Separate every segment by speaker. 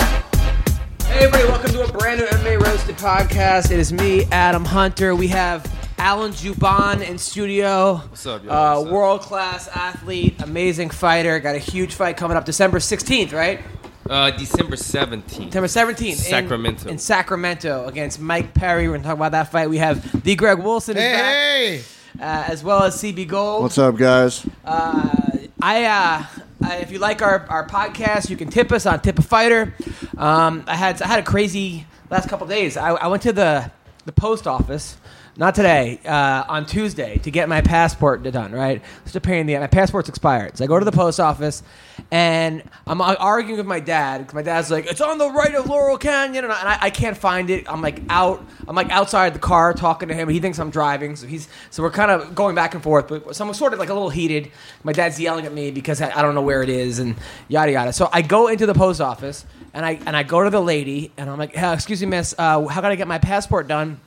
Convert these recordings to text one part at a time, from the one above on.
Speaker 1: Hey everybody, welcome to a brand new MMA Roasted podcast. It is me, Adam Hunter. We have Alan Juban in studio. What's
Speaker 2: up, yo?
Speaker 1: Uh,
Speaker 2: What's up?
Speaker 1: World class athlete, amazing fighter. Got a huge fight coming up December 16th, right?
Speaker 2: Uh, December 17th.
Speaker 1: December 17th. in-
Speaker 2: Sacramento.
Speaker 1: In, Sacramento against Mike Perry. We're going to talk about that fight. We have the Greg Wilson is back, uh, as well as CB Gold.
Speaker 3: What's up, guys?
Speaker 1: I, uh, I if you like our, our podcast, you can tip us on Tip a Fighter. Um, I had I had a crazy last couple days. I, I went to the the post office. Not today, uh, on Tuesday, to get my passport done, right? It's a pain in the My passport's expired. So I go to the post office and I'm uh, arguing with my dad because my dad's like, it's on the right of Laurel Canyon. And I, and I, I can't find it. I'm like out, I'm like outside the car talking to him. He thinks I'm driving. So he's, so we're kind of going back and forth, but so I'm sort of like a little heated. My dad's yelling at me because I, I don't know where it is and yada yada. So I go into the post office and I, and I go to the lady and I'm like, "Uh, excuse me, miss, uh, how can I get my passport done?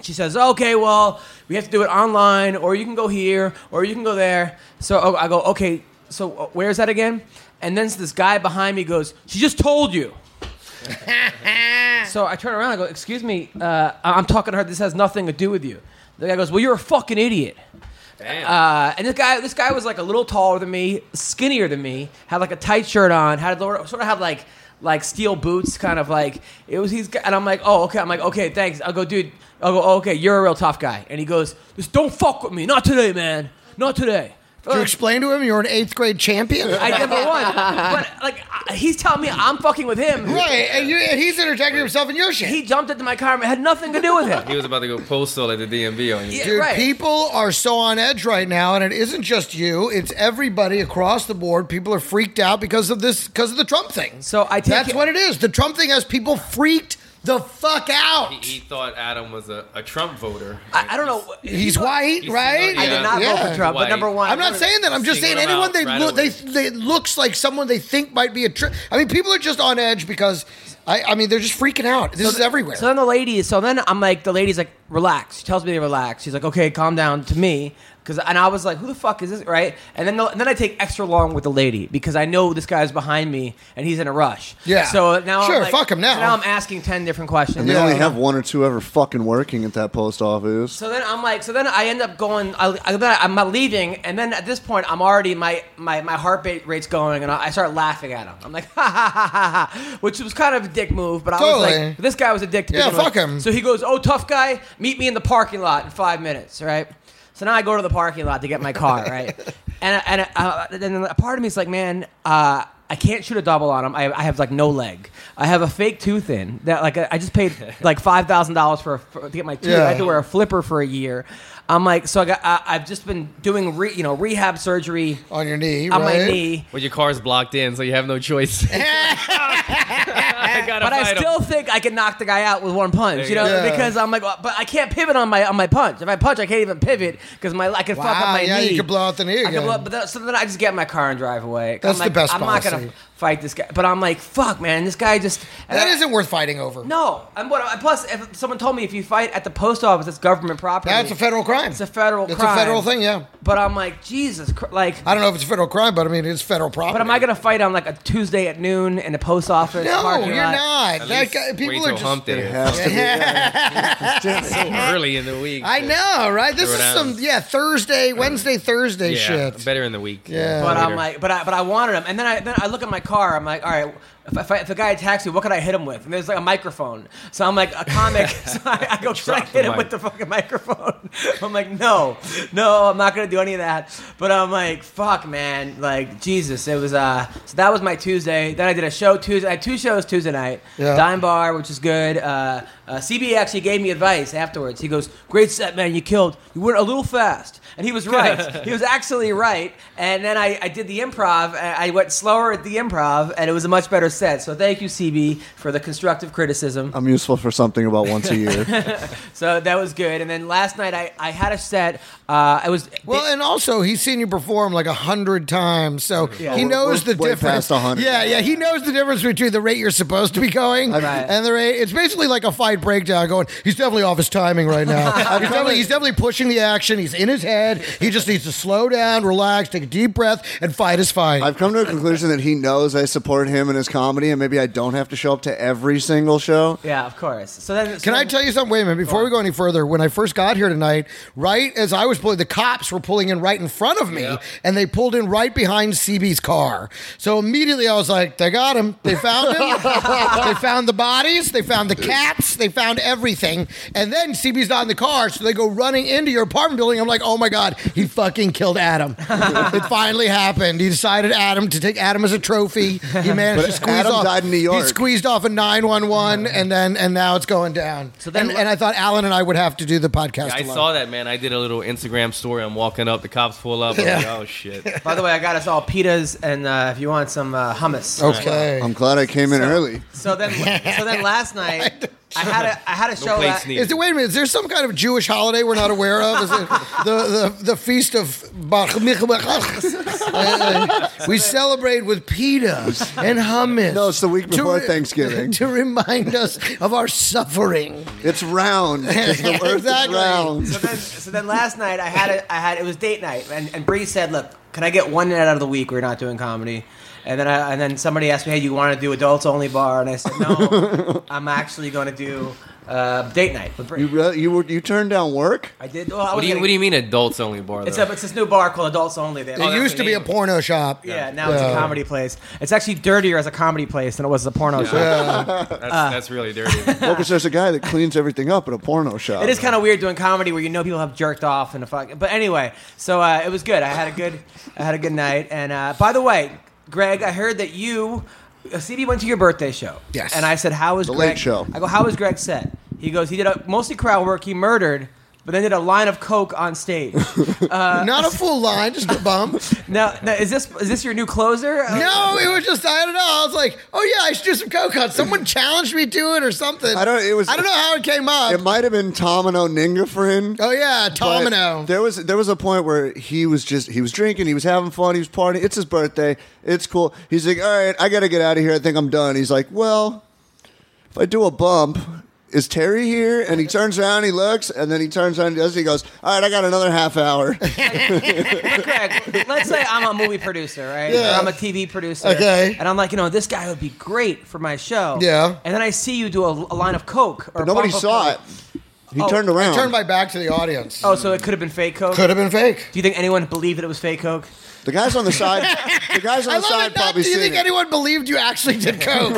Speaker 1: she says, "Okay, well, we have to do it online, or you can go here, or you can go there." So oh, I go, "Okay, so uh, where's that again?" And then this guy behind me goes, "She just told you." so I turn around. I go, "Excuse me, uh, I- I'm talking to her. This has nothing to do with you." The guy goes, "Well, you're a fucking idiot."
Speaker 2: Damn.
Speaker 1: Uh, and this guy, this guy was like a little taller than me, skinnier than me, had like a tight shirt on, had lower, sort of had like like steel boots, kind of like it was. He's and I'm like, oh okay, I'm like okay, thanks. I'll go, dude. I'll go, oh, okay, you're a real tough guy. And he goes, just don't fuck with me, not today, man, not today.
Speaker 4: Did you explain to him you're an eighth grade champion?
Speaker 1: I never won, but like I- he's telling me I'm fucking with him.
Speaker 4: right, and, you, and he's interjecting himself in your shit.
Speaker 1: He jumped into my car. It had nothing to do with him.
Speaker 2: he was about to go postal at the DMV on you.
Speaker 1: Yeah.
Speaker 4: Dude,
Speaker 1: right.
Speaker 4: people are so on edge right now, and it isn't just you; it's everybody across the board. People are freaked out because of this, because of the Trump thing.
Speaker 1: So I take
Speaker 4: that's
Speaker 1: it-
Speaker 4: what it is. The Trump thing has people freaked the fuck out.
Speaker 2: He, he thought Adam was a, a Trump voter.
Speaker 1: I, I don't know.
Speaker 4: he's white, right?
Speaker 1: I did not vote
Speaker 4: Yeah.
Speaker 1: for Trump, but
Speaker 2: White.
Speaker 1: number one,
Speaker 4: I'm not saying that. I'm just
Speaker 2: Single
Speaker 4: saying
Speaker 2: them
Speaker 4: anyone
Speaker 2: out
Speaker 4: they
Speaker 2: right
Speaker 4: look they,
Speaker 2: away.
Speaker 4: they looks like someone they think might be a Trump. I mean, people are just on edge because I, I mean they're just freaking out. This is everywhere.
Speaker 1: So then the lady, so then I'm like, the lady's like, relax. She tells me to relax. She's like, okay, calm down to me. Cause, and I was like, who the fuck is this, right? And then, the, and then I take extra long with the lady because I know this guy's behind me and he's in a rush.
Speaker 4: Yeah.
Speaker 1: So now I'm
Speaker 4: Sure,
Speaker 1: like,
Speaker 4: fuck him now.
Speaker 1: so now I'm asking ten different questions.
Speaker 3: And they
Speaker 4: Yeah.
Speaker 3: only have one or two ever fucking working at that post office.
Speaker 1: So then I'm like, so then I end up going, I, I, then I'm leaving, and then at this point I'm already my my, my heart rate rate's going, and I, I start laughing at him. I'm like, ha ha ha ha, ha, which was kind of a dick move, but I was
Speaker 4: Totally.
Speaker 1: like, this guy was a dick to
Speaker 4: Yeah,
Speaker 1: begin with.
Speaker 4: fuck him.
Speaker 1: So he goes, oh tough guy, meet me in the parking lot in five minutes, right? So now I go to the parking lot to get my car, right? and and uh, then a part of me is like, man. uh I can't shoot a double on him. I, I have like no leg. I have a fake tooth in that like I I just paid like five thousand dollars for, a- for to get my tooth. I had to
Speaker 4: Yeah.
Speaker 1: wear a flipper for a year. I'm like, so I got, I, I've just been doing, re, you know, rehab surgery
Speaker 4: on your knee,
Speaker 1: on
Speaker 4: right?
Speaker 1: my knee,
Speaker 2: Well, your car's blocked in, so you have no choice. I gotta
Speaker 1: but I
Speaker 2: fight him.
Speaker 1: still think I can knock the guy out with one punch,
Speaker 2: There
Speaker 1: you
Speaker 2: you
Speaker 1: know,
Speaker 4: go. Yeah.
Speaker 1: because I'm like, well, but I can't pivot on my on my punch. If I punch, I can't even pivot because my I can fuck up
Speaker 4: Wow,
Speaker 1: my
Speaker 4: yeah,
Speaker 1: knee.
Speaker 4: you could blow out the knee
Speaker 1: I can
Speaker 4: again.
Speaker 1: blow, but then, so then I just get in my car and drive away. I'm
Speaker 4: That's the
Speaker 1: like,
Speaker 4: best
Speaker 1: I'm not gonna
Speaker 4: policy.
Speaker 1: fight this guy, but I'm like, fuck, man, this guy just and
Speaker 4: That
Speaker 1: I-
Speaker 4: isn't worth fighting over.
Speaker 1: No, and what? and Plus, if someone told me if you fight at the post office, it's government property.
Speaker 4: That's a federal crime.
Speaker 1: It's a federal
Speaker 4: It's
Speaker 1: crime.
Speaker 4: a federal thing, yeah.
Speaker 1: But I'm like, Jesus, Christ, like,
Speaker 4: I don't know if it's a federal crime, but I mean, it's federal property.
Speaker 1: but am I gonna fight on like a Tuesday at noon in the post office?
Speaker 4: No,
Speaker 1: parking
Speaker 4: you're
Speaker 1: lot?
Speaker 4: not. That
Speaker 2: Least
Speaker 4: guy,
Speaker 2: wait
Speaker 4: people
Speaker 2: till
Speaker 4: are just.
Speaker 2: hump day.
Speaker 3: It has to be. yeah.
Speaker 2: so early in the week.
Speaker 4: I know, right? This
Speaker 2: Throw it out.
Speaker 4: is some yeah Thursday, Wednesday, Thursday
Speaker 2: Yeah,
Speaker 4: shit.
Speaker 2: better in the week.
Speaker 4: Yeah.
Speaker 1: But I'm
Speaker 2: Later.
Speaker 1: like, but I, but I wanted him, and then I then I look at my car. I'm like, all right, if, if, I, if the guy attacks me, what could I hit him with? And there's like a microphone, so I'm like a comic. so I, I go, should I
Speaker 2: Drop the
Speaker 1: hit him
Speaker 2: mic.
Speaker 1: with the fucking microphone? I'm like, no, no, I'm not gonna do any of that. But I'm like, fuck, man, like Jesus, it was. uh So that was my Tuesday. Then I did a show Tuesday. I had two shows Tuesday night.
Speaker 4: Yeah.
Speaker 1: Dime Bar, which is good. Uh, Uh, CB actually gave me advice afterwards. He goes, "Great set, man. You killed. You went a little fast." And he was right. he was actually right. And then I, I did the improv. And I went slower at the improv, and it was a much better set. So thank you, CB, for the constructive criticism.
Speaker 3: I'm useful for something about once a year.
Speaker 1: So that was good. And then last night I, I had a set. Uh, I was
Speaker 4: Well, and also he's seen you perform like a hundred times, so he
Speaker 3: we're-
Speaker 4: knows
Speaker 3: we're
Speaker 4: the
Speaker 3: way
Speaker 4: difference.
Speaker 3: past 100.
Speaker 4: Yeah, yeah, he knows the difference between the rate you're supposed to be going
Speaker 1: Right.
Speaker 4: and the rate. It's basically like a fight breakdown. Going, he's definitely off his timing right now. he's, definitely, he's definitely pushing the action. He's in his head. He just needs to slow down, relax, take a deep breath, and fight his fight.
Speaker 3: I've come to a conclusion that he knows I support him and his comedy, and maybe I don't have to show up to every single show.
Speaker 1: yeah, of course. So then
Speaker 4: Can I tell you something? Wait a minute. Before we go any further, when I first got here tonight, right as I was pulling, the cops were pulling in right in front of me, and they pulled in right behind CB's car. So immediately I was like, "They got him. They found him. they found the bodies. They found the cats. They found everything." And then CB's not in the car, so they go running into your apartment building. I'm like, "Oh my god, he fucking killed Adam! it finally happened. He decided Adam to take Adam as a trophy. He managed
Speaker 3: But
Speaker 4: to squeeze
Speaker 3: Adam
Speaker 4: off.
Speaker 3: died in New
Speaker 4: He
Speaker 3: York.
Speaker 4: squeezed off a 911 and then and now it's going down. So
Speaker 1: So
Speaker 4: then
Speaker 1: then-
Speaker 4: and, and I thought Alan and I would have to do the podcast
Speaker 2: I
Speaker 4: alone.
Speaker 2: saw that, man. I did a little Instagram story. I'm walking up. The cops pull up. I'm like, oh, shit.
Speaker 1: By the way, I got us all pitas, and uh, if you want some uh, hummus.
Speaker 2: Oh,
Speaker 4: Okay.
Speaker 3: I'm glad I came in early.
Speaker 1: So then, so then last night I had a I had a show.
Speaker 2: plate
Speaker 1: la-
Speaker 2: sneak.
Speaker 4: Is there, wait a minute. Is there some kind of Jewish holiday we're not aware of? Is it the, the the feast of Bach Uh, We celebrate with pita and hummus.
Speaker 3: No, it's the week
Speaker 4: to
Speaker 3: before
Speaker 4: re-
Speaker 3: Thanksgiving.
Speaker 4: to remind us of our suffering.
Speaker 3: It's round. 'cause the earth
Speaker 4: Exactly.
Speaker 3: is round.
Speaker 1: so, then, so then last night I had a, I had it was date night, and, and Bree said, "Look, can I get one night out of the week we're not doing comedy?" And then I, and then somebody asked me, "Hey, you want to do adults only bar?" And I said, "No, I'm actually going to do uh, date night with Bree."
Speaker 3: You, re- you, were, you turned down work?
Speaker 1: I did. Well, I was
Speaker 2: What do you
Speaker 1: gonna-
Speaker 2: What do you mean adults only bar?
Speaker 1: It's,
Speaker 2: though?
Speaker 1: a, it's this new bar called Adults Only. They have-
Speaker 4: It
Speaker 2: that's
Speaker 4: used
Speaker 2: the
Speaker 4: to be a
Speaker 2: name.
Speaker 4: porno shop. Uh,
Speaker 1: yeah, now it's a comedy place. It's actually dirtier as a comedy place than it was as a porno show.
Speaker 2: that's,
Speaker 4: Uh.
Speaker 2: that's really dirty.
Speaker 3: Well, because there's a guy that cleans everything up at a porno shop.
Speaker 1: It is kind of weird doing comedy where you know people have jerked off and a fuck. But anyway, so uh, it was good. I had a good, I had a good night. And uh, by the way, Greg, I heard that you, uh, CB went to your birthday show.
Speaker 4: Yes.
Speaker 1: And I said, how was
Speaker 3: The
Speaker 1: Greg?
Speaker 3: late show.
Speaker 1: I go, how was Greg set? He goes, he did a, mostly crowd work. He murdered, but then did a line of coke on stage.
Speaker 4: Not a full line, just a bump.
Speaker 1: now, now, is this is this your new closer? Uh,
Speaker 4: No, it was just I don't know. I was like, oh yeah, I should do some coke on. Someone challenged me to it or something.
Speaker 3: I don't- it was-
Speaker 4: I don't know how it came up.
Speaker 3: It might have been Tomino Ningafrin.
Speaker 4: oh yeah,
Speaker 3: but
Speaker 4: Tomino.
Speaker 3: There was there was a point where he was just he was drinking, he was having fun, he was partying. It's his birthday. It's cool. He's like, all right, I gotta get out of here. I think I'm done. He's like, well, if I do a bump, is Terry here? And he turns around, he looks, and then he turns around, and does. it. He goes, all right, I got another half hour.
Speaker 1: Greg, let's say I'm a movie producer, right?
Speaker 4: Yeah.
Speaker 1: Or I'm a TV producer.
Speaker 4: Okay.
Speaker 1: And I'm like, you know, this guy would be great for my show.
Speaker 4: Yeah.
Speaker 1: And then I see you do a, a line of coke. Or a
Speaker 3: Nobody
Speaker 1: bump of
Speaker 3: saw
Speaker 1: coke.
Speaker 3: it. He
Speaker 1: Oh,
Speaker 3: turned
Speaker 1: I
Speaker 3: around.
Speaker 4: I turned my back to the audience.
Speaker 1: Oh, so it could have been fake coke.
Speaker 4: Could have been fake.
Speaker 1: Do you think anyone believed that it was fake coke?
Speaker 3: the guys on the side. the guys on
Speaker 4: I
Speaker 3: the
Speaker 4: love
Speaker 3: side
Speaker 4: it. Not,
Speaker 3: probably
Speaker 4: do you
Speaker 3: seen
Speaker 4: think
Speaker 3: it.
Speaker 4: anyone believed you actually did coke?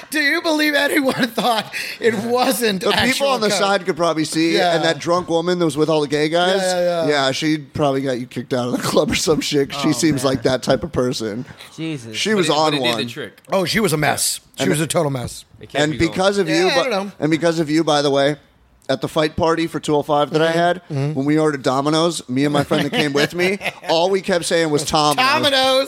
Speaker 4: do you believe anyone thought it wasn't?
Speaker 3: The people on the side could probably see,
Speaker 4: Yeah.
Speaker 3: and that drunk woman that was with all the gay guys.
Speaker 4: Yeah, yeah, yeah. Oh,
Speaker 3: she probably got you kicked out of the club or some shit. she seems
Speaker 1: man.
Speaker 3: like that type of person.
Speaker 1: Jesus.
Speaker 3: She was
Speaker 2: But it- but
Speaker 3: on
Speaker 2: it
Speaker 3: one,
Speaker 2: Did the trick.
Speaker 4: Oh, she was a mess. She was a total mess.
Speaker 2: It can't
Speaker 3: and
Speaker 2: be going.
Speaker 3: because of
Speaker 4: Yeah,
Speaker 3: you,
Speaker 4: I
Speaker 3: bu-
Speaker 4: don't know.
Speaker 3: and because of you, by the way. At the fight party for 205
Speaker 4: Mm-hmm.
Speaker 3: that I had, when we ordered Domino's, me and my friend that came with me, all we kept saying was Domino's.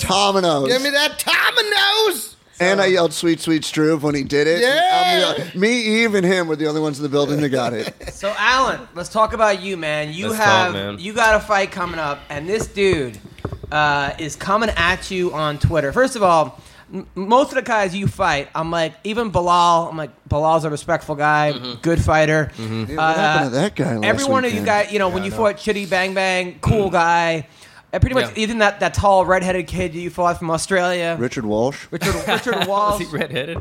Speaker 4: Domino's.
Speaker 3: Domino's.
Speaker 4: Give me that Tomino's.
Speaker 3: And I yelled "Sweet Sweet Struve" when he did it.
Speaker 4: Yeah.
Speaker 3: I'm the- me, Eve, and him were the only ones in the building that got it.
Speaker 1: So Alan, let's talk about you, man. You
Speaker 2: Let's talk,
Speaker 1: have
Speaker 2: man.
Speaker 1: you got a fight coming up, and this dude uh, is coming at you on Twitter. First of all, m- most of the guys you fight, I'm like, even Bilal, I'm like, Bilal's a respectful guy,
Speaker 2: Mm-hmm.
Speaker 1: good fighter.
Speaker 3: Yeah, what happened to that guy? Last
Speaker 1: Every one of you
Speaker 3: weekend?
Speaker 1: guys, you know, when you fought Chitty Bang Bang, cool guy, and pretty much
Speaker 2: Yeah.
Speaker 1: even that that tall redheaded kid you fought from Australia,
Speaker 3: Richard Walsh.
Speaker 1: Richard Richard
Speaker 2: Was
Speaker 1: Walsh.
Speaker 2: he redheaded?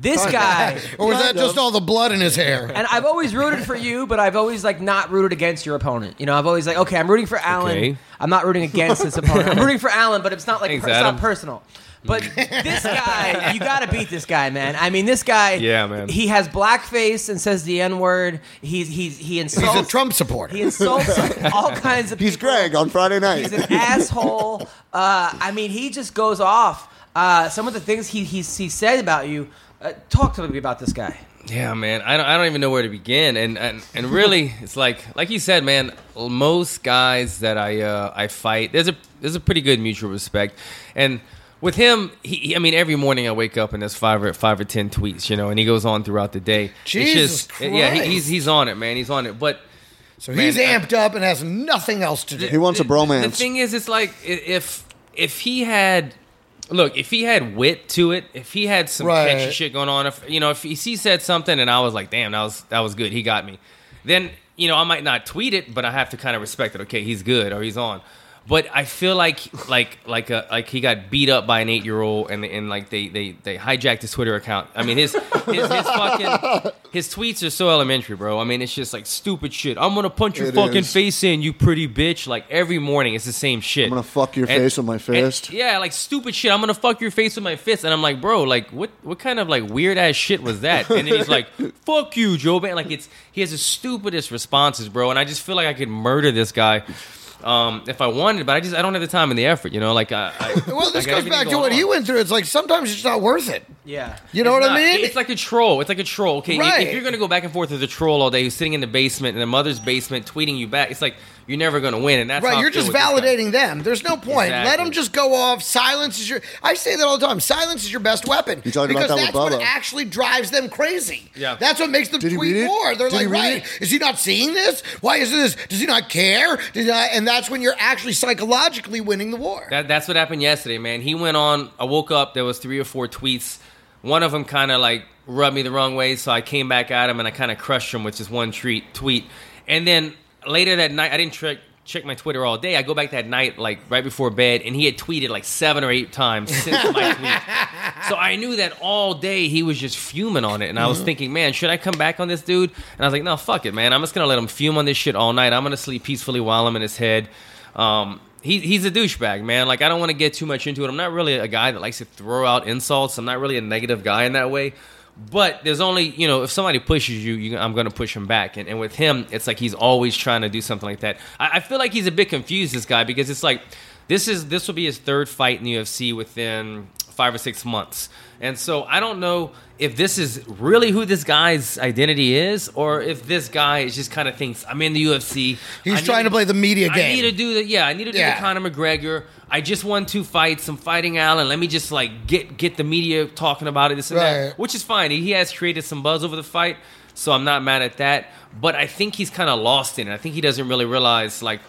Speaker 1: this guy.
Speaker 4: Or was that just all the blood in his hair?
Speaker 1: and I've always rooted for you, but I've always like not rooted against your opponent. You know, I've always like, okay, I'm rooting for Alan.
Speaker 2: Okay.
Speaker 1: I'm not rooting against this opponent. I'm rooting for Alan, but it's not like
Speaker 2: Thanks,
Speaker 1: per- it's not
Speaker 2: Adam.
Speaker 1: personal. But this guy, you gotta beat this guy, man. I mean, this guy,
Speaker 2: Yeah, man.
Speaker 1: He has blackface and says the n word. He's he's he insults.
Speaker 4: He's a Trump supporter.
Speaker 1: He insults all kinds of.
Speaker 3: He's
Speaker 1: people.
Speaker 3: Greg on Friday night.
Speaker 1: He's an asshole. Uh, I mean, he just goes off. Uh, some of the things he, he he said about you Uh, talk to me about this guy.
Speaker 2: Yeah, man. I don't, I don't even know where to begin. And, and and really, it's like like you said, man. Most guys that I uh, I fight, there's a there's a pretty good mutual respect. And with him, he, he- I mean, every morning I wake up and there's five or five or ten tweets, you know, and he goes on throughout the day. It's
Speaker 4: Jesus
Speaker 2: just- Yeah, he,
Speaker 4: Christ.
Speaker 2: he's he's on it, man. He's on it. But
Speaker 4: So he's
Speaker 2: Man, I-
Speaker 4: amped up and has nothing else to do.
Speaker 3: He wants a
Speaker 2: the
Speaker 3: bromance.
Speaker 2: thing is, it's like i- if if he had look, if he had wit to it, if he had some
Speaker 4: Right.
Speaker 2: catchy shit going on, if you know, if he, he said something and I was like, damn, that was that was good, he got me. Then you know, I might not tweet it, but I have to kind of respect it. Okay, he's good or he's on. But I feel like like like a, like he got beat up by an eight year old and and like they they they hijacked his Twitter account. I mean his his, his fucking his tweets are so elementary, bro. I mean it's just like stupid shit. I'm gonna punch your
Speaker 3: It
Speaker 2: fucking
Speaker 3: is.
Speaker 2: face in, you pretty bitch. Like every morning it's the same shit.
Speaker 3: I'm gonna fuck your face with my fist.
Speaker 2: yeah, like stupid shit. I'm gonna fuck your face with my fist. And I'm like, bro, like what what kind of like weird ass shit was that? And then he's like, fuck you, Joe Man. Like it's he has the stupidest responses, bro. And I just feel like I could murder this guy. Um, if I wanted, but I just I don't have the time and the effort, you know. Like, I, I
Speaker 4: Well, this
Speaker 2: I got
Speaker 4: goes
Speaker 2: everything
Speaker 4: back to
Speaker 2: going
Speaker 4: what
Speaker 2: on.
Speaker 4: he went through. It's like sometimes it's not worth it.
Speaker 1: Yeah.
Speaker 4: You know
Speaker 2: It's
Speaker 4: what I
Speaker 2: not-
Speaker 4: mean?
Speaker 2: It's like a troll. It's like a troll. Okay, if-
Speaker 4: Right.
Speaker 2: if you're gonna go back and forth with a troll all day who's sitting in the basement in the mother's basement tweeting you back, it's like you're never gonna win. And that's how
Speaker 4: Right,
Speaker 2: I
Speaker 4: you're
Speaker 2: feel
Speaker 4: just
Speaker 2: with this guy.
Speaker 4: validating them. There's no point. Let
Speaker 2: Exactly.
Speaker 4: them just go off. Silence is your. I say that all the time. Silence is your best weapon.
Speaker 3: You talking about
Speaker 4: because
Speaker 3: that with
Speaker 4: that's what
Speaker 3: Bubba.
Speaker 4: actually drives them crazy.
Speaker 2: Yeah.
Speaker 4: that's what makes them
Speaker 3: Did he
Speaker 4: tweet
Speaker 3: read it?
Speaker 4: more. They're
Speaker 3: Did he
Speaker 4: like,
Speaker 3: read
Speaker 4: right?
Speaker 3: it?
Speaker 4: Is he not seeing this? Why is this? Does he not care? Does he not- And that's when you're actually psychologically winning the war.
Speaker 2: That, that's what happened yesterday, man. He went on. I woke up. There was three or four tweets. One of them kind of like rubbed me the wrong way, so I came back at him and I kind of crushed him with just one treat, tweet. And then later that night, I didn't check check my Twitter all day. I go back that night, like right before bed, and he had tweeted like seven or eight times since my tweet. So I knew that all day he was just fuming on it, and I was thinking, man, should I come back on this dude? And I was like, no, fuck it, man. I'm just gonna let him fume on this shit all night. I'm gonna sleep peacefully while I'm in his head. Um, he, he's a douchebag, man. Like I don't want to get too much into it. I'm not really a guy that likes to throw out insults. I'm not really a negative guy in that way. But there's only you know if somebody pushes you, you I'm gonna push him back. And, and with him, it's like he's always trying to do something like that. I, I feel like he's a bit confused, this guy, because it's like this is this will be his third fight in the UFC within five or six months. And so I don't know if this is really who this guy's identity is, or if this guy is just kind of thinks I'm in the UFC.
Speaker 4: He's
Speaker 2: I need
Speaker 4: trying to play the media
Speaker 2: I
Speaker 4: game."
Speaker 2: need to do the yeah. I need to do
Speaker 4: Yeah.
Speaker 2: the Conor McGregor. I just won two fights. I'm fighting Allen. Let me just like get get the media talking about it. This and
Speaker 4: Right.
Speaker 2: that, which is fine. He has created some buzz over the fight, so I'm not mad at that. But I think he's kind of lost in it. I think he doesn't really realize like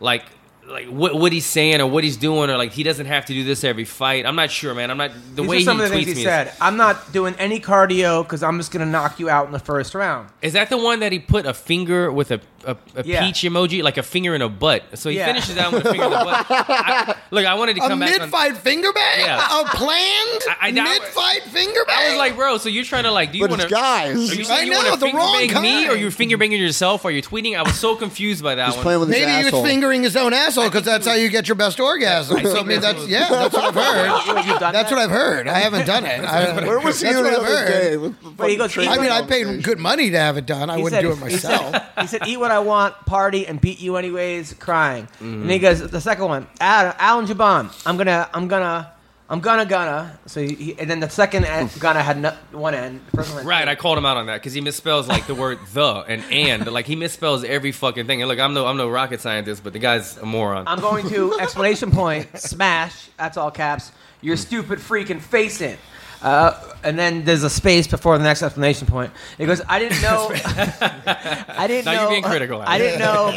Speaker 2: like like what what he's saying or what he's doing or like he doesn't have to do this every fight. I'm not sure, man. I'm not the
Speaker 1: These
Speaker 2: way
Speaker 1: are some
Speaker 2: he
Speaker 1: of the
Speaker 2: tweets
Speaker 1: things he
Speaker 2: me is-
Speaker 1: said. I'm not doing any cardio because I'm just gonna knock you out in the first round.
Speaker 2: Is that the one that he put a finger with a, a, a
Speaker 1: Yeah.
Speaker 2: peach emoji, like a finger in a butt? So he
Speaker 1: Yeah.
Speaker 2: finishes that with a finger in the butt. I, look, I wanted to
Speaker 4: A
Speaker 2: come back. on-
Speaker 4: mid-fight finger bang?
Speaker 2: Yeah.
Speaker 4: A planned
Speaker 2: I- I doubt-
Speaker 4: mid-fight finger bang?
Speaker 2: I was like, bro, so you're trying to like, do you
Speaker 3: But
Speaker 2: want
Speaker 3: it's
Speaker 2: to?
Speaker 3: guys.
Speaker 2: you
Speaker 3: He's
Speaker 4: I
Speaker 2: saying you
Speaker 4: know,
Speaker 2: want to
Speaker 4: the
Speaker 2: finger
Speaker 4: wrong
Speaker 2: bang me, or
Speaker 4: kind.
Speaker 2: you're finger banging yourself? Are you tweeting? I was so confused by that one.
Speaker 3: playing with his
Speaker 4: Maybe he
Speaker 3: asshole.
Speaker 4: was fingering his own asshole because that's how you get your best orgasm. So I mean, that's yeah, that's what I've heard.
Speaker 1: Wait, you've done
Speaker 4: That's
Speaker 1: that?
Speaker 4: what I've heard. I haven't done it. I,
Speaker 3: Where was he
Speaker 4: that's
Speaker 3: the
Speaker 4: what I've
Speaker 3: other
Speaker 4: heard.
Speaker 3: day? With the
Speaker 1: Wait, he
Speaker 3: fucking
Speaker 1: goes-
Speaker 3: train
Speaker 4: I mean, I
Speaker 3: conversation?
Speaker 4: paid good money to have it done. I
Speaker 1: He
Speaker 4: wouldn't
Speaker 1: said-
Speaker 4: do it
Speaker 1: he said-
Speaker 4: myself.
Speaker 1: He said, "Eat what I want, party, and beat you anyways." Crying,
Speaker 2: Mm-hmm.
Speaker 1: and he goes the second one, Adam, Alan Jabon. I'm gonna, I'm gonna, I'm gonna, gonna. So, he- he, and then the second end, gonna had no, one end. The first one had
Speaker 2: Right,
Speaker 1: two.
Speaker 2: I called him out on that because he misspells like the word the and and. Like he misspells every fucking thing. And look, I'm no I'm no rocket scientist, but the guy's a moron.
Speaker 1: I'm going to explanation point smash. That's all caps. Your stupid freaking face in. Uh, and then there's a space before the next explanation point. It goes. I didn't know. I didn't
Speaker 2: Now
Speaker 1: know.
Speaker 2: you're being critical,
Speaker 1: I didn't know.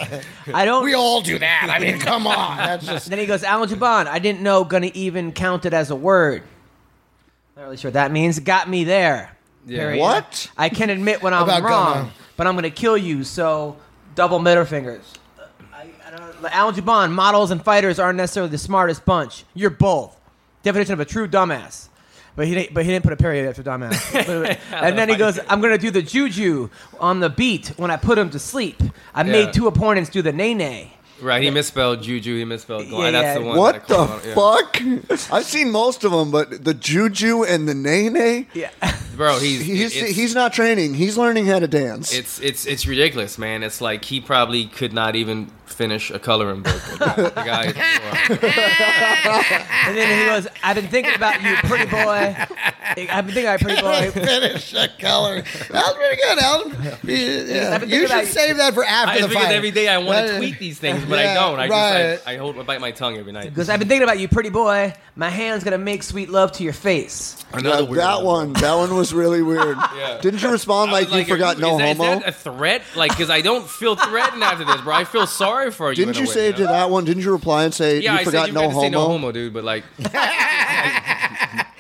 Speaker 1: I don't.
Speaker 4: We all do that. I mean, come on. That's just
Speaker 1: then he goes, Alan Jabon. I didn't know. Gonna even count it as a word. Not really sure what that means. Got me there.
Speaker 2: Yeah.
Speaker 1: Period.
Speaker 3: What?
Speaker 1: I can admit when I'm
Speaker 4: About
Speaker 1: wrong,
Speaker 4: gonna.
Speaker 1: but I'm gonna kill you. So double middle fingers. I, I don't know. Alan Juban, models and fighters aren't necessarily the smartest bunch. You're both. Definition of a true dumbass. But he, didn't, but he didn't put a period after dumbass. and then he goes, I'm going to do the juju on the beat when I put him to sleep. I
Speaker 2: Yeah.
Speaker 1: made two opponents do the nay nay.
Speaker 2: right, he misspelled Juju. He misspelled Glenn.
Speaker 1: Yeah,
Speaker 2: That's
Speaker 1: yeah.
Speaker 2: the one.
Speaker 3: What
Speaker 2: that I
Speaker 3: the
Speaker 2: called him out, yeah.
Speaker 3: fuck? I've seen most of them, but the Juju and the Nene,
Speaker 1: Yeah.
Speaker 2: bro? He's
Speaker 3: he's,
Speaker 2: it's-
Speaker 3: he's not training. He's learning how to dance.
Speaker 2: It's it's it's ridiculous, man. It's like he probably could not even finish a coloring book. the guy at the door.
Speaker 1: And then he goes, I've been thinking about you, pretty boy. I've been thinking about you, pretty
Speaker 4: I
Speaker 1: boy.
Speaker 4: finished the color. That was pretty good, Alan. You,
Speaker 1: I've been thinking
Speaker 4: you
Speaker 1: about
Speaker 4: should
Speaker 1: you.
Speaker 4: save that for after
Speaker 2: I,
Speaker 4: the
Speaker 2: it's because
Speaker 4: fight.
Speaker 2: every day I want to
Speaker 4: That-
Speaker 2: tweet these things, but
Speaker 4: Yeah,
Speaker 2: I don't. I
Speaker 4: right.
Speaker 2: just I, I hold I bite my tongue every night.
Speaker 1: Because I've been thinking about you, pretty boy. My hand's gonna make sweet love to your face.
Speaker 2: Another
Speaker 3: Uh,
Speaker 2: weird
Speaker 3: that one, that one was really weird. Didn't you respond
Speaker 2: I was
Speaker 3: like, you forgot
Speaker 2: is
Speaker 3: no
Speaker 2: that- is
Speaker 3: homo?
Speaker 2: that a threat? Like, because I don't feel threatened after this, bro. I feel sorry for you.
Speaker 3: Didn't
Speaker 2: in a
Speaker 3: you
Speaker 2: way,
Speaker 3: say to
Speaker 2: know?
Speaker 3: that one? Didn't you reply and say
Speaker 2: Yeah,
Speaker 3: you
Speaker 2: I
Speaker 3: forgot
Speaker 2: said you
Speaker 3: no
Speaker 2: forgot to
Speaker 3: homo?
Speaker 2: say no homo, dude. But like,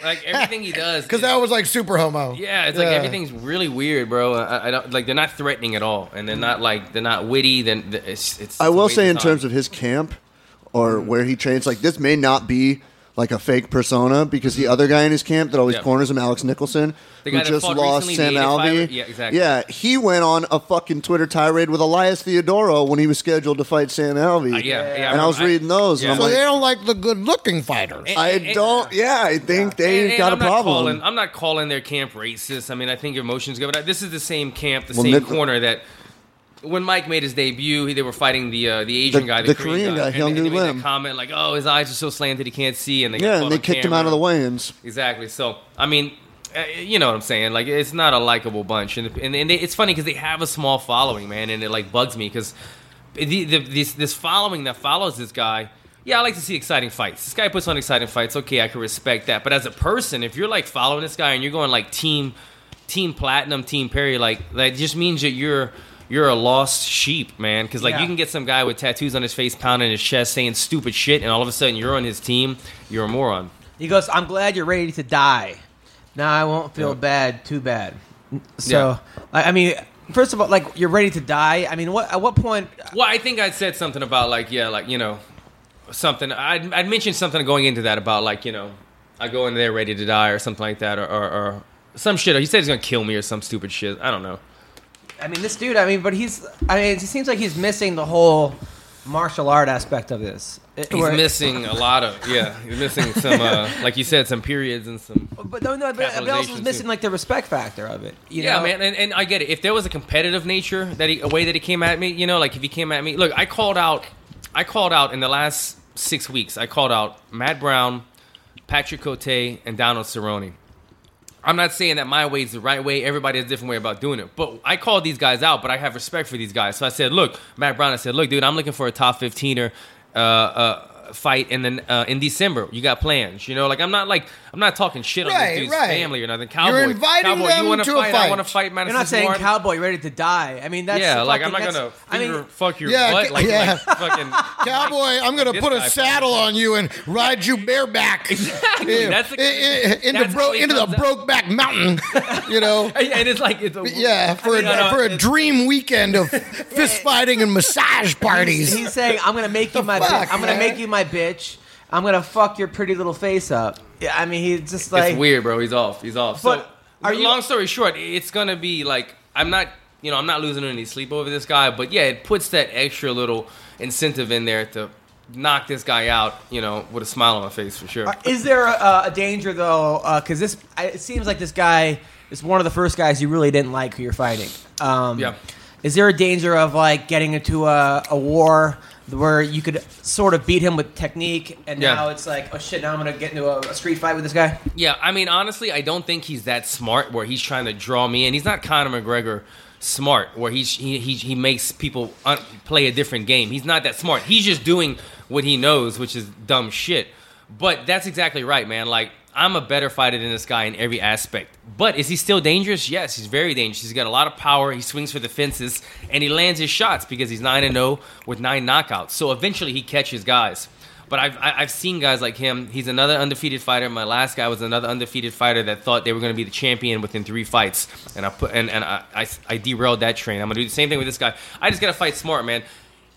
Speaker 2: like everything he does,
Speaker 4: Because that was like super homo.
Speaker 2: Yeah, it's like everything's really weird, bro. I, I don't like they're not threatening at all, and they're not like they're not witty. Then th- it's, it's.
Speaker 3: I
Speaker 2: it's a
Speaker 3: will
Speaker 2: waste
Speaker 3: say, in terms
Speaker 2: time.
Speaker 3: of his camp or where he trains, like this may not be like a fake persona because the other guy in his camp that always
Speaker 2: Yeah.
Speaker 3: corners him, Alex Nicholson,
Speaker 2: The guy
Speaker 3: who
Speaker 2: that
Speaker 3: just
Speaker 2: fought
Speaker 3: lost
Speaker 2: recently, the
Speaker 3: Sam
Speaker 2: 85
Speaker 3: Alvey.
Speaker 2: yeah, exactly.
Speaker 3: Yeah, he went on a fucking Twitter tirade with Elias Theodoro when he was scheduled to fight Sam Alvey.
Speaker 2: Uh, yeah, yeah, I
Speaker 3: and I, was
Speaker 2: remember.
Speaker 3: reading those,
Speaker 2: yeah.
Speaker 3: and
Speaker 4: So
Speaker 3: I'm
Speaker 4: they
Speaker 3: like,
Speaker 4: don't like the good-looking fighters.
Speaker 2: And-
Speaker 3: I
Speaker 2: and- and-
Speaker 3: don't. Yeah, I think they
Speaker 2: and- and
Speaker 3: got
Speaker 2: I'm
Speaker 3: a
Speaker 2: not
Speaker 3: problem.
Speaker 2: calling- I'm not calling their camp racist. I mean, I think emotions go. But I- this is the same camp, the
Speaker 3: Well,
Speaker 2: same
Speaker 3: Nick-
Speaker 2: corner that when Mike made his debut, he- they were fighting the uh, the Asian
Speaker 3: The-
Speaker 2: guy,
Speaker 3: the Korean guy,
Speaker 2: and,
Speaker 3: Hyung
Speaker 2: they- and they
Speaker 3: Doo
Speaker 2: made that
Speaker 3: Lim.
Speaker 2: comment like, "Oh, his eyes are so slanted, he can't see," and they got
Speaker 3: yeah,
Speaker 2: caught
Speaker 3: and they
Speaker 2: on
Speaker 3: kicked him out
Speaker 2: camera.
Speaker 3: of the weigh-ins.
Speaker 2: Exactly. So I mean, uh, you know what I'm saying? Like it's not a likable bunch, and and, and they, it's funny because they have a small following, man, and it like bugs me because the, the, this this following that follows this guy. Yeah, I like to see exciting fights. This guy puts on exciting fights. Okay, I can respect that. But as a person, if you're like following this guy and you're going like team team platinum, team Perry, like that just means that you're you're a lost sheep, man. Because like
Speaker 1: Yeah.
Speaker 2: you can get some guy with tattoos on his face, pounding his chest, saying stupid shit, and all of a sudden you're on his team. You're a moron.
Speaker 1: He goes, I'm glad you're ready to die. Now I won't feel bad, too bad. So, like, I mean, first of all, like you're ready to die. I mean, what at what point?
Speaker 2: Well, I think I said something about like yeah, like you know, something. I'd, I'd mentioned something going into that about like you know, I go in there ready to die or something like that or or, or some shit. Or he said he's gonna kill me or some stupid shit. I don't know.
Speaker 1: I mean, this dude. I mean, but he's. I mean, it seems like he's missing the whole martial art aspect of this. It-
Speaker 2: He's
Speaker 1: where-
Speaker 2: missing a lot of yeah. He's missing some uh, like you said some periods and some
Speaker 1: But no, no. But, but also
Speaker 2: Capitalization,
Speaker 1: is
Speaker 2: too.
Speaker 1: missing like the respect factor of it. You
Speaker 2: yeah,
Speaker 1: know?
Speaker 2: man, and, and I get it. If there was a competitive nature that he, a way that he came at me, you know, like if he came at me, look, I called out, I called out in the last six weeks, I called out Matt Brown, Patrick Cote, and Donald Cerrone. I'm not saying that my way is the right way. Everybody has a different way about doing it. But I called these guys out, but I have respect for these guys. So I said, look, Matt Brown, I said, look, dude, I'm looking for a top 15er uh, uh, fight in, the, uh, in December. You got plans. You know, like I'm not like, I'm not talking shit on
Speaker 4: Right,
Speaker 2: this dude's
Speaker 4: right.
Speaker 2: family or nothing.
Speaker 4: You're
Speaker 2: Cowboy,
Speaker 4: inviting
Speaker 2: Cowboy,
Speaker 4: them
Speaker 2: you wanna
Speaker 4: to a
Speaker 2: fight? I
Speaker 4: fight.
Speaker 2: want to fight Madison
Speaker 1: You're not saying
Speaker 2: Square Garden.
Speaker 1: cowboy ready to die. I mean, that's
Speaker 2: yeah, like I'm
Speaker 1: fucking-
Speaker 2: not gonna
Speaker 1: that's- I mean,
Speaker 2: finger- fuck your
Speaker 4: Yeah,
Speaker 2: butt. Like,
Speaker 4: yeah.
Speaker 2: like fucking
Speaker 4: Cowboy, I'm gonna
Speaker 2: This
Speaker 4: put a
Speaker 2: guy-
Speaker 4: saddle on you and ride you bareback
Speaker 2: Exactly.
Speaker 4: Yeah.
Speaker 2: That's the-
Speaker 4: I- I- into,
Speaker 2: that's
Speaker 4: bro-
Speaker 2: how he
Speaker 4: into the
Speaker 2: comes out.
Speaker 4: Brokeback Mountain, you know.
Speaker 2: and it's like it's a,
Speaker 4: Yeah, for a,
Speaker 2: I mean, I know,
Speaker 4: for a
Speaker 2: it's-
Speaker 4: dream weekend of fist fighting and massage parties.
Speaker 1: He's saying, "I'm gonna make you my.
Speaker 4: fuck,
Speaker 1: bi- I'm gonna
Speaker 4: man?
Speaker 1: make you my bitch. I'm gonna fuck your pretty little face up." Yeah, I mean, he's just like
Speaker 2: it's weird, bro. He's off. He's off. So,
Speaker 1: But are you-
Speaker 2: long story short, it's gonna be like I'm not, you know, I'm not losing any sleep over this guy, but yeah, it puts that extra little incentive in there to knock this guy out, you know, with a smile on my face for sure.
Speaker 1: Is there a, a danger though? Because this, I- it seems like this guy is one of the first guys you really didn't like who you're fighting. Um,
Speaker 2: Yeah.
Speaker 1: Is there a danger of like getting into a, a war where you could sort of beat him with technique, and
Speaker 2: Yeah.
Speaker 1: now it's like, oh shit, now I'm gonna get into a, a street fight with this guy?
Speaker 2: Yeah, I mean, honestly, I don't think he's that smart where he's trying to draw me in. He's not Conor McGregor smart where he's, he, he, he makes people un- play a different game. He's not that smart. He's just doing what he knows, which is dumb shit. But that's exactly right, man. Like, I'm a better fighter than this guy in every aspect. But is he still dangerous? Yes, he's very dangerous. He's got a lot of power. He swings for the fences and he lands his shots because he's 9 and 0 with nine knockouts. So eventually he catches guys. But I've I- I've seen guys like him. He's another undefeated fighter. My last guy was another undefeated fighter that thought they were going to be the champion within three fights, and I put and, and I, I I derailed that train. I'm going to do the same thing with this guy. I just got to fight smart, man.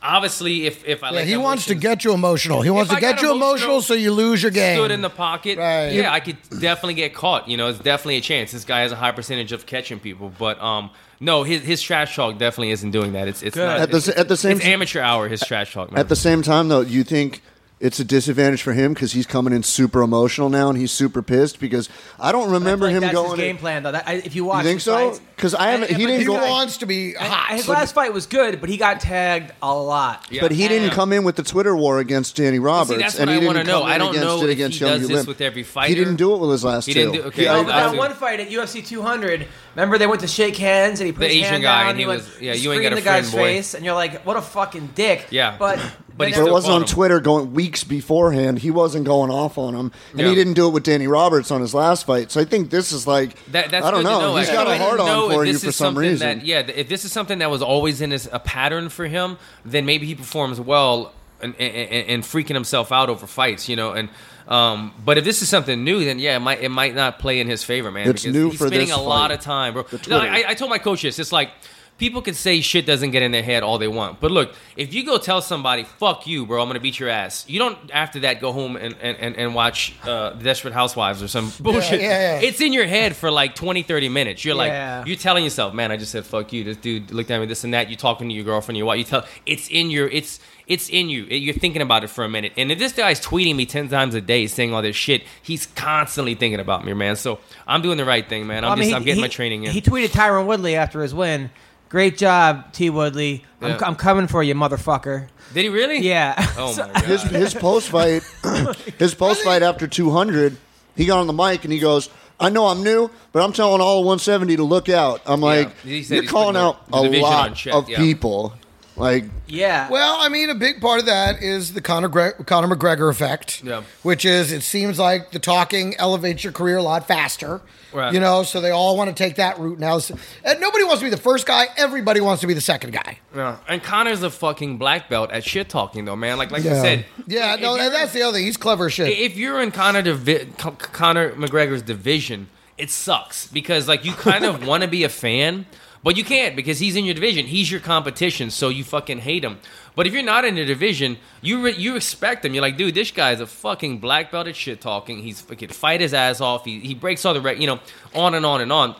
Speaker 2: Obviously, if if I
Speaker 4: Yeah,
Speaker 2: let
Speaker 4: he
Speaker 2: that
Speaker 4: wants to
Speaker 2: emotions-
Speaker 4: get you emotional. He wants
Speaker 2: If
Speaker 4: to
Speaker 2: I
Speaker 4: get
Speaker 2: got
Speaker 4: you emotional,
Speaker 2: emotional,
Speaker 4: so you lose your game.
Speaker 2: stood in the pocket,
Speaker 4: Right.
Speaker 2: yeah, I could definitely get caught. You know, it's definitely a chance. This guy has a high percentage of catching people, but um, no, his his trash talk definitely isn't doing that. It's it's not,
Speaker 3: At the
Speaker 2: it's,
Speaker 3: s- at the same
Speaker 2: it's amateur hour. His trash talk, man.
Speaker 3: At the same time, though, you think it's a disadvantage for him because he's coming in super emotional now and he's super pissed because I don't remember
Speaker 1: Like,
Speaker 3: him
Speaker 1: that's
Speaker 3: going.
Speaker 1: his game plan though. That, I, if you watch,
Speaker 3: You think
Speaker 1: his
Speaker 3: so?
Speaker 1: fights-
Speaker 3: 'Cause I haven't-
Speaker 1: And-
Speaker 3: he
Speaker 1: but
Speaker 3: didn't
Speaker 1: this
Speaker 4: He
Speaker 3: go
Speaker 1: guy-
Speaker 4: wants to be
Speaker 1: and-
Speaker 4: hot.
Speaker 1: and His last fight was good, but he got tagged a lot.
Speaker 3: But he didn't come in with the Twitter war against Danny Roberts,
Speaker 2: See, that's
Speaker 3: and
Speaker 2: what
Speaker 3: he
Speaker 2: I
Speaker 3: didn't
Speaker 2: wanna
Speaker 3: come
Speaker 2: know.
Speaker 3: in
Speaker 2: I don't
Speaker 3: against
Speaker 2: know
Speaker 3: it
Speaker 2: if
Speaker 3: against
Speaker 2: he does
Speaker 3: Young
Speaker 2: this
Speaker 3: Lim.
Speaker 2: with every
Speaker 3: He
Speaker 2: fighter.
Speaker 3: didn't do it with his last
Speaker 2: He
Speaker 3: two.
Speaker 2: didn't do- okay,
Speaker 3: He-
Speaker 2: I-
Speaker 1: Well, but
Speaker 2: I
Speaker 1: that
Speaker 2: see.
Speaker 1: one fight at UFC 200, remember they went to shake hands and he put
Speaker 2: The
Speaker 1: his
Speaker 2: Asian
Speaker 1: hand
Speaker 2: guy,
Speaker 1: down
Speaker 2: and he
Speaker 1: went
Speaker 2: was- yeah, you ain't
Speaker 1: screaming
Speaker 2: got a
Speaker 1: the guy's
Speaker 2: friend, boy.
Speaker 1: face, and you're like, what a fucking dick.
Speaker 2: Yeah.
Speaker 1: but
Speaker 2: But he
Speaker 1: then
Speaker 2: still
Speaker 3: But it
Speaker 1: after-
Speaker 3: wasn't
Speaker 2: fought
Speaker 3: on
Speaker 2: him.
Speaker 3: Twitter going weeks beforehand. He wasn't going off on him, and
Speaker 2: Yeah.
Speaker 3: he didn't do it with Danny Roberts on his last fight. So I think this is like
Speaker 2: That, that's
Speaker 3: I don't
Speaker 2: good
Speaker 3: know.
Speaker 2: To know
Speaker 3: He's
Speaker 2: actually.
Speaker 3: got
Speaker 2: I
Speaker 3: a
Speaker 2: didn't
Speaker 3: hard
Speaker 2: know
Speaker 3: on
Speaker 2: if
Speaker 3: for you
Speaker 2: this
Speaker 3: for
Speaker 2: is
Speaker 3: some
Speaker 2: something
Speaker 3: reason.
Speaker 2: That, yeah, th- if this is something that was always in his, a pattern for him, then maybe he performs well and, and, and and freaking himself out over fights, you know. And um, but if this is something new, then yeah, it might it might not play in his favor, man.
Speaker 3: It's
Speaker 2: because
Speaker 3: new
Speaker 2: he's
Speaker 3: for
Speaker 2: spending
Speaker 3: this
Speaker 2: a lot
Speaker 3: fight.
Speaker 2: of time, bro.
Speaker 3: The
Speaker 2: No,
Speaker 3: Twitter.
Speaker 2: I, I told my coach this. It's like. People can say shit doesn't get in their head all they want, but look, if you go tell somebody "fuck you, bro," I'm gonna beat your ass. You don't after that go home and and, and, and watch uh, Desperate Housewives or some bullshit.
Speaker 4: yeah, yeah.
Speaker 2: It's in your head for like 20, 30 minutes. You're
Speaker 1: Yeah.
Speaker 2: like, you're telling yourself, man, I just said fuck you. This dude looked at me, this and that. You talking to your girlfriend, your wife. You tell it's in your, it's it's in you. It- you're thinking about it for a minute. And if this guy's tweeting me ten times a day, saying all this shit, he's constantly thinking about me, man. So I'm doing the right thing, man. I'm
Speaker 1: I mean,
Speaker 2: just,
Speaker 1: he-
Speaker 2: I'm getting
Speaker 1: he-
Speaker 2: my training in.
Speaker 1: He tweeted Tyron Woodley after his win. Great job, T. Woodley. I'm,
Speaker 2: Yeah.
Speaker 1: I'm coming for you, motherfucker.
Speaker 2: Did he really?
Speaker 1: Yeah.
Speaker 2: Oh
Speaker 1: So-
Speaker 2: my god.
Speaker 3: his his post fight, his post fight after 200, he got on the mic and he goes, "I know I'm new, but I'm telling all 170 to look out." I'm like,
Speaker 2: He said
Speaker 3: "You're
Speaker 2: he's
Speaker 3: calling
Speaker 2: putting
Speaker 3: out
Speaker 2: the-
Speaker 3: a
Speaker 2: the division
Speaker 3: lot
Speaker 2: on check,
Speaker 3: of
Speaker 2: yeah.
Speaker 3: people." Like
Speaker 1: Yeah.
Speaker 4: Well, I mean, a big part of that is the Conor, Gre- Conor McGregor effect,
Speaker 2: Yeah.
Speaker 4: which is it seems like the talking elevates your career a lot faster.
Speaker 2: Right.
Speaker 4: You know, so they all want to take that route now. So- And nobody wants to be the first guy. Everybody wants to be the second guy.
Speaker 2: Yeah. And Connor's a fucking black belt at shit talking though, man. Like like you said.
Speaker 4: yeah.
Speaker 2: if
Speaker 4: No,
Speaker 2: you're-
Speaker 4: and that's the other thing. He's clever as shit.
Speaker 2: If you're in Conor, Devi- Con- Conor McGregor's division, it sucks because like you kind of want to be a fan, but you can't because he's in your division. He's your competition, so you fucking hate him. But if you're not in the division, you re- you respect him. You're like, dude, this guy's a fucking black belt at shit talking. He's fucking fight his ass off. He he breaks all the rec- you know, on and on and on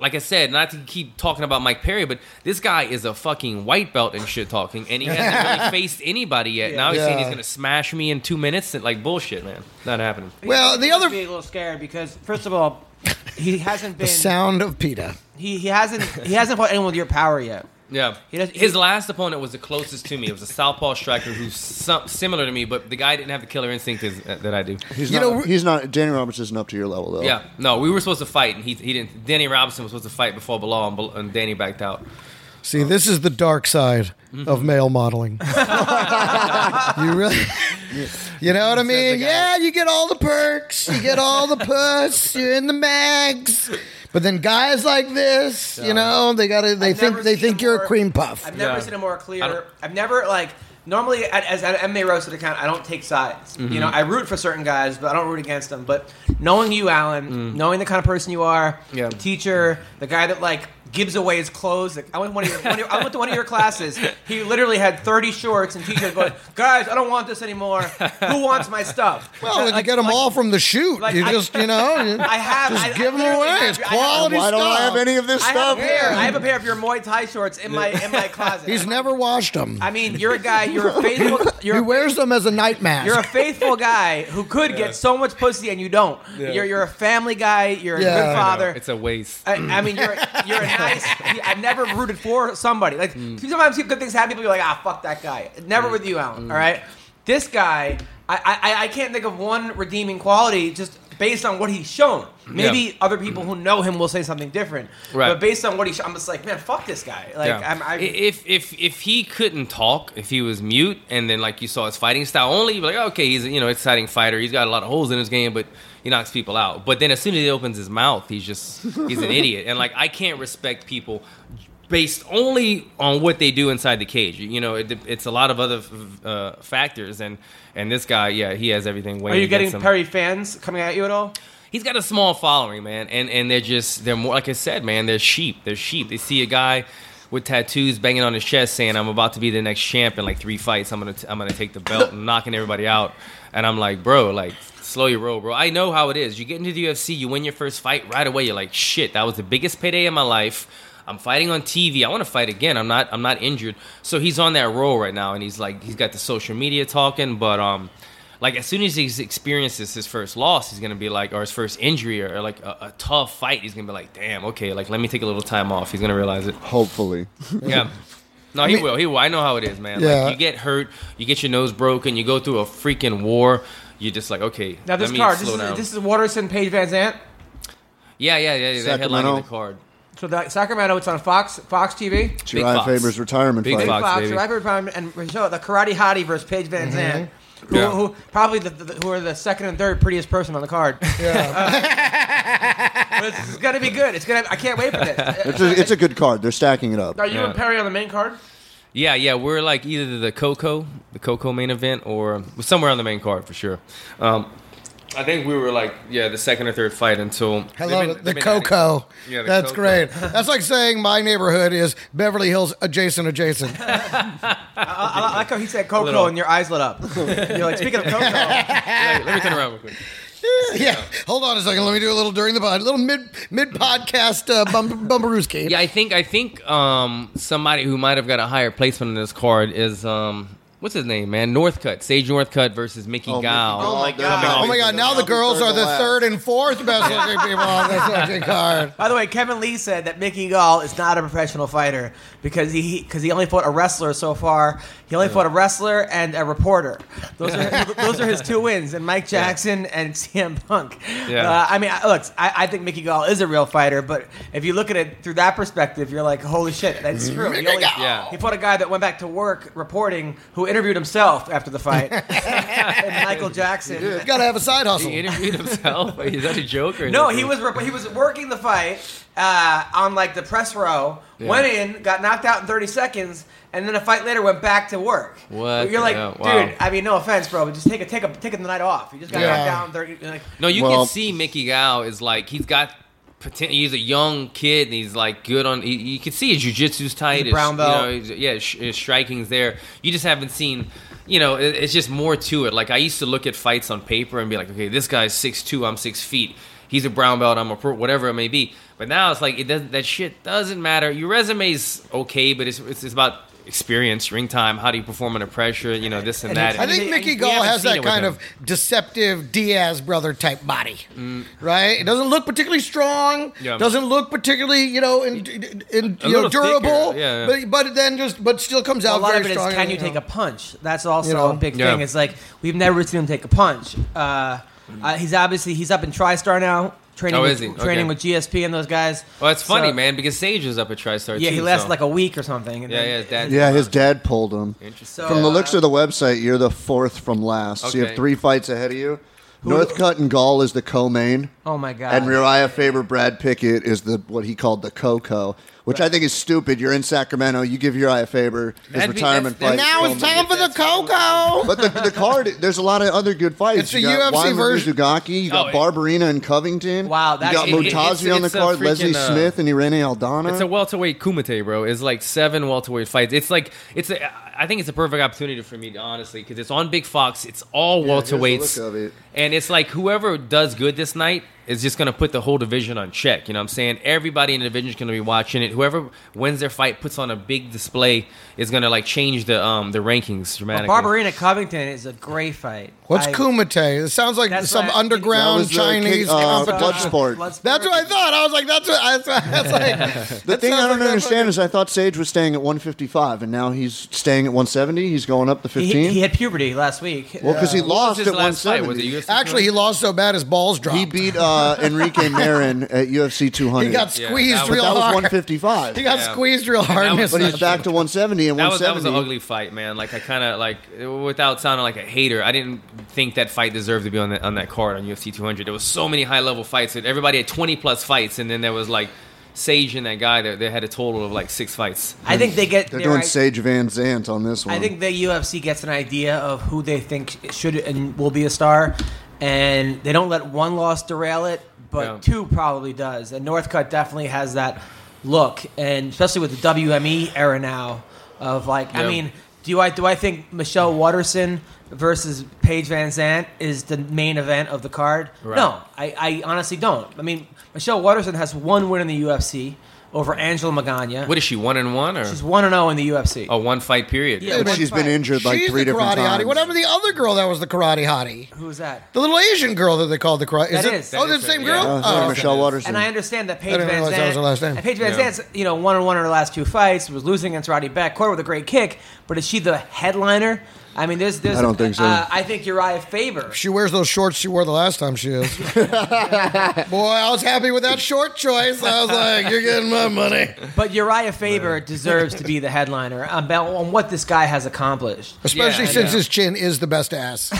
Speaker 2: like I said, not to keep talking about Mike Perry, but this guy is a fucking white belt and shit talking, and he hasn't really faced anybody yet. Now he's saying
Speaker 4: Yeah.
Speaker 2: he's gonna smash me in two minutes, and like bullshit, man, not happening.
Speaker 4: well, the
Speaker 1: He must
Speaker 4: other
Speaker 1: be a little scared because first of all, he hasn't been
Speaker 4: sound of PETA.
Speaker 1: he, he hasn't he hasn't fought anyone with your power yet.
Speaker 2: Yeah,
Speaker 1: He does-
Speaker 2: his
Speaker 1: he-
Speaker 2: last opponent was the closest to me. It was a southpaw striker who's some, similar to me, but the guy didn't have the killer instinct as, uh, that I do.
Speaker 3: he's
Speaker 4: You
Speaker 3: not,
Speaker 4: know,
Speaker 3: he's not. Danny Roberts isn't up to your level though.
Speaker 2: Yeah, no, we were supposed to fight, and he, he didn't. Danny Robinson was supposed to fight before Bilal, and, Bil- and Danny backed out.
Speaker 4: See, this is the dark side
Speaker 1: Mm-hmm.
Speaker 4: of male modeling. you really, you know what I mean? Yeah, you get all the perks, you get all the puss, you're in the mags. But then guys like this, you know, they gotta, they
Speaker 1: I've
Speaker 4: think,
Speaker 1: never
Speaker 4: they
Speaker 1: seen
Speaker 4: think
Speaker 1: a
Speaker 4: you're a
Speaker 1: more-
Speaker 4: cream puff.
Speaker 1: I've never
Speaker 2: Yeah.
Speaker 1: seen a more
Speaker 2: I don't-
Speaker 1: clear. I've never like normally at, as an MMA roasted account, I don't take sides.
Speaker 2: Mm-hmm.
Speaker 1: You know, I root for certain guys, but I don't root against them. But knowing you, Alan, knowing the kind of person you are,
Speaker 2: Mm. Yeah.
Speaker 1: the teacher, the guy that like gives away his clothes. Like, I went to one of your, one of your- I went to one of your classes. He literally had thirty shorts and t-shirts. Going, guys, I don't want this anymore. Who wants my stuff?
Speaker 4: well, you get them all from the shoot.
Speaker 1: like,
Speaker 4: you
Speaker 1: I-
Speaker 4: just, you know, you
Speaker 1: I have-
Speaker 4: just
Speaker 1: I- I
Speaker 4: give them
Speaker 1: literally
Speaker 4: away.
Speaker 1: have-
Speaker 4: It's
Speaker 1: I have-
Speaker 4: quality
Speaker 3: Why
Speaker 4: stuff.
Speaker 3: don't I have any of this
Speaker 1: I have
Speaker 3: stuff?
Speaker 1: a pair. I have a pair of your Muay Thai shorts in my in my closet.
Speaker 4: He's never washed them.
Speaker 1: I mean, you're a guy. You're a faithful. You're
Speaker 4: he
Speaker 1: a
Speaker 4: wears them as a night mask.
Speaker 1: You're a faithful guy who could get so much pussy and you don't. You're, you're a family guy. You're a
Speaker 4: Yeah. I
Speaker 1: good
Speaker 4: know.
Speaker 1: father.
Speaker 2: It's a waste.
Speaker 1: I, I mean, you're a- you're a nice. I've never rooted for somebody. Like
Speaker 2: Mm.
Speaker 1: sometimes good things happen, people are like, ah, fuck that guy. Never with you, Alan.
Speaker 2: Mm.
Speaker 1: All right, this guy, I, I I can't think of one redeeming quality just based on what he's shown. Maybe
Speaker 2: Mm, Yeah.
Speaker 1: other people who know him will say something different.
Speaker 2: Right.
Speaker 1: But based on what he, sho- I'm just like, man, fuck this guy. Like,
Speaker 2: Yeah.
Speaker 1: I'm, I,
Speaker 2: I- if if if he couldn't talk, if he was mute, and then like you saw his fighting style only, you'd be like "Oh, okay, he's a, you know exciting fighter. He's got a lot of holes in his game, but he knocks people out. But then as soon as he opens his mouth, he's just he's an idiot. And like I can't respect people based only on what they do inside the cage. You know, it, it's a lot of other uh, factors. And and this guy, yeah, he has everything.
Speaker 1: are you getting
Speaker 2: him.
Speaker 1: Perry fans coming at you at all?
Speaker 2: He's got a small following, man, and and they're just they're more like I said, man. They're sheep. They're sheep. They see a guy with tattoos banging on his chest saying, "I'm about to be the next champ in like three fights. I'm gonna t- I'm gonna take the belt and knocking everybody out." And I'm like, bro, like slow your roll, bro. I know how it is. You get into the UFC, you win your first fight right away. You're like, shit, that was the biggest payday in my life. I'm fighting on TV. I want to fight again. I'm not. I'm not injured. So he's on that roll right now, and he's like, he's got the social media talking, but um, like as soon as he experiences his first loss, he's gonna be like, or his first injury, or, like a, a tough fight, he's gonna be like, damn, okay, like let me take a little time off. He's gonna realize it.
Speaker 3: Hopefully.
Speaker 2: Yeah. No, he will. He will. I know how it is, man.
Speaker 4: Yeah.
Speaker 2: Like you get hurt, you get your nose broken, you go through a freaking war. You're just like, okay,
Speaker 1: Now this
Speaker 2: let me
Speaker 1: card, this
Speaker 2: slow
Speaker 1: is,
Speaker 2: down.
Speaker 1: this is Waterson Page Van Zant.
Speaker 2: yeah, yeah, yeah. yeah, That headline in the
Speaker 3: Sacramento.
Speaker 2: card.
Speaker 1: So the Sacramento, it's on Fox Fox TV.
Speaker 3: Gerard
Speaker 2: Fox.
Speaker 3: Faber's retirement
Speaker 2: Big
Speaker 3: fight.
Speaker 2: Fox,
Speaker 1: Fox,
Speaker 2: baby. Mm-hmm.
Speaker 1: Survivor Prime, and Rizzo, the Karate Hottie versus Paige Van Zandt. Who,
Speaker 2: Yeah.
Speaker 1: who probably the, the, who are the second and third prettiest person on the card? Uh, but it's, gonna be good. It's gonna. I can't wait for this.
Speaker 3: It's a, it's a good card. They're stacking it up.
Speaker 1: Are you
Speaker 2: Yeah.
Speaker 1: and Perry on the main card?
Speaker 2: Yeah, yeah. We're like either the Coco, the Coco main event, or somewhere on the main card for sure. Um, I think we were like, yeah, the second or third fight until.
Speaker 4: I
Speaker 2: they've
Speaker 4: love
Speaker 2: been-
Speaker 4: it.
Speaker 2: they've
Speaker 4: The
Speaker 2: been adding-
Speaker 4: Coco.
Speaker 2: Yeah, the
Speaker 4: That's
Speaker 2: Coco.
Speaker 4: great. That's like saying my neighborhood is Beverly Hills adjacent adjacent.
Speaker 1: I, I like how he said Coco
Speaker 2: little.
Speaker 1: and your eyes lit up. You're like speaking of Coco.
Speaker 2: Let, let me turn around real quick.
Speaker 4: yeah. Hold on a second. Let me do a little during the pod, a little mid mid podcast uh, bum, bumperooski.
Speaker 2: Yeah, I think I think um, somebody who might have got a higher placement on this card is um, what's his name, man? Northcutt, Sage Northcutt versus Mickey
Speaker 3: Oh, Mickey
Speaker 2: Gall.
Speaker 3: Gall.
Speaker 1: my
Speaker 3: They're
Speaker 1: God.
Speaker 3: coming
Speaker 4: Oh
Speaker 3: off
Speaker 4: my God!
Speaker 3: each
Speaker 4: Now
Speaker 3: other.
Speaker 4: the girls are
Speaker 3: to
Speaker 4: the
Speaker 3: last.
Speaker 4: third and fourth best looking people on this fucking card.
Speaker 1: By the way, Kevin Lee said that Mickey Gall is not a professional fighter because he because he only fought a wrestler so far. He only fought a wrestler and a reporter. Those are those are his two wins, and Mike Jackson and CM Punk.
Speaker 2: Yeah.
Speaker 1: Uh, I mean, I- look, I, I think Mickey Gall is a real fighter, but if you look at it through that perspective, you're like, holy shit, that's true. He, only,
Speaker 2: Yeah.
Speaker 1: he fought a guy that went back to work reporting who interviewed himself after the fight. and Michael Jackson.
Speaker 4: You gotta have a side hustle.
Speaker 2: He interviewed himself. is that a joke or
Speaker 1: No, he was rep- he was working the fight uh, on like the press row. Went in, got knocked out in 30 seconds, and then a fight later went back to work.
Speaker 2: What
Speaker 1: You're like,
Speaker 2: the hell? Wow.
Speaker 1: dude. I mean, no offense, bro, but just take a take a take the night off. You just got
Speaker 4: Yeah.
Speaker 1: knocked down 30. you're Like,
Speaker 2: No, you
Speaker 3: Well-
Speaker 2: can see Mickey Gao is like he's got potential. He's a young kid and he's like good on. He, you can see his jujitsu's tight.
Speaker 1: He's a brown
Speaker 2: his,
Speaker 1: belt.
Speaker 2: You know, his, yeah, his, his striking's there. You just haven't seen. You know, it, it's just more to it. Like I used to look at fights on paper and be like, okay, this guy's six two. I'm six feet. He's a brown belt. I'm a pro, whatever it may be. But now it's like it doesn't. That shit doesn't matter. Your resume's okay, but it's it's, it's about experience, ring time, how do you perform under pressure, you know, this and, that.
Speaker 4: I think
Speaker 1: We-
Speaker 4: Mickey
Speaker 1: we
Speaker 4: Gall
Speaker 2: haven't
Speaker 4: has
Speaker 2: seen
Speaker 4: that
Speaker 2: it with
Speaker 4: kind
Speaker 2: him.
Speaker 4: of deceptive Diaz brother type body, right? It doesn't look particularly strong.
Speaker 2: Mm. Yeah.
Speaker 4: Doesn't look particularly, you know, in, in,
Speaker 2: A
Speaker 4: you know
Speaker 2: little
Speaker 4: durable.
Speaker 2: thicker, yeah, yeah.
Speaker 4: But but then just but still comes out
Speaker 1: a lot
Speaker 4: very
Speaker 1: of it is
Speaker 4: strong.
Speaker 1: can
Speaker 4: and,
Speaker 1: you take
Speaker 4: know.
Speaker 1: a punch? That's also
Speaker 4: You know?
Speaker 1: a big
Speaker 2: Yeah.
Speaker 1: thing. It's like we've never seen him take a punch. Uh, uh, he's obviously he's up in TriStar now, training
Speaker 2: Oh,
Speaker 1: with,
Speaker 2: is he? Okay.
Speaker 1: training with GSP and those guys.
Speaker 2: Well, it's funny,
Speaker 1: So-
Speaker 2: man, because Sage was up at TriStar.
Speaker 1: Yeah,
Speaker 2: too,
Speaker 1: he lasted
Speaker 2: so-
Speaker 1: like a week or something. and
Speaker 2: Yeah,
Speaker 1: then-
Speaker 2: yeah, his dad.
Speaker 3: Yeah, his dad pulled him.
Speaker 2: Interesting.
Speaker 1: So,
Speaker 3: From the looks
Speaker 1: uh,
Speaker 3: of the website, you're the fourth from last. So you have
Speaker 2: Okay.
Speaker 3: three fights ahead of you. Northcutt and Gall is the co-main.
Speaker 1: oh my god,
Speaker 3: And Uriah Faber, Brad Pickett is the what he called the Coco, which I think is stupid. You're in Sacramento. You give Uriah Faber his
Speaker 2: That'd be-
Speaker 3: retirement
Speaker 2: that's-
Speaker 3: fight.
Speaker 4: Now it's time for the Coco.
Speaker 3: But the, the card, there's a lot of other good fights.
Speaker 4: It's
Speaker 3: you
Speaker 4: a
Speaker 3: got
Speaker 4: UFC
Speaker 3: Wyman
Speaker 4: version.
Speaker 3: Dugaki, you got
Speaker 2: Oh, it-
Speaker 3: Barbarina and Covington.
Speaker 1: Wow, that's-
Speaker 3: you
Speaker 1: it-
Speaker 3: got
Speaker 1: it-
Speaker 3: Mutazi
Speaker 2: it's-
Speaker 3: on the
Speaker 2: it's a
Speaker 3: card, Leslie
Speaker 2: freaking, uh,
Speaker 3: Smith and Irene Aldana.
Speaker 2: It's a welterweight kumite, bro. It's like seven welterweight fights. It's like it's. A, I think it's a perfect opportunity for me, honestly, because it's on Big Fox. It's all
Speaker 3: here's a
Speaker 2: welterweights,
Speaker 3: look of it.
Speaker 2: and it's like whoever does good this night is just gonna put the whole division on check. You know what I'm saying? Everybody in the division is gonna be watching it. Whoever wins their fight puts on a big display is gonna like change the um the rankings dramatically.
Speaker 1: Barbarina Covington is a great fight.
Speaker 4: What's
Speaker 1: I-
Speaker 4: Kumite? It sounds like
Speaker 1: That's
Speaker 4: some
Speaker 1: what I-
Speaker 3: That
Speaker 4: underground
Speaker 3: was the kick-
Speaker 4: Chinese
Speaker 3: uh,
Speaker 4: competition.
Speaker 3: blood sport.
Speaker 1: Bloodsport.
Speaker 4: That's what I thought. I was like, that's what I that's what- that's like.
Speaker 3: The thing I don't understand is I thought Sage was staying at 155, and now he's staying at 170. He's going up to
Speaker 1: He,
Speaker 3: 15.
Speaker 1: he had puberty last week.
Speaker 3: well, because he
Speaker 2: What was
Speaker 3: lost
Speaker 2: his
Speaker 3: at
Speaker 2: last fight? Was
Speaker 3: 170.
Speaker 2: it UFC?
Speaker 4: Actually, he lost so bad his balls
Speaker 3: he
Speaker 4: dropped. He,
Speaker 3: beat uh, Enrique Marin at UFC 200.
Speaker 4: got
Speaker 2: Yeah,
Speaker 4: squeezed
Speaker 2: that was-
Speaker 3: but
Speaker 4: real
Speaker 3: that was
Speaker 4: hard.
Speaker 3: 155.
Speaker 4: He got
Speaker 2: Yeah.
Speaker 4: squeezed real hard. in
Speaker 2: was-
Speaker 4: his
Speaker 3: but he's
Speaker 4: session.
Speaker 3: back to 170 and
Speaker 2: That was, that was
Speaker 3: 170.
Speaker 2: an ugly fight, man. Like I kind of like without sounding like a hater, I didn't think that fight deserved to be on that on that card on UFC 200. There was so many high level fights. that Everybody had 20 plus fights, and then there was like Sage and that guy that they had a total of like six fights.
Speaker 1: I think they get.
Speaker 3: They're
Speaker 1: their
Speaker 3: doing
Speaker 1: i-
Speaker 3: Sage Van Zant on this
Speaker 2: Hmm.
Speaker 3: one.
Speaker 1: I think the UFC gets an idea of who they think should and will be a star, and they don't let one loss derail it, but
Speaker 2: Yeah.
Speaker 1: two probably does. And Northcutt definitely has that look, and especially with the WME era now of like, I
Speaker 2: Yeah.
Speaker 1: mean, do I do I think Michelle Waterson versus Paige Van Zant is the main event of the card?
Speaker 2: Right.
Speaker 1: No, I, I honestly don't. I mean, Michelle Waterson has one win in the UFC. over Angela Magana.
Speaker 2: What Oh. is she? One and one or
Speaker 1: She's one and zero in the UFC.
Speaker 2: a one fight period?
Speaker 1: Yeah.
Speaker 3: And she's been injured like
Speaker 4: She's
Speaker 3: three
Speaker 4: the
Speaker 3: different
Speaker 4: karate
Speaker 3: times.
Speaker 4: hottie. What happened to the other girl that was the karate hottie?
Speaker 1: Who was that?
Speaker 4: The little Asian girl that they called the karate.
Speaker 1: That
Speaker 4: it-
Speaker 1: is.
Speaker 4: Oh,
Speaker 2: That
Speaker 4: the
Speaker 2: is
Speaker 4: same
Speaker 2: it,
Speaker 4: girl.
Speaker 2: yeah.
Speaker 3: Uh,
Speaker 4: Oh, okay.
Speaker 3: Michelle Watterson.
Speaker 1: And I understand that Paige
Speaker 4: didn't
Speaker 1: Van
Speaker 4: realize
Speaker 1: Zandt.
Speaker 4: that was her last name.
Speaker 1: And Paige Van
Speaker 2: Yeah.
Speaker 1: Zandt's, you know, one and one in her last two fights, was losing against Roddy Backcourt with a great kick. But is she the headliner? I mean, there's, there's.
Speaker 3: I don't think so.
Speaker 1: Uh, I think Uriah Faber.
Speaker 4: She wears those shorts she wore the last time she is. Boy, I was happy with that short choice. I was like, "You're getting my money,"
Speaker 1: But Uriah Faber deserves to be the headliner about on what this guy has accomplished.
Speaker 4: especially
Speaker 2: Yeah,
Speaker 4: since
Speaker 2: yeah.
Speaker 4: his chin is the best ass.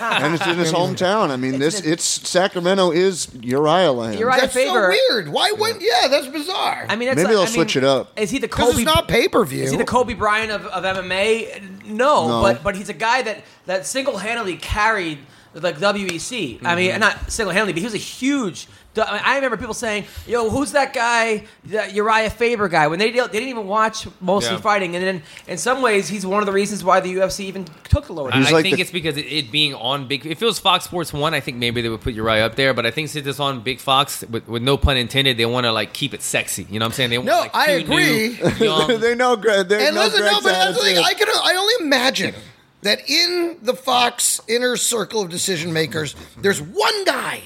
Speaker 3: and it's in his hometown. I mean, this it's Sacramento is Uriah Land.
Speaker 1: Uriah
Speaker 4: That's
Speaker 1: Faber.
Speaker 4: so weird. Why wouldn't? Yeah, that's bizarre.
Speaker 1: I mean, that's
Speaker 3: Maybe
Speaker 1: like-
Speaker 3: they'll
Speaker 1: I mean,
Speaker 3: switch it up.
Speaker 1: Is he the
Speaker 4: because
Speaker 1: Kobe?
Speaker 4: it's not pay per
Speaker 1: Is he
Speaker 4: view.
Speaker 1: the Kobe Bryant of, of MMA? No,
Speaker 3: No.
Speaker 1: but but he's a guy that that single handedly carried like WEC. I mean, not single handedly, but he was a huge. I mean, I remember people saying, "Yo, who's that guy, that Uriah Faber guy?" When they did, they didn't even watch mostly
Speaker 2: Yeah.
Speaker 1: fighting, and then in some ways, he's one of the reasons why the UFC even took the lower.
Speaker 2: I
Speaker 3: He's
Speaker 2: I
Speaker 3: like
Speaker 2: think
Speaker 3: the-
Speaker 2: it's because it, it being on Big. If it was Fox Sports One, I think maybe they would put Uriah up there. But I think since it's on Big Fox, with, with no pun intended, they want to like keep it sexy. You know what I'm saying? They want,
Speaker 4: No,
Speaker 2: like,
Speaker 4: I
Speaker 2: two new, young-
Speaker 3: they know Greg. They
Speaker 4: and
Speaker 3: know
Speaker 4: listen, no,
Speaker 3: Greg's
Speaker 4: but that's the thing.
Speaker 3: attitude.
Speaker 4: I can. I only imagine that in the Fox inner circle of decision makers, there's one guy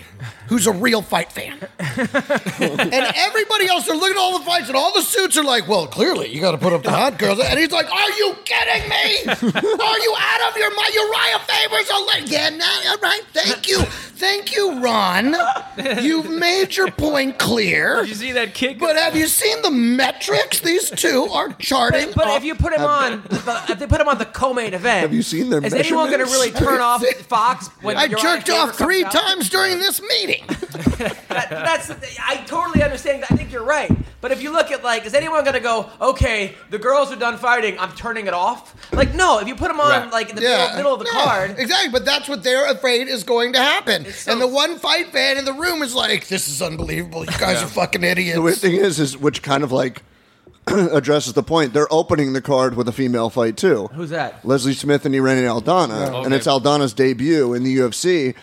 Speaker 4: who's a real fight fan, and everybody else are looking at all the fights and all the suits are like, "Well, clearly you got to put up the hot girls," and he's like, "Are you kidding me? Are you out of your mind? Uriah Faber's a le- yeah, no, all right. Thank you, thank you, Ron. You've made your point clear."
Speaker 2: Did you see that kick?
Speaker 1: uh,
Speaker 4: But have you seen the metrics? These two are charting.
Speaker 1: But, but
Speaker 4: off-
Speaker 1: if you put him on, the, if they put him on the co-main event,
Speaker 3: Have you seen their
Speaker 1: Is anyone going to really
Speaker 3: measurements?
Speaker 1: turn off Fox? When
Speaker 4: I
Speaker 1: Uriah
Speaker 4: jerked
Speaker 1: Faber
Speaker 4: off
Speaker 1: comes
Speaker 4: three
Speaker 1: out?
Speaker 4: times during this meeting.
Speaker 1: That- that's the thing. I totally understand. I think you're right. But if you look at like, is anyone going to go? Okay, the girls are done fighting. I'm turning it off. Like, no. If you put them on
Speaker 2: Right.
Speaker 1: like in the middle, middle of the
Speaker 4: No,
Speaker 1: card,
Speaker 4: Exactly, but that's what they're afraid is going to happen.
Speaker 1: so-
Speaker 4: and the one fight fan in the room is like, this is unbelievable. You guys are fucking
Speaker 3: The weird
Speaker 4: idiots.
Speaker 3: thing is, is which kind of like addresses the point. They're opening the card with a female fight too.
Speaker 1: who's that?
Speaker 3: Leslie Smith and Irene Aldana, and
Speaker 2: Okay.
Speaker 3: it's Aldana's debut in the UFC.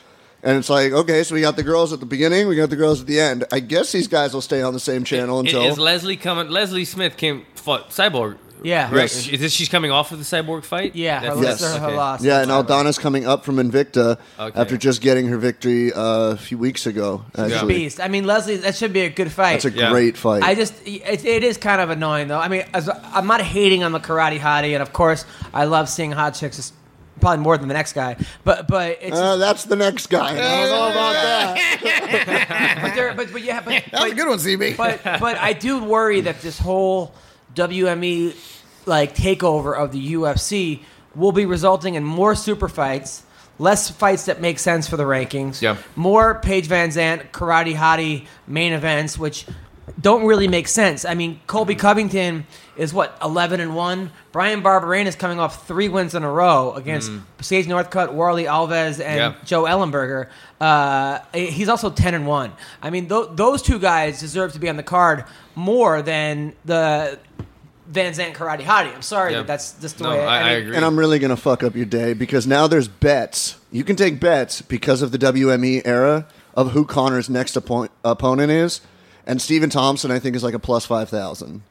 Speaker 3: And it's like, okay, so we got the girls at the beginning, we got the girls at the end. I guess these guys will stay on the same channel
Speaker 2: Is-
Speaker 3: until
Speaker 2: is Leslie coming? Leslie Smith came fought Cyborg.
Speaker 1: Yeah.
Speaker 2: right?
Speaker 3: Yes.
Speaker 2: Is this she's coming off of the Cyborg fight?
Speaker 1: Yeah, her,
Speaker 2: That's-
Speaker 3: Yes.
Speaker 1: loss- her
Speaker 2: okay.
Speaker 1: loss.
Speaker 3: yeah, and Aldana's coming up from Invicta
Speaker 2: Okay.
Speaker 3: after just getting her victory uh, a few weeks ago. Actually,
Speaker 1: Beast. I mean, Leslie, that should be a good fight.
Speaker 3: it's a
Speaker 2: Yeah.
Speaker 3: great fight.
Speaker 1: I just, it, it is kind of annoying though. I mean, as, I'm not hating on the karate hottie, and of course, I love seeing hot chicks, it's probably more than the next guy. But but it's
Speaker 3: Uh, that's the next guy. I was all about that.
Speaker 1: but, there, but but yeah, but,
Speaker 4: That was
Speaker 1: but-
Speaker 4: a good one, CB.
Speaker 1: but but I do worry that this whole WME like takeover of the UFC will be resulting in more super fights, less fights that make sense for the rankings,
Speaker 2: Yeah.
Speaker 1: more Paige Van Zant karate hottie main events, which don't really make sense. I mean, Colby Covington is what eleven and one. Brian Barberena is coming off three wins in a row against Sage Northcutt, Warley Alves, and
Speaker 2: Yeah.
Speaker 1: Joe Ellenberger. Uh, he's also ten and one. I mean, th- those two guys deserve to be on the card more than the Van Zant Karate Hottie. I'm sorry,
Speaker 2: Yeah.
Speaker 1: but that's just the
Speaker 2: No,
Speaker 1: way.
Speaker 2: I, I
Speaker 1: mean,
Speaker 2: agree.
Speaker 3: And I'm really gonna fuck up your day because now there's bets. You can take bets because of the WME era of who Connor's next oppo- opponent is, and Stephen Thompson I think is like a plus five thousand.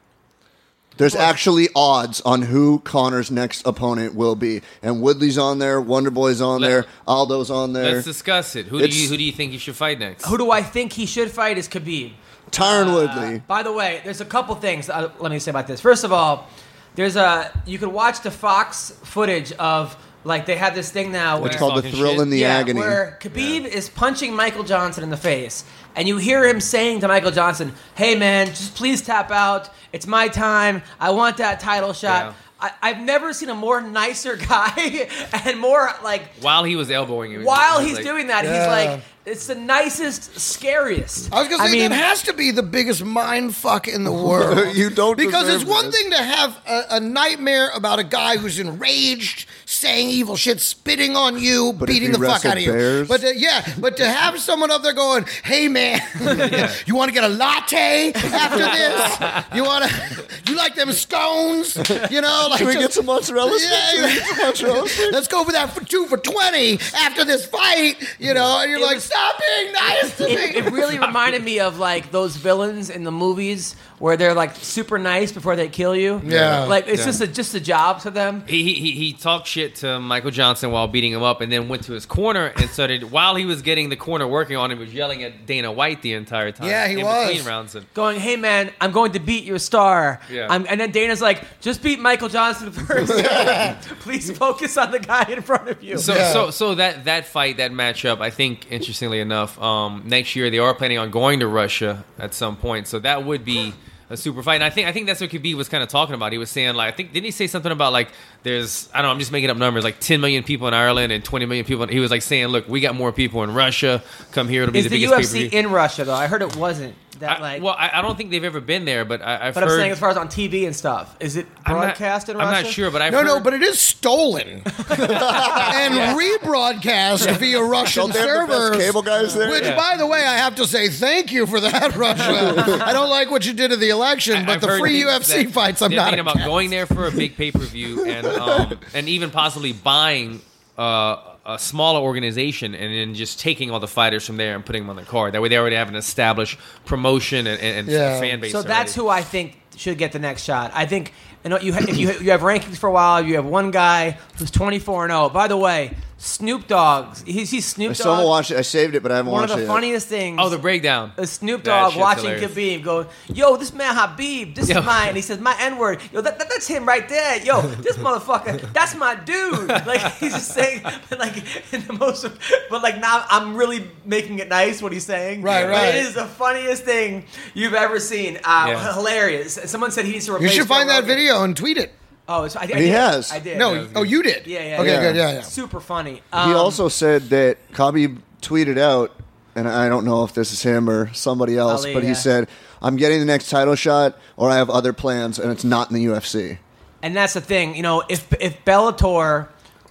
Speaker 3: There's actually odds on who Connor's next opponent will be, and Woodley's on there, Wonderboy's on
Speaker 2: Let-
Speaker 3: there, Aldo's on there,
Speaker 2: Let's discuss it. Who do
Speaker 3: It's-
Speaker 2: you who do you think you should fight next?
Speaker 1: Who do I think he should fight is Khabib. uh,
Speaker 3: Tyron Woodley.
Speaker 1: By the way, there's a couple things. Uh, let me say about this. First of all, there's a you can watch the Fox footage of like they have this thing now.
Speaker 3: It's
Speaker 1: where-
Speaker 3: called the
Speaker 2: Talking
Speaker 3: thrill
Speaker 2: shit.
Speaker 3: and the
Speaker 1: yeah,
Speaker 3: agony.
Speaker 1: Where Khabib is punching Michael Johnson in the face, and you hear him saying to Michael Johnson, "Hey man, just please tap out. It's my time. I want that title shot."
Speaker 2: Yeah.
Speaker 1: I, I've never seen a more nicer guy and more like
Speaker 2: While he was elbowing him.
Speaker 1: while
Speaker 2: he was
Speaker 1: he's
Speaker 2: like-
Speaker 1: doing that,
Speaker 4: Yeah.
Speaker 1: he's like, it's the nicest, scariest.
Speaker 4: I was gonna say
Speaker 1: mean,
Speaker 4: that has to be the biggest mind fuck in the world.
Speaker 3: You don't
Speaker 4: because it's
Speaker 3: deserve
Speaker 4: one
Speaker 3: this.
Speaker 4: thing to have a, a nightmare about a guy who's enraged, saying evil shit, spitting on you,
Speaker 3: if
Speaker 4: beating
Speaker 3: you
Speaker 4: the fuck
Speaker 3: wrestle
Speaker 4: out of you.
Speaker 3: bears-
Speaker 4: But to, yeah, but to have someone up there going, "Hey man, you want to get a latte after this? You want to? You like them scones? You know? Like
Speaker 3: Can we
Speaker 4: just-
Speaker 3: get some mozzarella sticks?
Speaker 4: Yeah,
Speaker 3: Can we get some mozzarella sticks?
Speaker 4: Let's go for that for two for twenty after this fight, you know. And you're
Speaker 1: It
Speaker 4: like,
Speaker 1: was-
Speaker 4: stop being nice to me.
Speaker 1: It, it really reminded me of like those villains in the movies where they're like super nice before they kill you.
Speaker 4: Yeah.
Speaker 1: like it's
Speaker 2: Yeah.
Speaker 1: just a just a job to them.
Speaker 2: He, he- he he talked shit to Michael Johnson while beating him up, and then went to his corner and started while he was getting the corner working on him, was yelling at Dana White the entire time.
Speaker 4: Yeah, he
Speaker 2: in
Speaker 4: was.
Speaker 2: between rounds. And
Speaker 1: Going, hey man, I'm going to beat your star.
Speaker 2: Yeah.
Speaker 1: I'm, and then Dana's like, just beat Michael Johnson first. Please focus on the guy in front of you.
Speaker 2: So,
Speaker 4: Yeah.
Speaker 2: so, so that that fight, that matchup, I think, interestingly enough, um, next year they are planning on going to Russia at some point. So that would be a super fight. And I think, I think that's what Khabib was kind of talking about. He was saying, like, I think, didn't he say something about like, there's, I don't know, I'm just making up numbers, like 10 million people in Ireland and 20 million people. in- he was like saying, look, we got more people in Russia. Come here, it'll be
Speaker 1: Is
Speaker 2: the,
Speaker 1: the, UFC
Speaker 2: biggest pay-per-view.
Speaker 1: in Russia though? I heard it wasn't that
Speaker 2: I-
Speaker 1: like.
Speaker 2: well, I, I don't think they've ever been there, but I, I've
Speaker 1: but I'm
Speaker 2: heard.
Speaker 1: saying as far as on TV and stuff, is it
Speaker 2: I'm not-
Speaker 1: broadcast in
Speaker 2: I'm
Speaker 1: Russia?
Speaker 2: not sure, but I've
Speaker 4: No,
Speaker 2: heard,
Speaker 4: no, but it is stolen and rebroadcast via Russian
Speaker 3: Don't they have the best
Speaker 4: servers.
Speaker 3: cable guys there?
Speaker 4: Which, by the way, I have to say thank you for that, Russia. I don't like what you did to the election, but
Speaker 2: I've
Speaker 4: the
Speaker 2: heard
Speaker 4: free
Speaker 2: things
Speaker 4: UFC
Speaker 2: that
Speaker 4: fights, I'm
Speaker 2: they're
Speaker 4: not
Speaker 2: thinking about
Speaker 4: against.
Speaker 2: going there for a big pay per view and um, and even possibly buying uh, a smaller organization and then just taking all the fighters from there and putting them on the card. That way, they already have an established promotion and, and, and
Speaker 4: Yeah.
Speaker 2: fan base.
Speaker 1: So that's
Speaker 2: already.
Speaker 1: who I think should get the next shot. I think you know you ha- if you you have rankings for a while, you have one guy who's twenty four and zero. By the way, Snoop Dogg's he's, he's Snoop
Speaker 3: I
Speaker 1: Dogg.
Speaker 3: still haven't watched it. I saved it, but I haven't
Speaker 1: one of
Speaker 3: watched
Speaker 1: the
Speaker 3: it. yet.
Speaker 1: funniest things.
Speaker 2: Oh, the breakdown.
Speaker 1: is Uh, Snoop
Speaker 2: That
Speaker 1: Dogg
Speaker 2: shit's
Speaker 1: watching
Speaker 2: hilarious.
Speaker 1: Khabib going, yo, this man Habib, this
Speaker 2: Yo.
Speaker 1: is mine. He says, my N word. Yo, that, that- that's him right there. Yo, this motherfucker, that's my dude. Like, he's just saying, but like, in the most, but like, now I'm really making it nice what he's saying.
Speaker 4: Right,
Speaker 1: But
Speaker 4: right.
Speaker 1: It is the funniest thing you've ever seen. Uh,
Speaker 2: Yeah.
Speaker 1: Hilarious. Someone said he needs to
Speaker 4: You
Speaker 1: replace
Speaker 4: should
Speaker 1: Joe
Speaker 4: find that
Speaker 1: Rogan.
Speaker 4: video and tweet it.
Speaker 1: Oh, it's, I, I
Speaker 3: He
Speaker 1: did.
Speaker 3: has.
Speaker 1: I did.
Speaker 4: No, oh, you did?
Speaker 1: Yeah, yeah,
Speaker 4: Okay,
Speaker 1: yeah.
Speaker 4: good, yeah, yeah.
Speaker 1: Super funny. Um,
Speaker 3: He also said that Khabib tweeted out, and I don't know if this is him or somebody else,
Speaker 1: Ali,
Speaker 3: but he
Speaker 1: yeah.
Speaker 3: said, "I'm getting the next title shot, or I have other plans, and it's not in the UFC."
Speaker 1: And that's the thing, you know, if if Bellator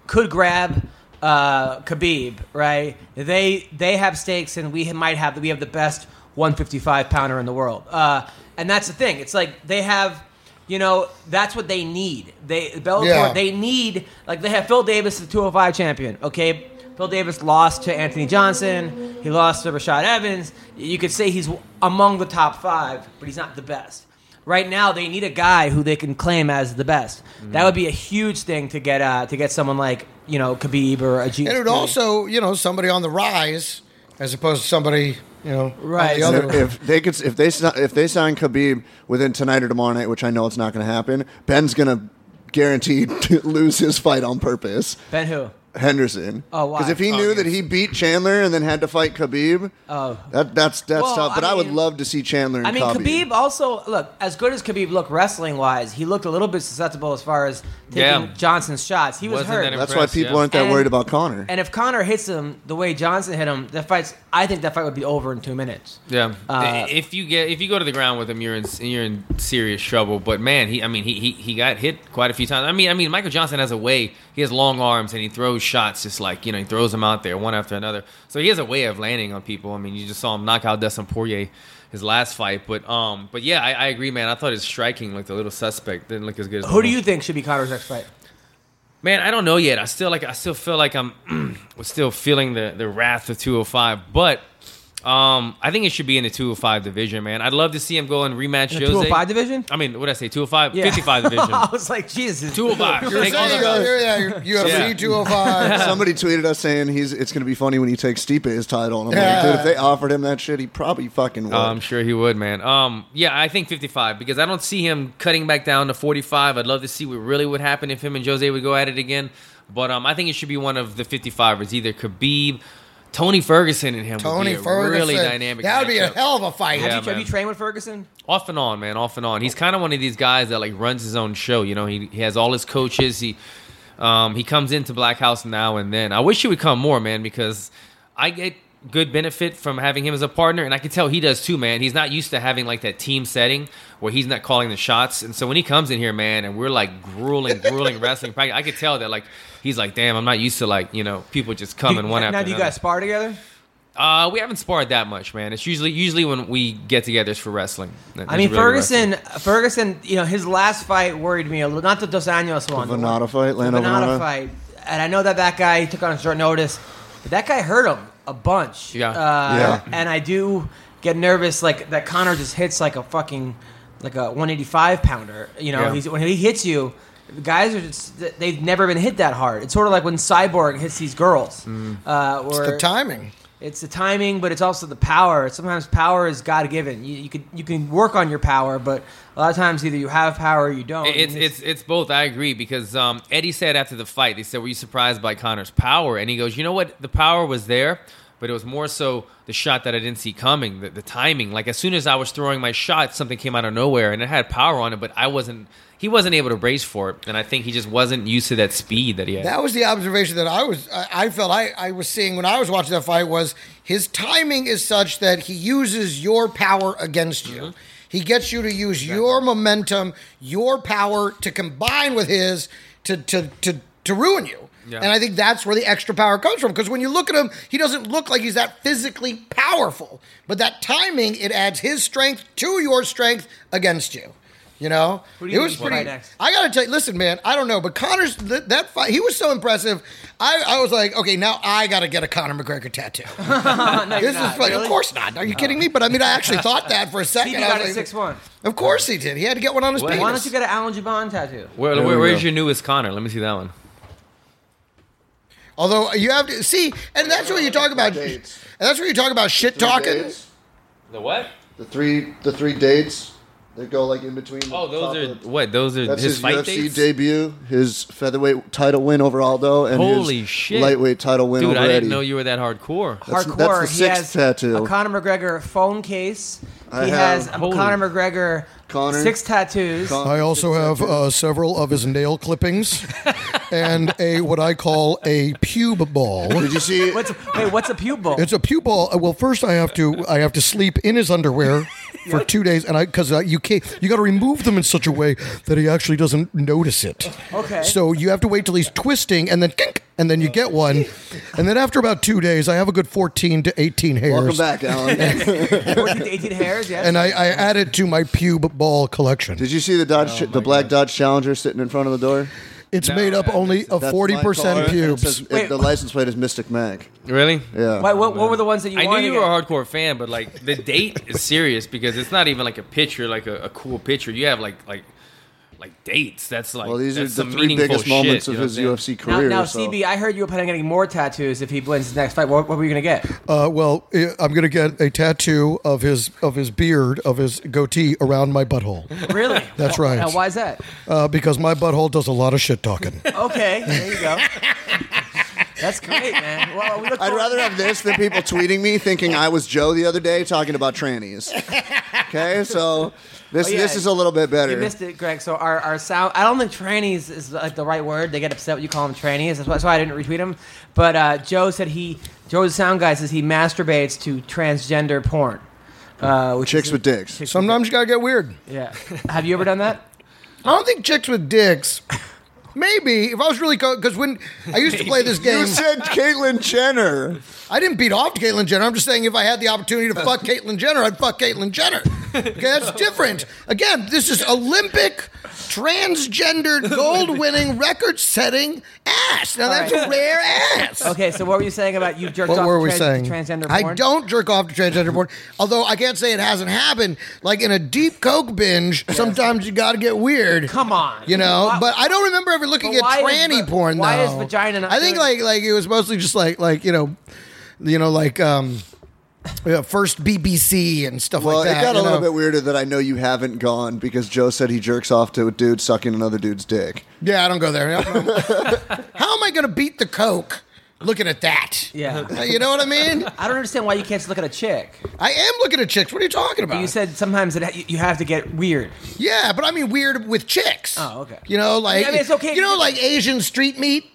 Speaker 1: could grab uh, Khabib, right? They they have stakes, and we might have we have the best 155 pounder in the world. Uh, and that's the thing. It's like they have, you know, that's what they need. They Bellator
Speaker 4: Yeah.
Speaker 1: they need like they have Phil Davis, the 205 champion. Okay, Phil Davis lost to Anthony Johnson. He lost to Rashad Evans. You could say he's among the top five, but he's not the best. Right now, they need a guy who they can claim as the best. That would be a huge thing to get uh, to get someone like you know Khabib or a G.
Speaker 4: And it would also, you know, somebody on the rise as opposed to somebody, you know,
Speaker 1: Right.
Speaker 4: right. on the
Speaker 3: And
Speaker 4: other.
Speaker 3: if they could, if they si- if they sign Khabib within tonight or tomorrow night, which I know it's not going to happen, Ben's going to guaranteed to lose his fight on purpose.
Speaker 1: Ben who?
Speaker 3: Henderson.
Speaker 1: Oh, why?
Speaker 3: Because if he
Speaker 2: Oh,
Speaker 3: knew
Speaker 2: yes.
Speaker 3: that he beat Chandler and then had to fight Khabib,
Speaker 1: Oh.
Speaker 3: that, that's that's
Speaker 1: Well,
Speaker 3: tough. But
Speaker 1: I
Speaker 3: I, would
Speaker 1: mean-
Speaker 3: love to see Chandler. And
Speaker 1: I mean, Khabib also look as good as Khabib looked wrestling wise. He looked a little bit susceptible as far as taking
Speaker 2: Yeah.
Speaker 1: Johnson's shots. He was
Speaker 2: Wasn't
Speaker 1: hurt.
Speaker 2: that
Speaker 3: That's why
Speaker 2: impressed,
Speaker 3: people
Speaker 2: yeah.
Speaker 3: aren't that
Speaker 1: And-
Speaker 3: worried about Connor.
Speaker 1: And if Connor hits him the way Johnson hit him, that fight's. I think that fight would be over in two minutes.
Speaker 2: Yeah,
Speaker 1: Uh,
Speaker 2: if you get if you go to the ground with him, you're in you're in serious trouble. But man, he I mean he, he he got hit quite a few times. I mean I mean Michael Johnson has a way. He has long arms and he throws shots just like you know he throws them out there one after another. So he has a way of landing on people. I mean you just saw him knock out Dustin Poirier his last fight. But um but yeah I, I agree man. I thought his striking looked a little suspect. Didn't look as good. as
Speaker 1: Who do you think should be Connor's next fight?
Speaker 2: Man, I don't know yet. I still like I still feel like I'm still feeling the the wrath of 205, but um I think it should be in the 205 division, man. I'd love to see him go and rematch
Speaker 1: In the
Speaker 2: Jose.
Speaker 1: 205 division?
Speaker 2: I mean, what I say? 205,
Speaker 1: Yeah.
Speaker 2: 55 division.
Speaker 1: I was like, Jesus.
Speaker 2: 205.
Speaker 4: You're
Speaker 2: Take all
Speaker 4: saying,
Speaker 2: the-
Speaker 4: yeah, you're- UFC
Speaker 2: Yeah.
Speaker 4: 205.
Speaker 3: Somebody tweeted us saying he's. It's going to be funny when he takes Stipe his title. And I'm
Speaker 4: Yeah.
Speaker 3: like, dude, if they offered him that shit, he probably fucking would.
Speaker 2: Oh, I'm sure he would, man. Um, yeah, I think 55 because I don't see him cutting back down to 45. I'd love to see what really would happen if him and Jose would go at it again. But um, I think it should be one of the 55ers, either Khabib, Tony Ferguson, and him.
Speaker 4: Tony
Speaker 2: would be a
Speaker 4: Ferguson.
Speaker 2: really dynamic.
Speaker 4: That would be a
Speaker 2: matchup.
Speaker 4: hell of a fight.
Speaker 1: Have
Speaker 2: Yeah.
Speaker 1: you, have you
Speaker 2: man.
Speaker 1: trained with Ferguson?
Speaker 2: off and on, man, off and on. He's kind of one of these guys that like runs his own show. You know, he, he has all his coaches. He um, he comes into Black House now and then. I wish he would come more, man, because I get good benefit from having him as a partner, and I can tell he does too, man. He's not used to having like that team setting where he's not calling the shots, and so when he comes in here, man, and we're like grueling, grueling wrestling practice, I could tell that like he's like, damn, I'm not used to like you know people just coming
Speaker 1: Do you-
Speaker 2: one
Speaker 1: now,
Speaker 2: after
Speaker 1: do you
Speaker 2: another.
Speaker 1: guys spar together?
Speaker 2: uh, we haven't sparred that much, man. It's usually usually when we get together it's for wrestling.
Speaker 1: I mean, Ferguson, Ferguson, you know, his last fight worried me a little. Not the Dos Anjos one.
Speaker 3: The Venata fight, Lando
Speaker 1: Venata
Speaker 3: Venata?
Speaker 1: fight. And I know that that guy he took on short notice, but that guy hurt him. a bunch.
Speaker 2: Yeah.
Speaker 1: Uh,
Speaker 3: Yeah.
Speaker 1: And I do get nervous, like that Connor just hits like a fucking like a 185 pounder. You know,
Speaker 2: Yeah.
Speaker 1: he's, when he hits you, the guys are just they've never been hit that hard. It's sort of like when Cyborg hits these girls.
Speaker 2: Mm.
Speaker 1: Uh, where
Speaker 4: The timing.
Speaker 1: it's the timing, but it's also the power. Sometimes power is God given. You, you can you can work on your power, but a lot of times either you have power or you don't.
Speaker 2: It's
Speaker 1: And
Speaker 2: it's it's both. I agree because um, Eddie said after the fight, they said, "Were you surprised by Connor's power?" And he goes, "You know what? The power was there, but it was more so the shot that I didn't see coming, the, the timing. Like as soon as I was throwing my shot, something came out of nowhere, and it had power on it, but I wasn't. He wasn't able to brace for it, and I think he just wasn't used to that speed that he had.
Speaker 4: That was the observation that I was I, I felt I, I was seeing when I was watching that fight was his timing is such that he uses your power against you. He gets you to use your momentum, your power to combine with his to to to, to ruin you.
Speaker 2: Yeah.
Speaker 4: And I think that's where the extra power comes from because when you look at him, he doesn't look like he's that physically powerful, but that timing it adds his strength to your strength against you. You know,
Speaker 1: Who do you
Speaker 4: it
Speaker 1: think
Speaker 4: was
Speaker 1: will
Speaker 4: pretty.
Speaker 1: fight next?
Speaker 4: I gotta tell you, listen, man, I don't know, but Connor's th- that fight, he was so impressive. I, I was like, okay, now I gotta get a Conor McGregor tattoo.
Speaker 1: no, you're
Speaker 4: this
Speaker 1: not.
Speaker 4: is like,
Speaker 1: Really?
Speaker 4: of course not. Are you kidding me? But I mean, I actually thought that for a second.
Speaker 1: He
Speaker 4: I was
Speaker 1: got a
Speaker 4: like,
Speaker 1: six one.
Speaker 4: Of course he did. He had to get one on his
Speaker 2: Why
Speaker 4: penis.
Speaker 1: Why don't you get an Alan Juban tattoo?
Speaker 2: Where,
Speaker 3: There
Speaker 2: where-
Speaker 3: we
Speaker 2: where's
Speaker 3: go.
Speaker 2: your newest Connor? Let me see that one.
Speaker 4: Although you have to see, and that's what you talk about. And
Speaker 3: Dates.
Speaker 4: that's what you talk about shit talking.
Speaker 2: The what?
Speaker 3: The three the three dates that go like in between. the
Speaker 2: Oh,
Speaker 3: top
Speaker 2: those
Speaker 3: of
Speaker 2: are
Speaker 3: the-
Speaker 2: what? Those are
Speaker 3: That's
Speaker 2: his,
Speaker 3: his,
Speaker 2: fight
Speaker 3: UFC
Speaker 2: dates.
Speaker 3: debut, his featherweight title win over Aldo, and
Speaker 2: Holy
Speaker 3: his
Speaker 2: shit.
Speaker 3: lightweight title win
Speaker 2: Dude,
Speaker 3: over
Speaker 2: I didn't
Speaker 3: Eddie.
Speaker 2: know you were that hardcore.
Speaker 3: That's-
Speaker 1: hardcore.
Speaker 3: that's the
Speaker 1: he
Speaker 3: sixth
Speaker 1: has
Speaker 3: tattoo.
Speaker 1: a Conor McGregor phone case.
Speaker 3: I
Speaker 1: he
Speaker 3: have-
Speaker 1: has a
Speaker 2: Holy-
Speaker 1: Conor McGregor
Speaker 3: Connor.
Speaker 1: six tattoos.
Speaker 3: Con-
Speaker 5: I also have uh, several of his nail clippings and a what I call a pube ball.
Speaker 3: Did you see?
Speaker 1: what's wait? What's a pube bowl?
Speaker 5: It's a pube ball. Well, first I have to I have to sleep in his underwear for two days, and I because uh, you can't you got to remove them in such a way that he actually doesn't notice it.
Speaker 1: Okay.
Speaker 5: So you have to wait till he's twisting, and then kink, and then you get one, and then after about two days, I have a good fourteen to eighteen hairs.
Speaker 3: Welcome back, Alan.
Speaker 1: 14 to 18 hairs. Yes.
Speaker 5: And I, I add it to my pube ball collection.
Speaker 3: Did you see the
Speaker 5: Oh
Speaker 3: Dodge, the black Dodge Challenger sitting in front of the door?
Speaker 5: It's made up only of
Speaker 3: That's
Speaker 5: forty
Speaker 3: my
Speaker 5: percent
Speaker 3: car. It
Speaker 5: pubes.
Speaker 3: says- it-
Speaker 1: Wait.
Speaker 3: the license plate is Mystic Mac.
Speaker 2: Really?
Speaker 3: Yeah.
Speaker 1: Why, what, what were the ones that you
Speaker 2: I
Speaker 1: wanted?
Speaker 2: knew you
Speaker 1: to
Speaker 2: were
Speaker 1: get?
Speaker 2: a hardcore fan, but like the date is serious because it's not even like a picture, like a, a cool picture. You have like like like dates. That's like
Speaker 3: well, these are
Speaker 2: that's
Speaker 3: the
Speaker 2: some
Speaker 3: three
Speaker 2: meaningful
Speaker 3: biggest
Speaker 2: shit,
Speaker 3: moments
Speaker 2: you
Speaker 3: of
Speaker 2: know
Speaker 3: his
Speaker 2: what I'm saying?
Speaker 3: UFC
Speaker 1: Now,
Speaker 3: career.
Speaker 1: now
Speaker 3: so-
Speaker 1: CB, I heard you were planning on getting more tattoos if he wins his next fight. What, what were you going to get?
Speaker 5: Uh, well, eh, I'm gonna get a tattoo of his of his beard of his goatee around my butthole
Speaker 1: Really?
Speaker 5: That's
Speaker 1: Wh-
Speaker 5: right.
Speaker 1: Now, why is that?
Speaker 5: uh, because my butthole does a lot of shit talking.
Speaker 1: Okay, there you go. That's great, man. Well, we look
Speaker 3: I'd
Speaker 1: forward-
Speaker 3: rather have this than people tweeting me thinking I was Joe the other day talking about trannies. Okay, so this
Speaker 1: Oh, yeah.
Speaker 3: this is a little bit
Speaker 1: You
Speaker 3: better.
Speaker 1: missed it, Greg. So our, our sound. I don't think trannies is like the right word. They get upset when you call them trannies. That's why, that's why I didn't retweet him. But uh, Joe said he Joe's sound guy says he masturbates to transgender porn. Uh, which
Speaker 3: Chicks
Speaker 1: is-
Speaker 3: with dicks.
Speaker 4: Sometimes you gotta get weird.
Speaker 1: Yeah. have you ever done that?
Speaker 4: I don't think chicks with dicks. Maybe if I was really because when I used to play this game,
Speaker 3: You said Caitlyn Jenner.
Speaker 4: I didn't beat off to Caitlyn Jenner. I'm just saying if I had the opportunity to fuck Caitlyn Jenner, I'd fuck Caitlyn Jenner. Okay, that's different. Again, this is Olympic, transgendered, gold winning, record setting ass. Now that's
Speaker 1: right.
Speaker 4: a rare ass.
Speaker 1: Okay. So what were you saying about you jerked
Speaker 5: What
Speaker 1: off
Speaker 5: were
Speaker 1: to
Speaker 5: we
Speaker 1: tran- to
Speaker 5: saying?
Speaker 1: transgender porn?
Speaker 4: I don't jerk off to transgender porn, although I can't say it hasn't happened. Like in a deep coke binge, sometimes you got to get weird.
Speaker 1: Come on.
Speaker 4: You know,
Speaker 1: Why-
Speaker 4: but I don't remember ever looking
Speaker 1: But
Speaker 4: at
Speaker 1: why is
Speaker 4: tranny
Speaker 1: va-
Speaker 4: porn.
Speaker 1: why is
Speaker 4: though.
Speaker 1: vagina not
Speaker 4: I think
Speaker 1: doing
Speaker 4: like like it was mostly just like like you know, you know like um, yeah, first BBC and stuff
Speaker 3: Well,
Speaker 4: like that.
Speaker 3: it got a
Speaker 4: you
Speaker 3: little
Speaker 4: know.
Speaker 3: bit weirder that I know you haven't gone because Joe said he jerks off to a dude sucking another dude's dick.
Speaker 4: Yeah, I don't go there. How am I going to beat the coke? Looking at that. Uh,
Speaker 1: Yeah.
Speaker 4: You know what I mean?
Speaker 1: I don't understand why you can't just look at a chick.
Speaker 4: I am looking at chicks. What are you talking about?
Speaker 1: You said sometimes that you- you have to get weird.
Speaker 4: Yeah, but I mean weird with chicks.
Speaker 1: Oh, okay.
Speaker 4: You know, like
Speaker 1: Yeah, I mean, it's okay if
Speaker 4: You know,
Speaker 1: you-
Speaker 4: like Asian street meat.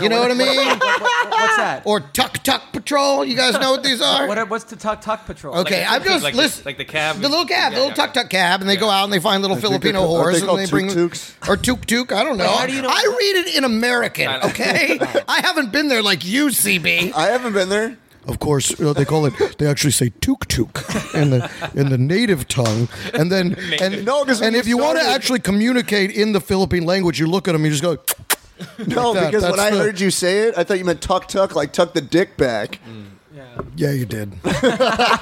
Speaker 4: You know what I mean?
Speaker 1: What- what- what's that?
Speaker 4: Or tuck tuck patrol. You guys know what these are?
Speaker 1: What are- what's the tuck tuck patrol?
Speaker 4: Okay,
Speaker 2: Like-
Speaker 4: I'm just
Speaker 2: like-
Speaker 4: listen.
Speaker 2: like the cab?
Speaker 4: the little cab,
Speaker 2: Yeah,
Speaker 4: the little
Speaker 2: yeah.
Speaker 4: tuck tuck cab, and they go
Speaker 2: Yeah.
Speaker 4: out and they find little
Speaker 3: think
Speaker 4: Filipino
Speaker 3: they're called- aren't
Speaker 4: whores
Speaker 3: they
Speaker 4: and
Speaker 3: called
Speaker 4: they bring
Speaker 3: tuk-tuks?
Speaker 4: or tuk tuk. I don't know.
Speaker 1: how do you know-
Speaker 4: I read it in American.
Speaker 2: I know.
Speaker 4: Okay, I haven't been there like you, CB.
Speaker 3: I haven't been there.
Speaker 5: Of course, uh, they call it. They actually say "tuk tuk" in the in the native tongue, and then and
Speaker 3: No, 'cause when
Speaker 5: and
Speaker 3: you
Speaker 5: if you want to
Speaker 3: started-
Speaker 5: actually communicate in the Philippine language, you look at them, you just go.
Speaker 3: No,
Speaker 5: that.
Speaker 3: because when
Speaker 5: That's
Speaker 3: I
Speaker 5: the-
Speaker 3: heard you say it, I thought you meant tuck tuck, like tuck the dick back.
Speaker 1: Yeah.
Speaker 4: Yeah, you did.
Speaker 1: All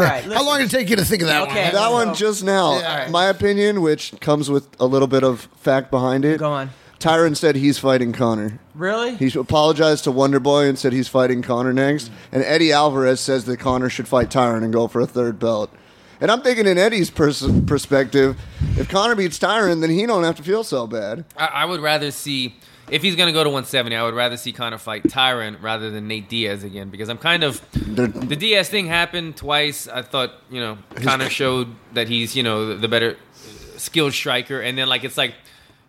Speaker 1: right.
Speaker 4: How long did it take you to think of that
Speaker 1: Okay.
Speaker 4: one?
Speaker 3: That
Speaker 1: Oh,
Speaker 3: one
Speaker 1: no.
Speaker 3: just now.
Speaker 1: Yeah, all right.
Speaker 3: My opinion, which comes with a little bit of fact behind it.
Speaker 1: Go on.
Speaker 3: Tyron said he's fighting Connor.
Speaker 1: Really? Mm.
Speaker 3: He apologized to Wonder Boy and said he's fighting Connor next. And Eddie Alvarez says that Connor should fight Tyron and go for a third belt. And I'm thinking in Eddie's pers- perspective, if Connor beats Tyron, then he don't have to feel so bad.
Speaker 2: I, I would rather see if he's going to go to 170. I would rather see Connor fight Tyron rather than Nate Diaz again because I'm kind of the Diaz thing happened twice. I thought you know Connor showed that he's you know the, the better uh, skilled striker, and then like it's like.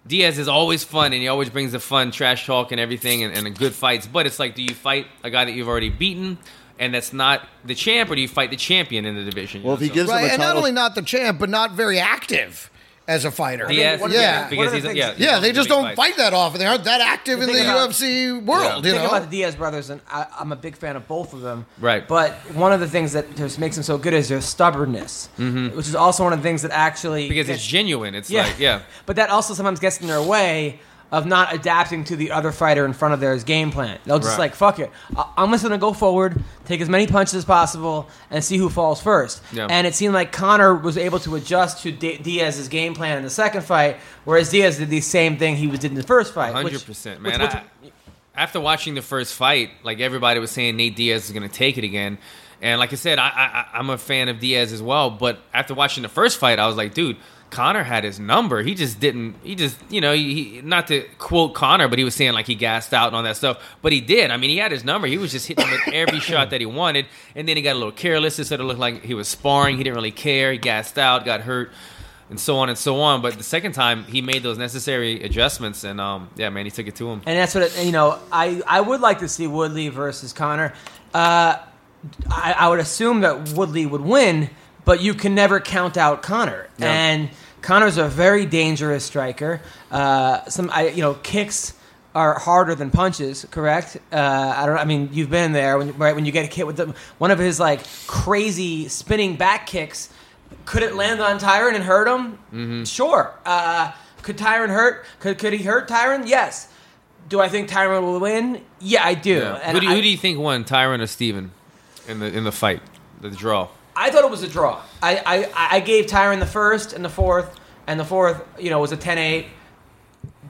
Speaker 2: Diaz is always fun, and he always brings the fun trash talk and everything, and, and good fights. But it's like, do you fight a guy that you've already beaten, and that's not the champ, or do you fight the champion in the division? you
Speaker 3: Well,
Speaker 2: know?
Speaker 3: if he
Speaker 2: So-
Speaker 3: gives him
Speaker 4: Right,
Speaker 3: a
Speaker 4: and
Speaker 3: title,
Speaker 4: not only not the champ, but not very active as a fighter.
Speaker 2: Diaz,
Speaker 1: One of the-
Speaker 4: yeah.
Speaker 1: one
Speaker 2: because
Speaker 1: of the
Speaker 2: he's
Speaker 1: things-
Speaker 2: yeah, he's
Speaker 4: Yeah,
Speaker 2: on
Speaker 4: they
Speaker 2: the
Speaker 4: just
Speaker 2: big
Speaker 4: don't
Speaker 2: fights.
Speaker 4: fight that often. They aren't that active in
Speaker 1: Think
Speaker 4: the
Speaker 1: about-
Speaker 4: UFC world, you
Speaker 1: Think
Speaker 4: know.
Speaker 1: about the Diaz brothers, and I, I'm a big fan of both of them.
Speaker 2: Right.
Speaker 1: But one of the things that just makes them so good is their stubbornness, which is also one of the things that actually
Speaker 2: because it's genuine. It's like yeah,
Speaker 1: But that also sometimes gets in their way of not adapting to the other fighter in front of theirs game plan. They'll just
Speaker 2: Right.
Speaker 1: like fuck it. I- I'm just gonna go forward, take as many punches as possible, and see who falls first.
Speaker 2: Yeah.
Speaker 1: And it seemed like Connor was able to adjust to D- Diaz's game plan in the second fight, whereas Diaz did the same thing he was did in the first fight. which-
Speaker 2: Hundred percent, man.
Speaker 1: which- which-
Speaker 2: I- after watching the first fight, like everybody was saying, Nate Diaz is going to take it again. And like I said, I, I, I- I'm a fan of Diaz as well. But after watching the first fight, I was like, dude, Connor had his number. He just didn't. He just, you know, he, he- not to quote Connor, but he was saying like he gassed out and all that stuff. But he did. I mean, he had his number. He was just hitting him with every shot that he wanted. And then he got a little careless. It sort of looked like he was sparring. He didn't really care. He gassed out, got hurt and so on and so on. But the second time, he made those necessary adjustments, and um, yeah, man, he took it to him.
Speaker 1: And that's what it, you know. I I would like to see Woodley versus Connor. Uh, I, I would assume that Woodley would win, but you can never count out Connor.
Speaker 2: No.
Speaker 1: And Connor's a very dangerous striker. Uh, some I you know kicks are harder than punches. Correct? Uh, I don't. I mean, you've been there when right when you get a hit with the, one of his like crazy spinning back kicks. Could it land on Tyron and hurt him? Sure. Uh, could Tyron hurt? Could could he hurt Tyron? Yes. Do I think Tyron will win? Yeah, I do.
Speaker 2: Yeah.
Speaker 1: And
Speaker 2: Who, do,
Speaker 1: I,
Speaker 2: who do you think won, Tyron or Steven, in the in the fight, the draw?
Speaker 1: I thought it was a draw. I, I, I gave Tyron the first and the fourth, and the fourth, you know, was a 10-8,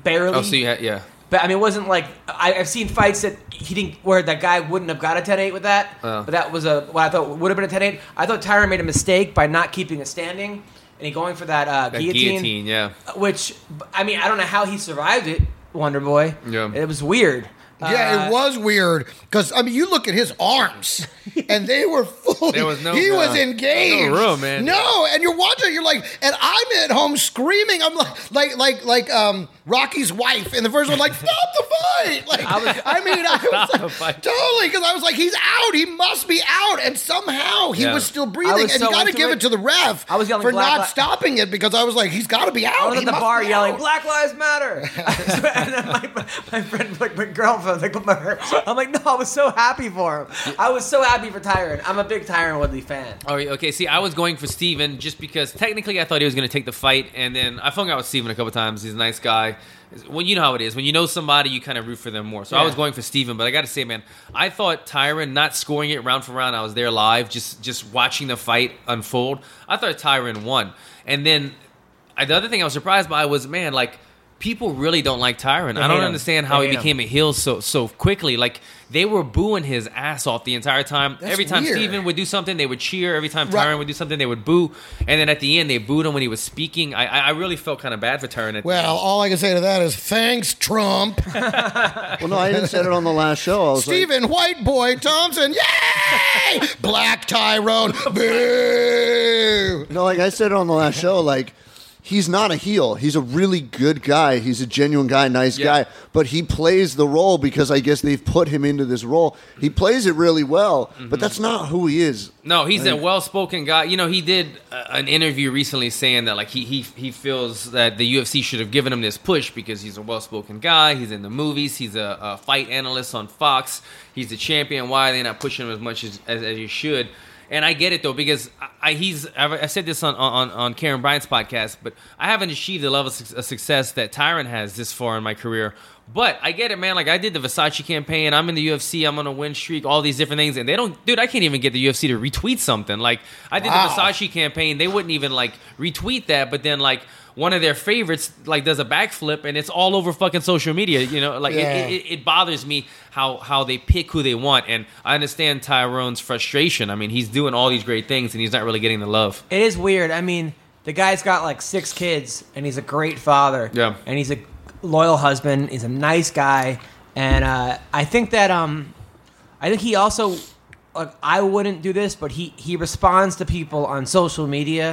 Speaker 1: barely.
Speaker 2: Oh, so you had yeah,
Speaker 1: But I mean, it wasn't like I, I've seen fights that he didn't, where that guy wouldn't have got a 10-8 with that.
Speaker 2: Oh.
Speaker 1: But that was a what I thought would have been a 10-8. I thought Tyron made a mistake by not keeping it standing and he going for that, uh,
Speaker 2: that guillotine, yeah.
Speaker 1: which I mean, I don't know how he survived it, Wonder Boy.
Speaker 2: Yeah.
Speaker 1: it was weird.
Speaker 4: Yeah,
Speaker 1: Uh,
Speaker 4: it was weird because I mean, you look at his arms, and they were fully.
Speaker 2: There was no-
Speaker 4: he was
Speaker 2: no.
Speaker 4: engaged.
Speaker 2: No room, man.
Speaker 4: No, and you're watching. You're like, and I'm at home screaming. I'm like, like, like, like, um, Rocky's wife in the first one. Like, stop the fight! Like, I, mean, I was
Speaker 2: the
Speaker 4: like,
Speaker 2: fight.
Speaker 4: totally because I was like, he's out. He must be out, and somehow he
Speaker 2: Yeah.
Speaker 4: was still
Speaker 1: I
Speaker 4: breathing.
Speaker 1: was
Speaker 4: and
Speaker 1: so
Speaker 4: you got to
Speaker 1: into
Speaker 4: give
Speaker 1: it.
Speaker 4: it. to the ref.
Speaker 1: I was yelling
Speaker 4: for
Speaker 1: black
Speaker 4: not
Speaker 1: li-
Speaker 4: stopping it because I was like, he's got to be out.
Speaker 1: I was
Speaker 4: He
Speaker 1: at the
Speaker 4: must
Speaker 1: bar
Speaker 4: be
Speaker 1: yelling
Speaker 4: out.
Speaker 1: "Black Lives Matter," and then my, my friend, like my girlfriend, like put my hair. I'm like, no, I was so happy for him. I was so happy for Tyron. I'm a big Tyron Woodley fan.
Speaker 2: Oh, yeah, okay. See, I was going for Steven just because technically I thought he was going to take the fight, and then I've hung out with Steven a couple times. He's a nice guy. Well, you know how it is. When you know somebody, you kind of root for them more. So I
Speaker 1: Yeah.
Speaker 2: was going for Steven, but I got to say, man, I thought Tyron not scoring it round for round. I was there live, just just watching the fight unfold. I thought Tyron won, and then I, the other thing I was surprised by was, man, like people really don't like Tyron. I
Speaker 1: hate
Speaker 2: don't
Speaker 1: him.
Speaker 2: understand how
Speaker 1: They
Speaker 2: he
Speaker 1: hate him.
Speaker 2: became a heel so so quickly. Like they were booing his ass off the entire time. Every time
Speaker 4: weird.
Speaker 2: Steven would do something, they would cheer. Every time Tyron
Speaker 4: Right.
Speaker 2: would do something, they would boo. And then at the end, they booed him when he was speaking. I, I I really felt kind of bad for Tyron. At the
Speaker 4: Well,
Speaker 2: end.
Speaker 4: all I can say to that is thanks, Trump.
Speaker 3: well, no, I even said it on the last show. I was like,
Speaker 4: Stephen White Boy Thompson, yay! Black Tyrone, boo!
Speaker 3: No, like I said on the last show, like he's not a heel. He's a really good guy. He's a genuine guy, nice
Speaker 2: Yeah.
Speaker 3: guy. But he plays the role because I guess they've put him into this role. He plays it really well, but that's not who he is.
Speaker 2: no, he's a well-spoken guy. You know, he did uh, an interview recently saying that like he he he feels that the UFC should have given him this push because he's a well-spoken guy. He's in the movies. He's a, a fight analyst on Fox. He's a champion. Why are they not pushing him as much as as, as you should? And I get it though because I, I he's I I said this on, on on Karen Bryant's podcast, but I haven't achieved the level of suc- of success that Tyron has this far in my career. But I get it, man. Like I did the Versace campaign. I'm in the UFC. I'm on a win streak. All these different things, and they don't, dude. I can't even get the UFC to retweet something. Like I did the Versace campaign. They wouldn't even like retweet that. But then like one of their favorites like does a backflip, and it's all over fucking social media. You know, like
Speaker 4: Yeah.
Speaker 2: it, it, it bothers me how how they pick who they want. And I understand Tyrone's frustration. I mean, he's doing all these great things, and he's not really getting the love.
Speaker 1: It is weird. I mean, the guy's got like six kids, and he's a great father.
Speaker 2: Yeah.
Speaker 1: and he's a loyal husband. He's a nice guy, and uh, I think that um, I think he also like I wouldn't do this, but he he responds to people on social media,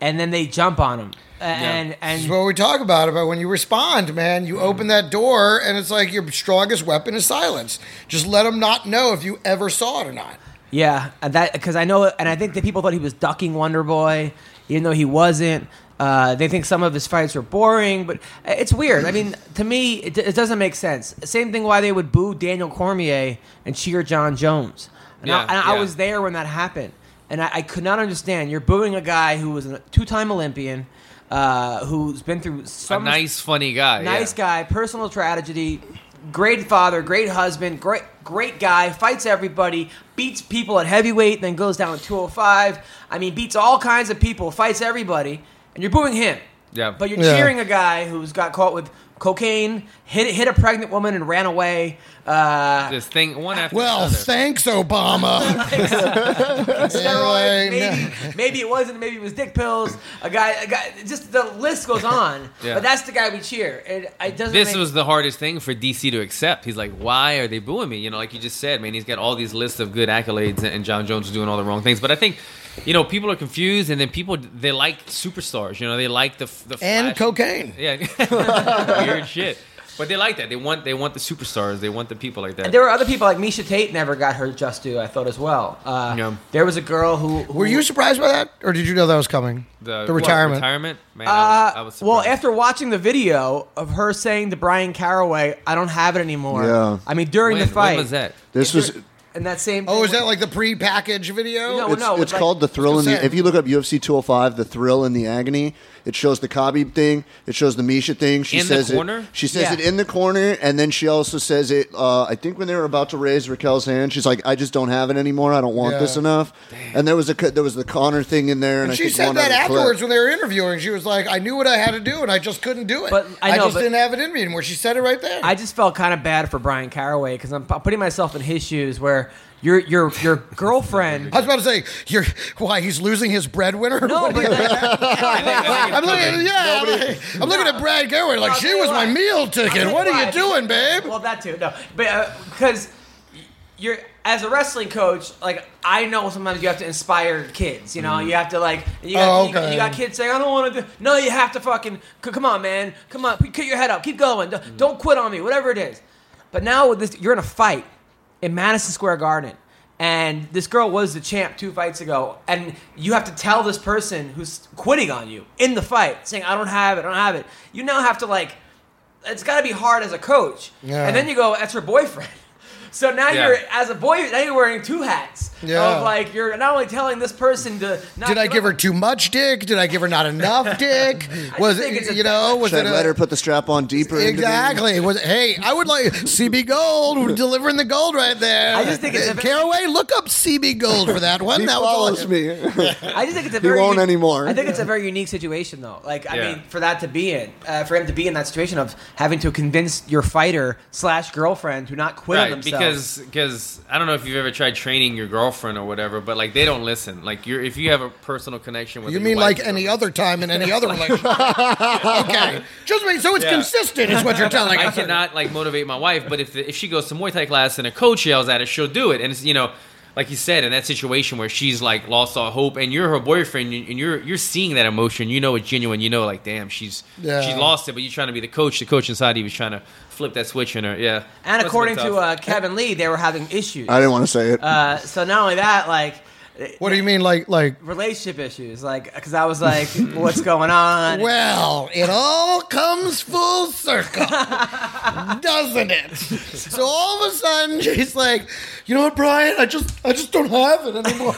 Speaker 1: and then they jump on him, A- and
Speaker 4: This
Speaker 1: and
Speaker 4: is what we talk about about when you respond, man. You open that door, and it's like your strongest weapon is silence. Just let them not know if you ever saw it or not.
Speaker 1: Yeah, and that because I know, and I think that people thought he was ducking Wonder Boy, even though he wasn't. Uh, they think some of his fights were boring, but uh, it's weird. I mean, to me, it, it doesn't make sense. Same thing why they would boo Daniel Cormier and cheer John Jones. And, I,
Speaker 2: Yeah,
Speaker 1: and I
Speaker 2: yeah.
Speaker 1: was there when that happened, and I, I could not understand. You're booing a guy who was a two-time Olympian, uh, who's been through
Speaker 2: A
Speaker 1: some
Speaker 2: nice, funny guy.
Speaker 1: Nice guy,
Speaker 2: yeah.
Speaker 1: personal tragedy, great father, great husband, great great guy, fights everybody, beats people at heavyweight, then goes down to 205. I mean, beats all kinds of people, fights everybody, and you're booing him.
Speaker 2: Yeah.
Speaker 1: But you're
Speaker 4: Yeah.
Speaker 1: cheering a guy who's got caught with cocaine, hit hit a pregnant woman and ran away. Uh,
Speaker 2: This thing one after
Speaker 4: Well,
Speaker 2: another.
Speaker 4: thanks, Obama.
Speaker 1: steroids,
Speaker 4: Anyway, no.
Speaker 1: maybe, maybe it wasn't. Maybe it was dick pills. A guy, a guy. Just the list goes on.
Speaker 2: Yeah.
Speaker 1: But that's the guy we cheer. It, it doesn't.
Speaker 2: this
Speaker 1: make-
Speaker 2: was the hardest thing for DC to accept. He's like, why are they booing me? You know, like you just said, man, he's got all these lists of good accolades, and John Jones is doing all the wrong things. But I think, you know, people are confused, and then people they like superstars. You know, they like the the
Speaker 4: and
Speaker 2: flash-
Speaker 4: cocaine.
Speaker 2: Yeah, weird shit. But they like that. They want they want the superstars. They want the people like that.
Speaker 1: There were other people like Misha Tate never got her just due. I thought as well. Uh,
Speaker 2: Yeah.
Speaker 1: There was a girl who, who uh,
Speaker 4: Were you surprised by that, or did you know that was coming?
Speaker 2: The, what,
Speaker 4: retirement.
Speaker 2: retirement. Man,
Speaker 1: Uh,
Speaker 2: I was, I was
Speaker 1: well,
Speaker 2: surprised.
Speaker 1: after watching the video of her saying to Brian Caraway, "I don't have it anymore."
Speaker 3: Yeah.
Speaker 1: I mean, during
Speaker 2: When-
Speaker 1: the fight,
Speaker 2: when was that?
Speaker 3: This was
Speaker 1: and that same.
Speaker 4: Oh,
Speaker 1: thing
Speaker 4: is that
Speaker 1: with-
Speaker 4: like the pre-packaged video?
Speaker 1: No,
Speaker 3: It's,
Speaker 1: it's
Speaker 3: it's
Speaker 1: like-
Speaker 3: called the thrill and
Speaker 4: Same.
Speaker 3: the. If you look up UFC 205, the thrill and the agony. It shows the Khabib thing. It shows the Misha thing. She
Speaker 2: In the
Speaker 3: says
Speaker 2: corner?
Speaker 3: it. She says
Speaker 1: Yeah.
Speaker 3: it in the corner, and then she also says it. Uh, I think when they were about to raise Raquel's hand, she's like, "I just don't have it anymore. I don't want
Speaker 4: Yeah.
Speaker 3: this enough." And there was a co- there was the Connor thing in there, and, I
Speaker 4: she
Speaker 3: think
Speaker 4: said
Speaker 3: one
Speaker 4: that
Speaker 3: other clip.
Speaker 4: afterwards when they were interviewing. She was like, "I knew what I had to do, and I just couldn't do it.
Speaker 1: But I
Speaker 4: I
Speaker 1: know,
Speaker 4: just
Speaker 1: but-
Speaker 4: didn't have it in me anymore." She said it right there.
Speaker 1: I just felt kind of bad for Brian Caraway because I'm, I'm putting myself in his shoes, where your your your girlfriend.
Speaker 4: I was about to say, "You're why he's losing his breadwinner."
Speaker 1: no, but
Speaker 4: I'm looking, yeah, I'm, like- I'm looking at Brad Gerwig like
Speaker 1: I'll
Speaker 4: she
Speaker 1: tell you
Speaker 4: was my
Speaker 1: what.
Speaker 4: meal
Speaker 1: I'll
Speaker 4: ticket.
Speaker 1: tell
Speaker 4: What
Speaker 1: you
Speaker 4: are you
Speaker 1: what.
Speaker 4: doing, babe?
Speaker 1: Well, that too. No, but uh, because you're as a wrestling coach, like I know sometimes you have to inspire kids. You know, you have to like you got,
Speaker 4: Mm-hmm. Oh,
Speaker 1: you got- you,
Speaker 4: okay.
Speaker 1: got kids saying, "I don't want to do." No, you have to fucking c- come on, man. Come on, put your head up, keep going. Don't,
Speaker 4: Mm-hmm.
Speaker 1: don't quit on me, whatever it is. But now with this, you're in a fight in Madison Square Garden. And this girl was the champ two fights ago, and you have to tell this person who's quitting on you in the fight, saying, "I don't have it, I don't have it." You now have to like it's got to be hard as a coach.
Speaker 4: Yeah.
Speaker 1: And then you go, that's her boyfriend. So now
Speaker 2: Yeah.
Speaker 1: you're as a boy. Now you're wearing two hats.
Speaker 4: Yeah.
Speaker 1: Of like you're not only telling this person to. Not
Speaker 4: Did I give her
Speaker 1: two
Speaker 4: too much dick? Did I give her not enough dick? Was
Speaker 1: think it's
Speaker 4: it
Speaker 1: a-
Speaker 4: you know? Was
Speaker 3: Should
Speaker 4: it
Speaker 3: I
Speaker 4: a,
Speaker 3: let her put the strap on deeper? into the-
Speaker 4: Exactly. Was hey, I would like CB Gold We're delivering the gold right there. Uh,
Speaker 1: I just think it's a-
Speaker 4: Caraway. Look up CB Gold for that one.
Speaker 3: He
Speaker 4: that
Speaker 3: follows
Speaker 4: was all-
Speaker 3: me.
Speaker 1: I just think it's a very
Speaker 3: won't
Speaker 1: unique-
Speaker 3: anymore.
Speaker 1: I think it's a very unique situation, though. Like, I
Speaker 2: Yeah.
Speaker 1: mean, for that to be in, uh, for him to be in that situation of having to convince your fighter slash girlfriend to not quit on
Speaker 2: right
Speaker 1: themselves.
Speaker 2: because because I don't know if you've ever tried training your girlfriend or whatever, but like they don't listen. Like you're if you have a personal connection with
Speaker 4: You
Speaker 2: your
Speaker 4: mean
Speaker 2: wife
Speaker 4: like
Speaker 2: or
Speaker 4: any
Speaker 2: something.
Speaker 4: other time in any other relationship? okay, just mean so it's
Speaker 2: Yeah.
Speaker 4: consistent is what you're telling
Speaker 2: I
Speaker 4: us.
Speaker 2: cannot like motivate my wife, but if if she goes to Muay Thai class and a coach yells at her, she'll do it. And it's you know, like you said, in that situation where she's like lost all hope, and you're her boyfriend, and you're you're seeing that emotion, you know it's genuine. You know, like damn, she's
Speaker 4: Yeah.
Speaker 2: she lost it, but you're trying to be the coach. The coach inside of you is trying to flip that switch in her. Yeah, Must have
Speaker 1: and
Speaker 2: been
Speaker 1: according to
Speaker 2: tough.
Speaker 1: uh, Kevin Lee, they were having issues.
Speaker 3: I didn't want to say it.
Speaker 1: Uh, so not only that, like uh,
Speaker 4: What do you mean, like, like?
Speaker 1: Relationship issues, like, because I was like, "What's going on?"
Speaker 4: Well, it all comes full circle, doesn't it? So all of a sudden, she's like, "You know what, Brian? I just, I just don't have it anymore."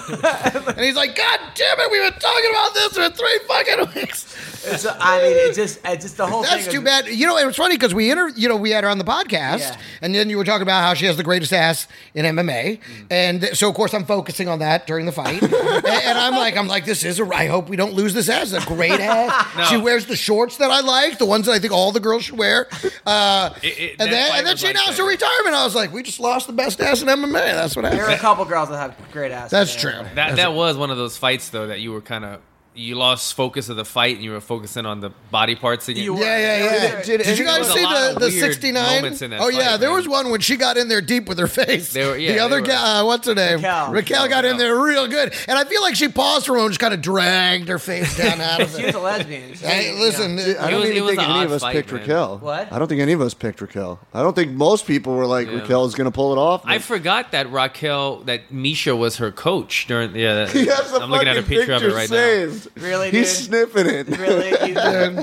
Speaker 4: and he's like, "God damn it! We've been talking about this for three fucking weeks."
Speaker 1: And so, I mean, it just, it just the
Speaker 2: Oh,
Speaker 1: whole
Speaker 4: That's
Speaker 1: thing.
Speaker 4: too bad. You know, it was funny because we inter- you know, we had her on the podcast,
Speaker 1: Yeah.
Speaker 4: and then you were talking about how she has the greatest ass in MMA, and th- so of course I'm focusing on that during the fight, and, and I'm like, I'm like, this is a. I hope we don't lose this ass. It's a great ass.
Speaker 2: No.
Speaker 4: She wears the shorts that I like, the ones that I think all the girls should wear. Uh,
Speaker 2: It- it- that
Speaker 4: and then,
Speaker 2: fight
Speaker 4: and then
Speaker 2: was
Speaker 4: she
Speaker 2: like
Speaker 4: announced
Speaker 2: that.
Speaker 4: her retirement. I was like, we just lost the best ass in MMA. That's what
Speaker 1: There are a
Speaker 4: happened.
Speaker 1: couple girls that have great asses.
Speaker 4: That's
Speaker 1: yeah.
Speaker 4: true.
Speaker 2: That that was one of those fights though that you were kind of you lost focus of the fight and you were focusing on the body parts again.
Speaker 1: You were-
Speaker 4: Yeah, yeah,
Speaker 1: you were-
Speaker 4: yeah.
Speaker 3: Did-
Speaker 4: Did
Speaker 2: there
Speaker 4: you guys
Speaker 2: was a
Speaker 4: see
Speaker 2: lot
Speaker 4: the
Speaker 2: of
Speaker 4: the
Speaker 2: weird
Speaker 4: sixty nine?
Speaker 2: moments in that
Speaker 4: Oh yeah,
Speaker 2: fight,
Speaker 4: there
Speaker 2: man.
Speaker 4: was one when she got in there deep with her face.
Speaker 2: They were- yeah,
Speaker 4: the
Speaker 2: they
Speaker 4: other
Speaker 2: were-
Speaker 4: guy, uh, what's her name?
Speaker 1: Raquel.
Speaker 4: Raquel got in
Speaker 2: Raquel.
Speaker 4: there real good, and I feel like she paused for a moment, just kind of dragged her face down out of
Speaker 1: She was
Speaker 4: it.
Speaker 1: a lesbian. She-
Speaker 4: Hey, listen,
Speaker 1: yeah.
Speaker 3: I
Speaker 2: It
Speaker 3: don't
Speaker 2: was- it
Speaker 3: even
Speaker 2: was
Speaker 3: think
Speaker 2: an
Speaker 3: any
Speaker 2: odd
Speaker 3: of us
Speaker 2: fight,
Speaker 3: picked
Speaker 2: man.
Speaker 3: Raquel.
Speaker 1: What?
Speaker 3: I don't think any of us picked Raquel. I don't think most people were like
Speaker 2: Yeah.
Speaker 3: Raquel is going to pull it off.
Speaker 2: I forgot that Raquel, that Misha was her coach during. Yeah,
Speaker 3: He has the
Speaker 2: I'm looking at a
Speaker 3: fucking
Speaker 2: picture, of it
Speaker 3: picture
Speaker 2: right
Speaker 3: saved.
Speaker 1: Really,
Speaker 3: He's
Speaker 1: dude?
Speaker 3: sniffing it.
Speaker 1: really?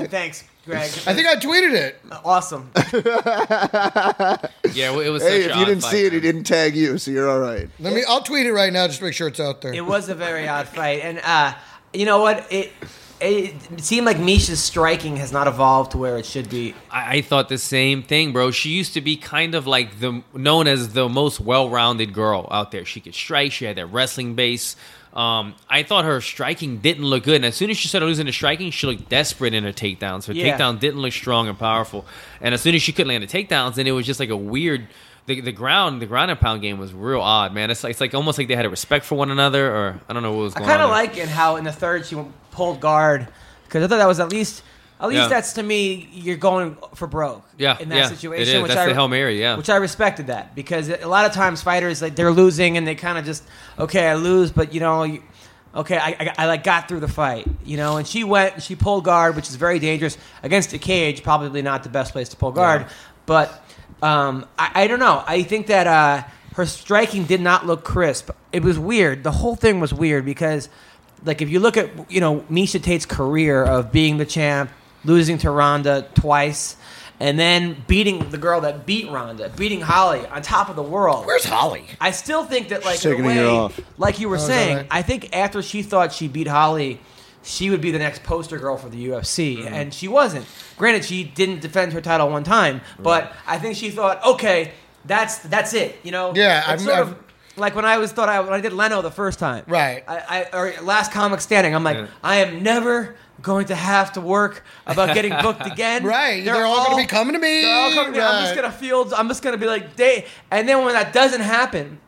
Speaker 1: You- Thanks, Greg. Uh,
Speaker 4: I think I tweeted it.
Speaker 1: awesome.
Speaker 2: now. Yeah, well, it was.
Speaker 3: Hey,
Speaker 2: such
Speaker 3: if
Speaker 2: a
Speaker 3: you
Speaker 2: odd
Speaker 3: didn't
Speaker 2: fight,
Speaker 3: see it, he
Speaker 2: man.
Speaker 3: didn't tag you, so you're all right.
Speaker 4: Let me. I'll tweet it right now, just to make sure it's out there.
Speaker 1: It was a very odd fight, and uh, you know what? It it seemed like Misha's striking has not evolved to where it should be.
Speaker 2: I, I thought the same thing, bro. She used to be kind of like the known as the most well-rounded girl out there. She could strike. She had that wrestling base. Um, I thought her striking didn't look good, and as soon as she started losing the striking, she looked desperate in her takedowns. Her
Speaker 1: Yeah.
Speaker 2: takedown didn't look strong and powerful, and as soon as she could land the takedowns, then it was just like a weird. The, the ground the ground and pound game was real odd, man. It's like, it's like almost like they had a respect for one another, or I don't know what was
Speaker 1: I
Speaker 2: going on.
Speaker 1: kind of
Speaker 2: there.
Speaker 1: like it how in the third she went- pulled guard because I thought that was at least at least
Speaker 2: Yeah.
Speaker 1: that's to me you're going for broke.
Speaker 2: Yeah,
Speaker 1: in that
Speaker 2: yeah,
Speaker 1: situation,
Speaker 2: it is.
Speaker 1: Which
Speaker 2: That's
Speaker 1: I,
Speaker 2: the Hail Mary, yeah.
Speaker 1: which I respected that because a lot of times fighters like they're losing and they kind of just okay I lose, but you know. You, Okay, I, I, I like got through the fight, you know, and she went, she pulled guard, which is very dangerous against a cage. Probably not the best place to pull guard, but um, I, I don't know. I think that uh, her striking did not look crisp. It was weird. The whole thing was weird because, like, if you look at you know Misha Tate's career of being the champ, losing to Ronda twice, and then beating the girl that beat Ronda, beating Holly on top of the world.
Speaker 4: Where's Holly?
Speaker 1: I still think that, like, in
Speaker 3: taking
Speaker 1: a
Speaker 3: a
Speaker 1: way,
Speaker 3: year off.
Speaker 1: like you were
Speaker 4: Oh, is that
Speaker 1: saying,
Speaker 4: right?
Speaker 1: I think after she thought she beat Holly, she would be the next poster girl for the UFC,
Speaker 4: Mm-hmm.
Speaker 1: and she wasn't. Granted, she didn't defend her title one time, but I think she thought, okay, that's that's it, you know?
Speaker 4: Yeah,
Speaker 1: It's
Speaker 4: I've-
Speaker 1: sort
Speaker 4: I've-
Speaker 1: of like when I was thought I when I did Leno the first time,
Speaker 4: Right.
Speaker 1: I, I or last comic standing, I'm like,
Speaker 2: Yeah.
Speaker 1: I am never. Going to have to work about getting booked again.
Speaker 4: Right, they're all gonna be coming to me.
Speaker 1: They're all coming to me. I'm just
Speaker 4: Right.
Speaker 1: gonna feel. I'm just gonna be like, day. And then when that doesn't happen,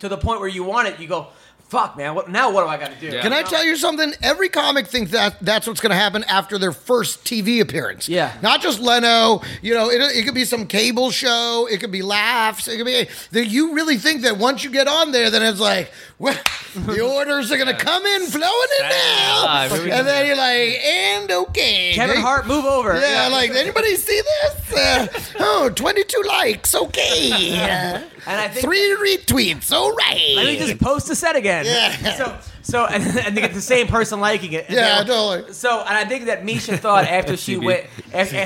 Speaker 1: to the point where you want it, you go, fuck, man. What now? What do I got to do?
Speaker 2: Yeah.
Speaker 4: Can I tell you something? Every comic thinks that that's what's going to happen after their first TV appearance.
Speaker 1: Yeah.
Speaker 4: Not just Leno. You know, it, it could be some cable show. It could be laughs. It could be that you really think that once you get on there, then it's like, well, the orders are going to come in flowing in now,
Speaker 2: Live, here we go.
Speaker 4: and then you're like, and okay,
Speaker 1: Kevin
Speaker 4: They-
Speaker 1: Hart, move over.
Speaker 4: Yeah, like anybody see this? Uh, oh, 22 likes, okay. Uh,
Speaker 1: And I think-
Speaker 4: three retweets, all right.
Speaker 1: Let me just post a set again.
Speaker 4: Yeah.
Speaker 1: So, so and, and they get the same person liking it. And
Speaker 4: Yeah,
Speaker 1: they'll-
Speaker 4: totally.
Speaker 1: So, and I think that Misha thought after she
Speaker 2: CB.
Speaker 1: went, after,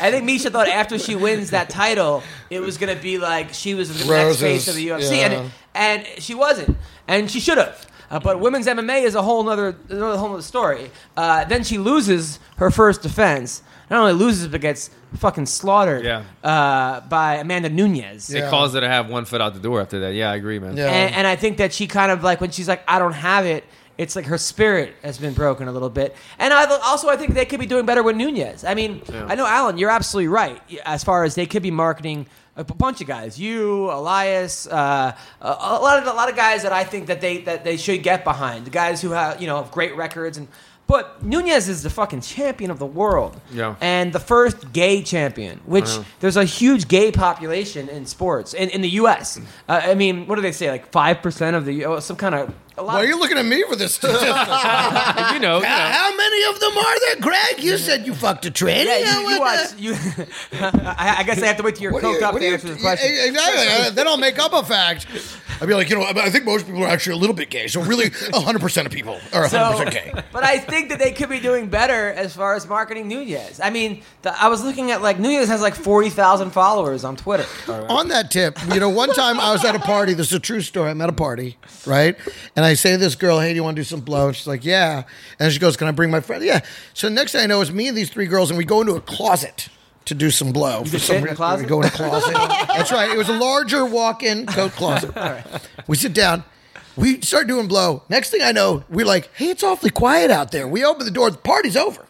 Speaker 1: I think Misha thought after she wins that title, it was gonna be like she was the
Speaker 4: Roses,
Speaker 1: next face of the UFC,
Speaker 4: yeah.
Speaker 1: and and she wasn't, and she should have. Uh, but women's MMA is a whole nother, another whole nother story. Uh, then she loses her first defense. Not only loses, but gets fucking slaughtered
Speaker 2: Yeah.
Speaker 1: uh, by Amanda Nunez.
Speaker 2: It
Speaker 4: Yeah.
Speaker 2: caused her to have one foot out the door after that. Yeah, I agree, man.
Speaker 4: Yeah.
Speaker 1: And, and I think that she kind of like when she's like, I don't have it. It's like her spirit has been broken a little bit. And I also I think they could be doing better with Nunez. I mean, I know Alan, you're absolutely right as far as they could be marketing a b- bunch of guys, you, Elias, uh, a, a lot of a lot of guys that I think that they that they should get behind. The guys who have you know have great records and. But Nunez is the fucking champion of the world,
Speaker 2: Yeah.
Speaker 1: and the first gay champion. Which there's a huge gay population in sports in, in the U.S. Uh, I mean, what do they say? Like five percent of the oh, some kind of a lot.
Speaker 4: Why are
Speaker 1: of-
Speaker 4: you looking at me for this?
Speaker 2: You know, you know.
Speaker 4: How, how many of them are there, Greg? You said you fucked a tranny.
Speaker 1: yeah,
Speaker 4: How
Speaker 1: you, you
Speaker 4: would-
Speaker 1: watch. You, I, I guess I have to wait till you're
Speaker 4: What do you-
Speaker 1: coked up
Speaker 4: what
Speaker 1: to
Speaker 4: do you-
Speaker 1: answer this question.
Speaker 4: Exactly. Uh, then I'll make up a fact. I'd be like, you know, I I think most people are actually a little bit gay. So really, 100% of people are 100%
Speaker 1: So,
Speaker 4: gay.
Speaker 1: but I think that they could be doing better as far as marketing Nunez. I mean, the, I was looking at like Nunez has like forty thousand followers on Twitter.
Speaker 4: On that tip, you know, one time I was at a party. This is a true story. I'm at a party, right? And I say to this girl, "Hey, do you want to do some blow?" And she's like, "Yeah." And she goes, "Can I bring my friend?" Yeah. So the next thing I know, it's me and these three girls, and we go into a closet to do some blow. For
Speaker 1: just
Speaker 4: some
Speaker 1: sit in the
Speaker 4: reason,
Speaker 1: closet?
Speaker 4: we go in a closet. That's right. It was a larger walk-in coat closet. We sit down. We start doing blow. Next thing I know, we're like, "Hey, it's awfully quiet out there." We open the door. The party's over.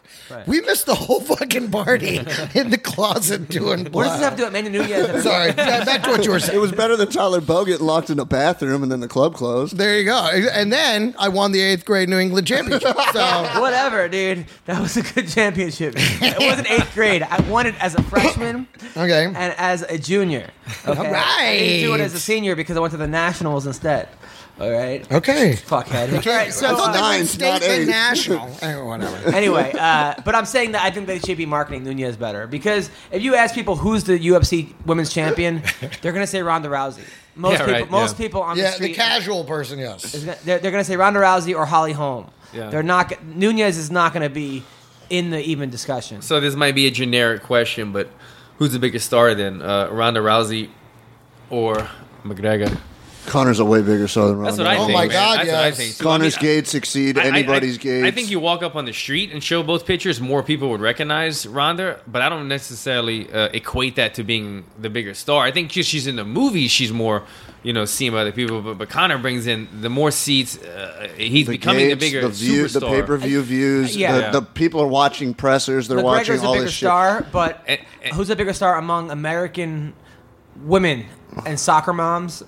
Speaker 4: We missed the whole fucking party in the closet doing blow.
Speaker 1: What does this have to do with Manny Nunez?
Speaker 4: Sorry, Yeah, back to what you were
Speaker 3: It
Speaker 4: saying.
Speaker 3: was better than Tyler Bowe getting locked in a bathroom and then the club closed.
Speaker 4: There you go. And then I won the eighth grade New England championship. So
Speaker 1: Whatever, dude. That was a good championship. It wasn't eighth grade. I won it as a freshman.
Speaker 4: Okay.
Speaker 1: And as a junior. Okay.
Speaker 4: All
Speaker 1: I didn't do it
Speaker 4: right.
Speaker 1: as a senior because I went to the nationals instead. All right.
Speaker 4: okay.
Speaker 1: Fuckhead. All right. So
Speaker 4: I thought
Speaker 1: uh,
Speaker 4: that
Speaker 3: Nine,
Speaker 4: meant
Speaker 3: not
Speaker 4: state and
Speaker 3: eight.
Speaker 4: national. Eh, Whatever.
Speaker 1: anyway, uh, but I'm saying that I think they should be marketing Nunez better because if you ask people who's the UFC women's champion, they're gonna say Ronda Rousey. Most
Speaker 2: Yeah,
Speaker 1: people,
Speaker 2: right,
Speaker 1: most
Speaker 2: yeah.
Speaker 1: people on the
Speaker 4: Yeah,
Speaker 1: street,
Speaker 4: the casual person, yes.
Speaker 1: is gonna- they're, they're gonna say Ronda Rousey or Holly Holm.
Speaker 2: Yeah.
Speaker 1: They're not. g- Nunez is not gonna be in the even discussion.
Speaker 2: So this might be a generic question, but who's the biggest star then? Uh, Ronda Rousey or McGregor?
Speaker 3: Connor's a way bigger star than Ronda.
Speaker 2: That's what I
Speaker 4: Oh
Speaker 2: think.
Speaker 4: my
Speaker 2: man.
Speaker 4: God,
Speaker 2: That's what I
Speaker 4: yes.
Speaker 2: think. too.
Speaker 3: Connor's
Speaker 2: I mean,
Speaker 3: gates exceed
Speaker 2: I- I-
Speaker 3: anybody's
Speaker 2: I,
Speaker 3: gates.
Speaker 2: I think you walk up on the street and show both pictures, more people would recognize Ronda, but I don't necessarily uh, equate that to being the bigger star. I think just she's in the movies, she's more, you know, seen by other people. But, but Connor brings in the more seats, uh, he's becoming the
Speaker 3: gates,
Speaker 2: bigger
Speaker 3: the view,
Speaker 2: superstar.
Speaker 3: the pay-per-view views.
Speaker 1: Yeah.
Speaker 3: the, the people are watching pressers. They're watching
Speaker 1: McGregor's a
Speaker 3: all
Speaker 1: bigger
Speaker 3: this shit.
Speaker 1: star, but
Speaker 2: And- and-
Speaker 1: who's a bigger star among American women and soccer moms?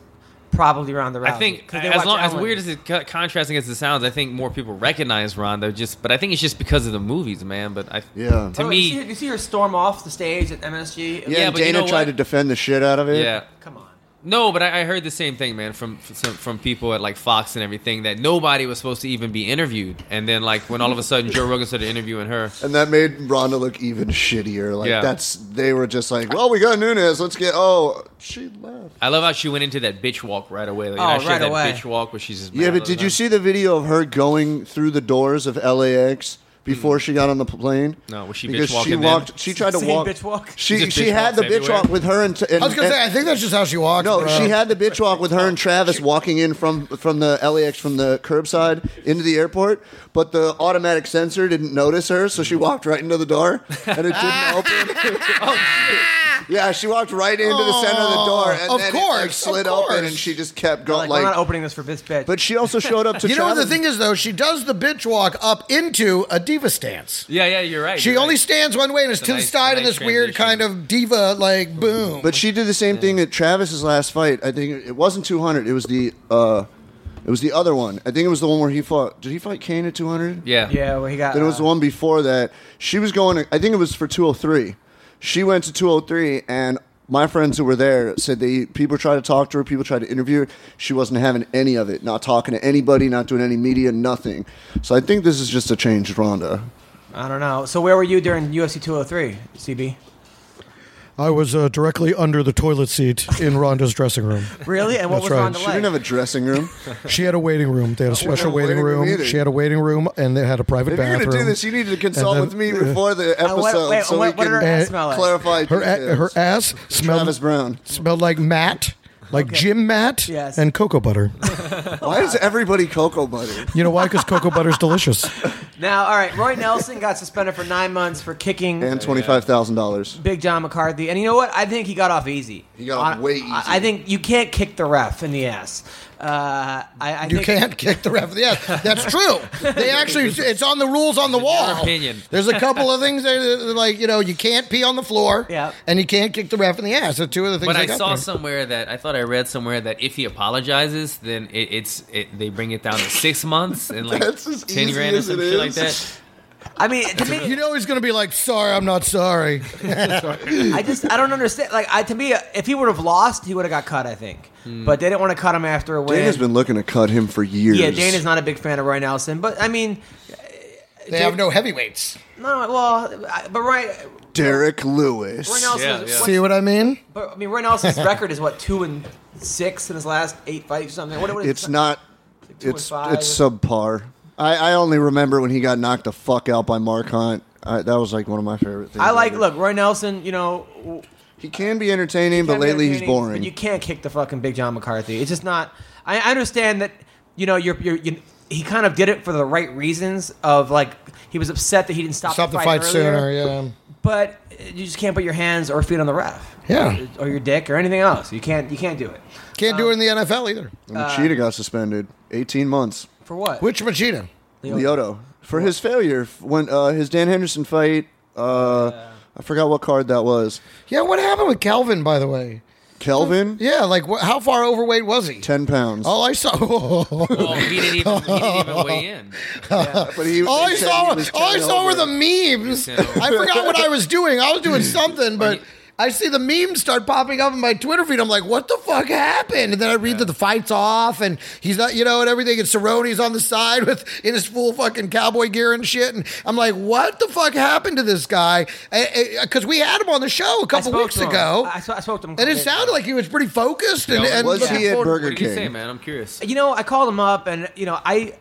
Speaker 1: Probably Ronda Rousey.
Speaker 2: I think
Speaker 1: 'cause they
Speaker 2: as
Speaker 1: watch
Speaker 2: long as
Speaker 1: Ellen.
Speaker 2: weird as it co- contrasting as it sounds, I think more people recognize Ronda. Just, but I think it's just because of the movies, man. But I,
Speaker 3: Yeah.
Speaker 2: to
Speaker 1: Oh,
Speaker 2: me,
Speaker 1: you see, you see her storm off the stage at MSG. It was-
Speaker 3: Yeah,
Speaker 2: Yeah,
Speaker 3: and
Speaker 2: but you
Speaker 3: Dana
Speaker 2: know
Speaker 3: tried
Speaker 2: what?
Speaker 3: to defend the shit out of it.
Speaker 2: yeah.
Speaker 1: Come on.
Speaker 2: No, but I, I heard the same thing, man, from from some- from people at like Fox and everything that nobody was supposed to even be interviewed, and then like when all of a sudden Joe Rogan started interviewing her,
Speaker 3: And that made Ronda look even shittier. Like
Speaker 2: Yeah.
Speaker 3: that's they were just like, well, we got Nunes. Let's get. Oh, she left.
Speaker 2: I love how she went into that bitch walk right away. Like,
Speaker 1: Oh,
Speaker 2: you know, she
Speaker 1: right
Speaker 2: had that
Speaker 1: away.
Speaker 2: bitch walk where she's just
Speaker 3: Yeah,
Speaker 2: mad
Speaker 3: but
Speaker 2: all
Speaker 3: did
Speaker 2: the
Speaker 3: you
Speaker 2: time.
Speaker 3: see the video of her going through the doors of LAX before she got on the plane?
Speaker 2: Hmm. No, was she
Speaker 3: because
Speaker 2: bitch
Speaker 3: she
Speaker 2: walking
Speaker 3: walked.
Speaker 2: then?
Speaker 3: She tried to
Speaker 1: Same
Speaker 3: walk.
Speaker 1: bitch walk?
Speaker 3: She
Speaker 2: Just
Speaker 3: she
Speaker 2: bitch
Speaker 3: had the
Speaker 2: walks
Speaker 3: bitch
Speaker 2: everywhere.
Speaker 3: walk with her and. and
Speaker 4: I was gonna say, I think that's just how she walks.
Speaker 3: no,
Speaker 4: bro.
Speaker 3: she had the bitch walk with her and Travis walking in from from the LAX from the curbside into the airport, but the automatic sensor didn't notice her, so she walked right into the door and it didn't open. Oh, yeah, she walked right into the center of the door and
Speaker 4: Of
Speaker 3: then it like,
Speaker 4: course, of
Speaker 3: slid open
Speaker 4: course.
Speaker 3: and she just kept
Speaker 1: Like,
Speaker 3: going like,
Speaker 1: we're not opening this for this bitch.
Speaker 3: But she also showed up to
Speaker 4: You know
Speaker 3: Travis.
Speaker 4: the thing is though, she does the bitch walk up into a diva stance.
Speaker 2: Yeah, yeah, you're right.
Speaker 4: She
Speaker 2: you're
Speaker 4: only
Speaker 2: right.
Speaker 4: stands one way and is
Speaker 2: a
Speaker 4: to
Speaker 2: nice-
Speaker 4: the side in
Speaker 2: nice
Speaker 4: this weird
Speaker 2: transition.
Speaker 4: kind of diva like boom.
Speaker 3: But she did the same thing at Travis's last fight. I think it wasn't 200. It was the uh, it was the other one. I think it was the one where he fought. Did he fight Kane at 200?
Speaker 2: yeah,
Speaker 1: yeah, well, he got.
Speaker 3: Then it was
Speaker 1: uh,
Speaker 3: the one before that. She was going. I think it was for 203. She went to 203, and my friends who were there said they people tried to talk to her, people tried to interview her. She wasn't having any of it. Not talking to anybody. Not doing any media. Nothing. So I think this is just a changed Ronda.
Speaker 1: I don't know. So where were you during UFC 203, CB?
Speaker 5: I was uh, directly under the toilet seat in Rhonda's dressing room.
Speaker 1: Really? And what
Speaker 5: That's
Speaker 1: was
Speaker 5: right.
Speaker 1: Ronda
Speaker 5: She
Speaker 3: She didn't have
Speaker 1: like?
Speaker 3: a dressing room.
Speaker 5: She had a waiting room. They had a special
Speaker 3: waiting
Speaker 5: waiting
Speaker 3: room
Speaker 5: room.
Speaker 3: either.
Speaker 5: She had a waiting room, and they had a private
Speaker 3: If you're
Speaker 5: bathroom.
Speaker 3: gonna do this, you need to consult
Speaker 5: then-
Speaker 3: with me before the
Speaker 1: Uh,
Speaker 3: episode
Speaker 1: what- wait,
Speaker 3: so
Speaker 1: what-
Speaker 3: we
Speaker 1: what did
Speaker 3: can
Speaker 1: her ass smell like?
Speaker 3: clarify.
Speaker 5: her a-
Speaker 3: details.
Speaker 5: her ass smelled
Speaker 3: Travis Brown.
Speaker 5: smelled like mat, like gym mat,
Speaker 1: Yes.
Speaker 5: and cocoa butter.
Speaker 3: Why is everybody cocoa butter?
Speaker 5: You know why? Because cocoa butter's delicious.
Speaker 1: Now, all right, Roy Nelson got suspended for nine months for kicking
Speaker 3: And twenty five thousand dollars.
Speaker 1: Big John McCarthy, and you know what? I think he got off easy.
Speaker 3: He got off
Speaker 1: I-
Speaker 3: way
Speaker 1: I-
Speaker 3: easy.
Speaker 1: I, think you can't kick the ref in the ass. Uh, I, I
Speaker 4: You
Speaker 1: think-
Speaker 4: can't kick the ref. Yeah, that's true. They actually, it's on the rules on the wall.
Speaker 2: opinion.
Speaker 4: There's a couple of things there, that, like you know, you can't pee on the floor.
Speaker 1: Yeah.
Speaker 4: and you can't kick the ref in the ass. Are two of the things.
Speaker 2: But
Speaker 4: they
Speaker 2: I
Speaker 4: got
Speaker 2: saw
Speaker 4: there.
Speaker 2: somewhere that I thought I read somewhere that if he apologizes, then it, it's it, they bring it down to six months and like
Speaker 3: That's as
Speaker 2: ten
Speaker 3: easy
Speaker 2: grand or
Speaker 3: as
Speaker 2: some
Speaker 3: it
Speaker 2: shit like
Speaker 3: is.
Speaker 2: that.
Speaker 1: I mean, to me,
Speaker 4: You know he's gonna be like, sorry, I'm not sorry.
Speaker 1: I just I don't understand. Like, I, to me, if he would have lost, he would have got cut. I think, but they didn't want to cut him after a win.
Speaker 3: Dana's Hmm. been looking to cut him for years.
Speaker 1: Yeah, Dana's not a big fan of Roy Nelson, but I mean,
Speaker 4: They have no heavyweights.
Speaker 1: No, well, I- but right.
Speaker 3: Derek Lewis.
Speaker 1: Roy Nelson
Speaker 2: Yeah,
Speaker 1: is-
Speaker 2: yeah.
Speaker 1: what-
Speaker 4: See what I mean?
Speaker 1: but I mean, Roy Nelson's record is what two and six in his last eight fights or something. What, what is
Speaker 3: It's not.
Speaker 1: two and
Speaker 3: It's it's
Speaker 1: five.
Speaker 3: subpar. I, I only remember when he got knocked the fuck out by Mark Hunt. I, that was like one of my favorite things.
Speaker 1: I like
Speaker 3: ever.
Speaker 1: look Roy Nelson. You know, w-
Speaker 3: He can be entertaining, but
Speaker 1: can be
Speaker 3: lately he's
Speaker 1: entertaining,
Speaker 3: boring.
Speaker 1: But you can't kick the fucking Big John McCarthy. It's just not. I I understand that. You know, you're, you're, you he kind of did it for the right reasons. Of like, he was upset that he didn't stop,
Speaker 4: Stop the
Speaker 1: fight
Speaker 4: fight
Speaker 1: earlier,
Speaker 4: sooner. Yeah.
Speaker 1: But you just can't put your hands or feet on the ref.
Speaker 4: Yeah.
Speaker 1: Or your dick or anything else. You can't. You can't do it.
Speaker 4: Can't do it in the NFL either.
Speaker 3: And
Speaker 1: uh,
Speaker 3: Machida got suspended 18 months.
Speaker 1: For what?
Speaker 4: Which Machida?
Speaker 3: Lyoto for his failure f- when uh, his Dan Henderson fight. Uh, I forgot what card that was.
Speaker 4: Yeah, what happened with Calvin, by the way?
Speaker 3: Kelvin,
Speaker 4: Yeah, Oh, like wh- how far overweight was he?
Speaker 3: 10 pounds.
Speaker 4: All I saw,
Speaker 2: Well, Oh, he didn't even, he didn't even weigh in.
Speaker 3: but he, they
Speaker 4: all Oh, I
Speaker 3: said
Speaker 4: saw,
Speaker 3: he was
Speaker 4: all I
Speaker 3: 10
Speaker 4: saw were
Speaker 3: over.
Speaker 4: the memes.
Speaker 2: Yeah.
Speaker 4: I forgot what I was doing. I was doing something, but
Speaker 2: you-
Speaker 4: I see the memes start popping up in my Twitter feed. I'm like, what the fuck happened? And then I read that the fight's off, and he's not, you know, and everything. And Cerrone's on the side with in his full fucking cowboy gear and shit. And I'm like, what the fuck happened to this guy? Because we had him on the show a
Speaker 1: I
Speaker 4: couple
Speaker 1: spoke
Speaker 4: weeks
Speaker 1: to him.
Speaker 4: ago.
Speaker 1: I, I spoke- I spoke to him.
Speaker 4: and it sounded like he was pretty focused and,
Speaker 2: Yeah,
Speaker 4: and
Speaker 3: Was he
Speaker 4: looking
Speaker 3: at
Speaker 4: forward-
Speaker 3: Burger
Speaker 2: What did he say,
Speaker 3: King?
Speaker 2: man? I'm curious.
Speaker 1: You know, I called him up, and you know, I,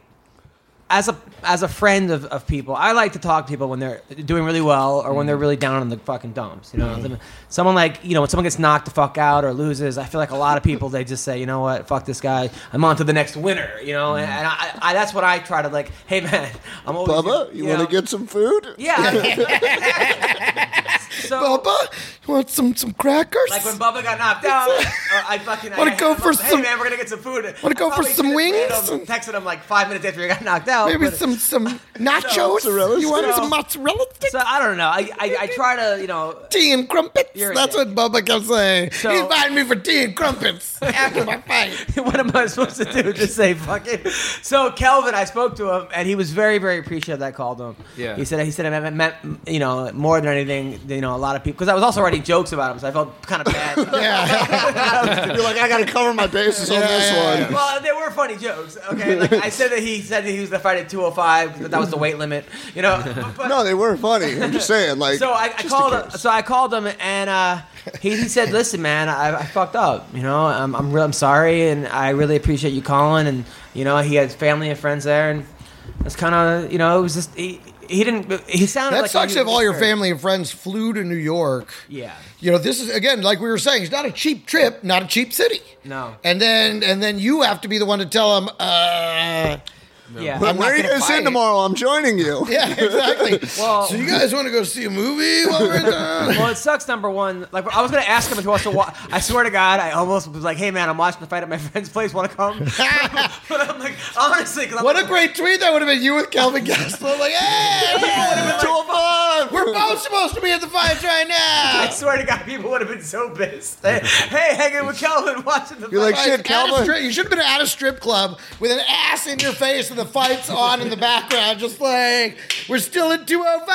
Speaker 1: as a as a friend of, of people, I like to talk to people when they're doing really well or
Speaker 3: Mm.
Speaker 1: when they're really down in the fucking dumps. You know, someone like you know when someone gets knocked the fuck out or loses, I feel like a lot of people they just say, you know what, fuck this guy, I'm on to the next winner. You
Speaker 3: Mm.
Speaker 1: know, and, and I, I, that's what I try to like. Hey man, I'm always
Speaker 3: Bubba, you
Speaker 1: know.
Speaker 3: want to get some food?
Speaker 1: yeah. I- so,
Speaker 4: Bubba, you want some some crackers?
Speaker 1: Like when Bubba got knocked out, uh, I fucking
Speaker 4: Wanna
Speaker 1: I-
Speaker 4: go
Speaker 1: I'm
Speaker 4: for
Speaker 1: like, hey,
Speaker 4: some-
Speaker 1: man, we're gonna get some food.
Speaker 4: Wanna go
Speaker 1: I
Speaker 4: for
Speaker 1: probably
Speaker 4: some
Speaker 1: should've
Speaker 4: wings?
Speaker 1: Him, texted him like five minutes after he got knocked out.
Speaker 4: Maybe
Speaker 1: but-
Speaker 4: some some nachos.
Speaker 3: Mozzarella
Speaker 4: you want
Speaker 3: sticks.
Speaker 4: some mozzarella sticks?
Speaker 1: So I don't know. I, I, I try to you know.
Speaker 4: tea and crumpets.
Speaker 1: You're a
Speaker 4: That's
Speaker 1: dick.
Speaker 4: what Bubba kept saying.
Speaker 1: So-
Speaker 4: he invited me for tea and crumpets after my fight.
Speaker 1: What am I supposed to do? Just say fuck it. So Kelvin, I spoke to him, and he was very, very appreciative that I called him.
Speaker 2: Yeah.
Speaker 1: He said he said I meant you know more than anything you know a lot of people because I was also writing jokes about him, so I felt kind of bad.
Speaker 4: Yeah.
Speaker 3: You're like, I got to cover my bases on this
Speaker 4: yeah,
Speaker 3: one.
Speaker 1: Well, they were funny jokes. Okay, like I said that he said that he was gonna fight at 205, but that was the weight limit. You know, but,
Speaker 3: No, they were funny. I'm just saying, like,
Speaker 1: so I, I
Speaker 3: just
Speaker 1: called
Speaker 3: in
Speaker 1: him.
Speaker 3: case.
Speaker 1: So I called him, and uh, he, he said, "Listen, man, I, I fucked up. You know, I'm I'm, real, I'm sorry, and I really appreciate you calling. And you know, he had family and friends there, and it's kind of you know, it was just he, he didn't he sounded
Speaker 4: That
Speaker 1: like a
Speaker 4: sucks if
Speaker 1: human
Speaker 4: all your
Speaker 1: jerk.
Speaker 4: family and friends flew to New York.
Speaker 1: Yeah.
Speaker 4: You know, this is again, like we were saying, it's not a cheap trip, not a cheap city.
Speaker 1: No.
Speaker 4: And then and then you have to be the one to tell them, uh
Speaker 1: Yeah.
Speaker 3: But
Speaker 4: I'm not
Speaker 3: where are you
Speaker 4: gonna
Speaker 3: going to
Speaker 4: fight.
Speaker 3: send tomorrow? I'm joining you.
Speaker 4: Yeah, exactly.
Speaker 1: Well-
Speaker 4: so you guys want to go see a movie while we're done?
Speaker 1: Well, it sucks. Number one, like I was gonna ask him if he wants to watch. I swear to God, I almost was like, "Hey, man, I'm watching the fight at my friend's place. Want to come?" but I'm like, honestly, 'cause I'm
Speaker 4: What a
Speaker 1: like,
Speaker 4: great tweet that would have been you with Calvin Gastelum. Like, hey, we're both supposed to be at the fights right
Speaker 1: I
Speaker 4: now.
Speaker 1: swear to God, people would have been so pissed. Hey, hey, hanging with Calvin, watching the
Speaker 3: You're
Speaker 1: fight.
Speaker 3: like, shit,
Speaker 4: At a
Speaker 3: Calvin.
Speaker 4: stri- you should have been at a strip club with an ass in your face and the fights on in the background, just like we're still at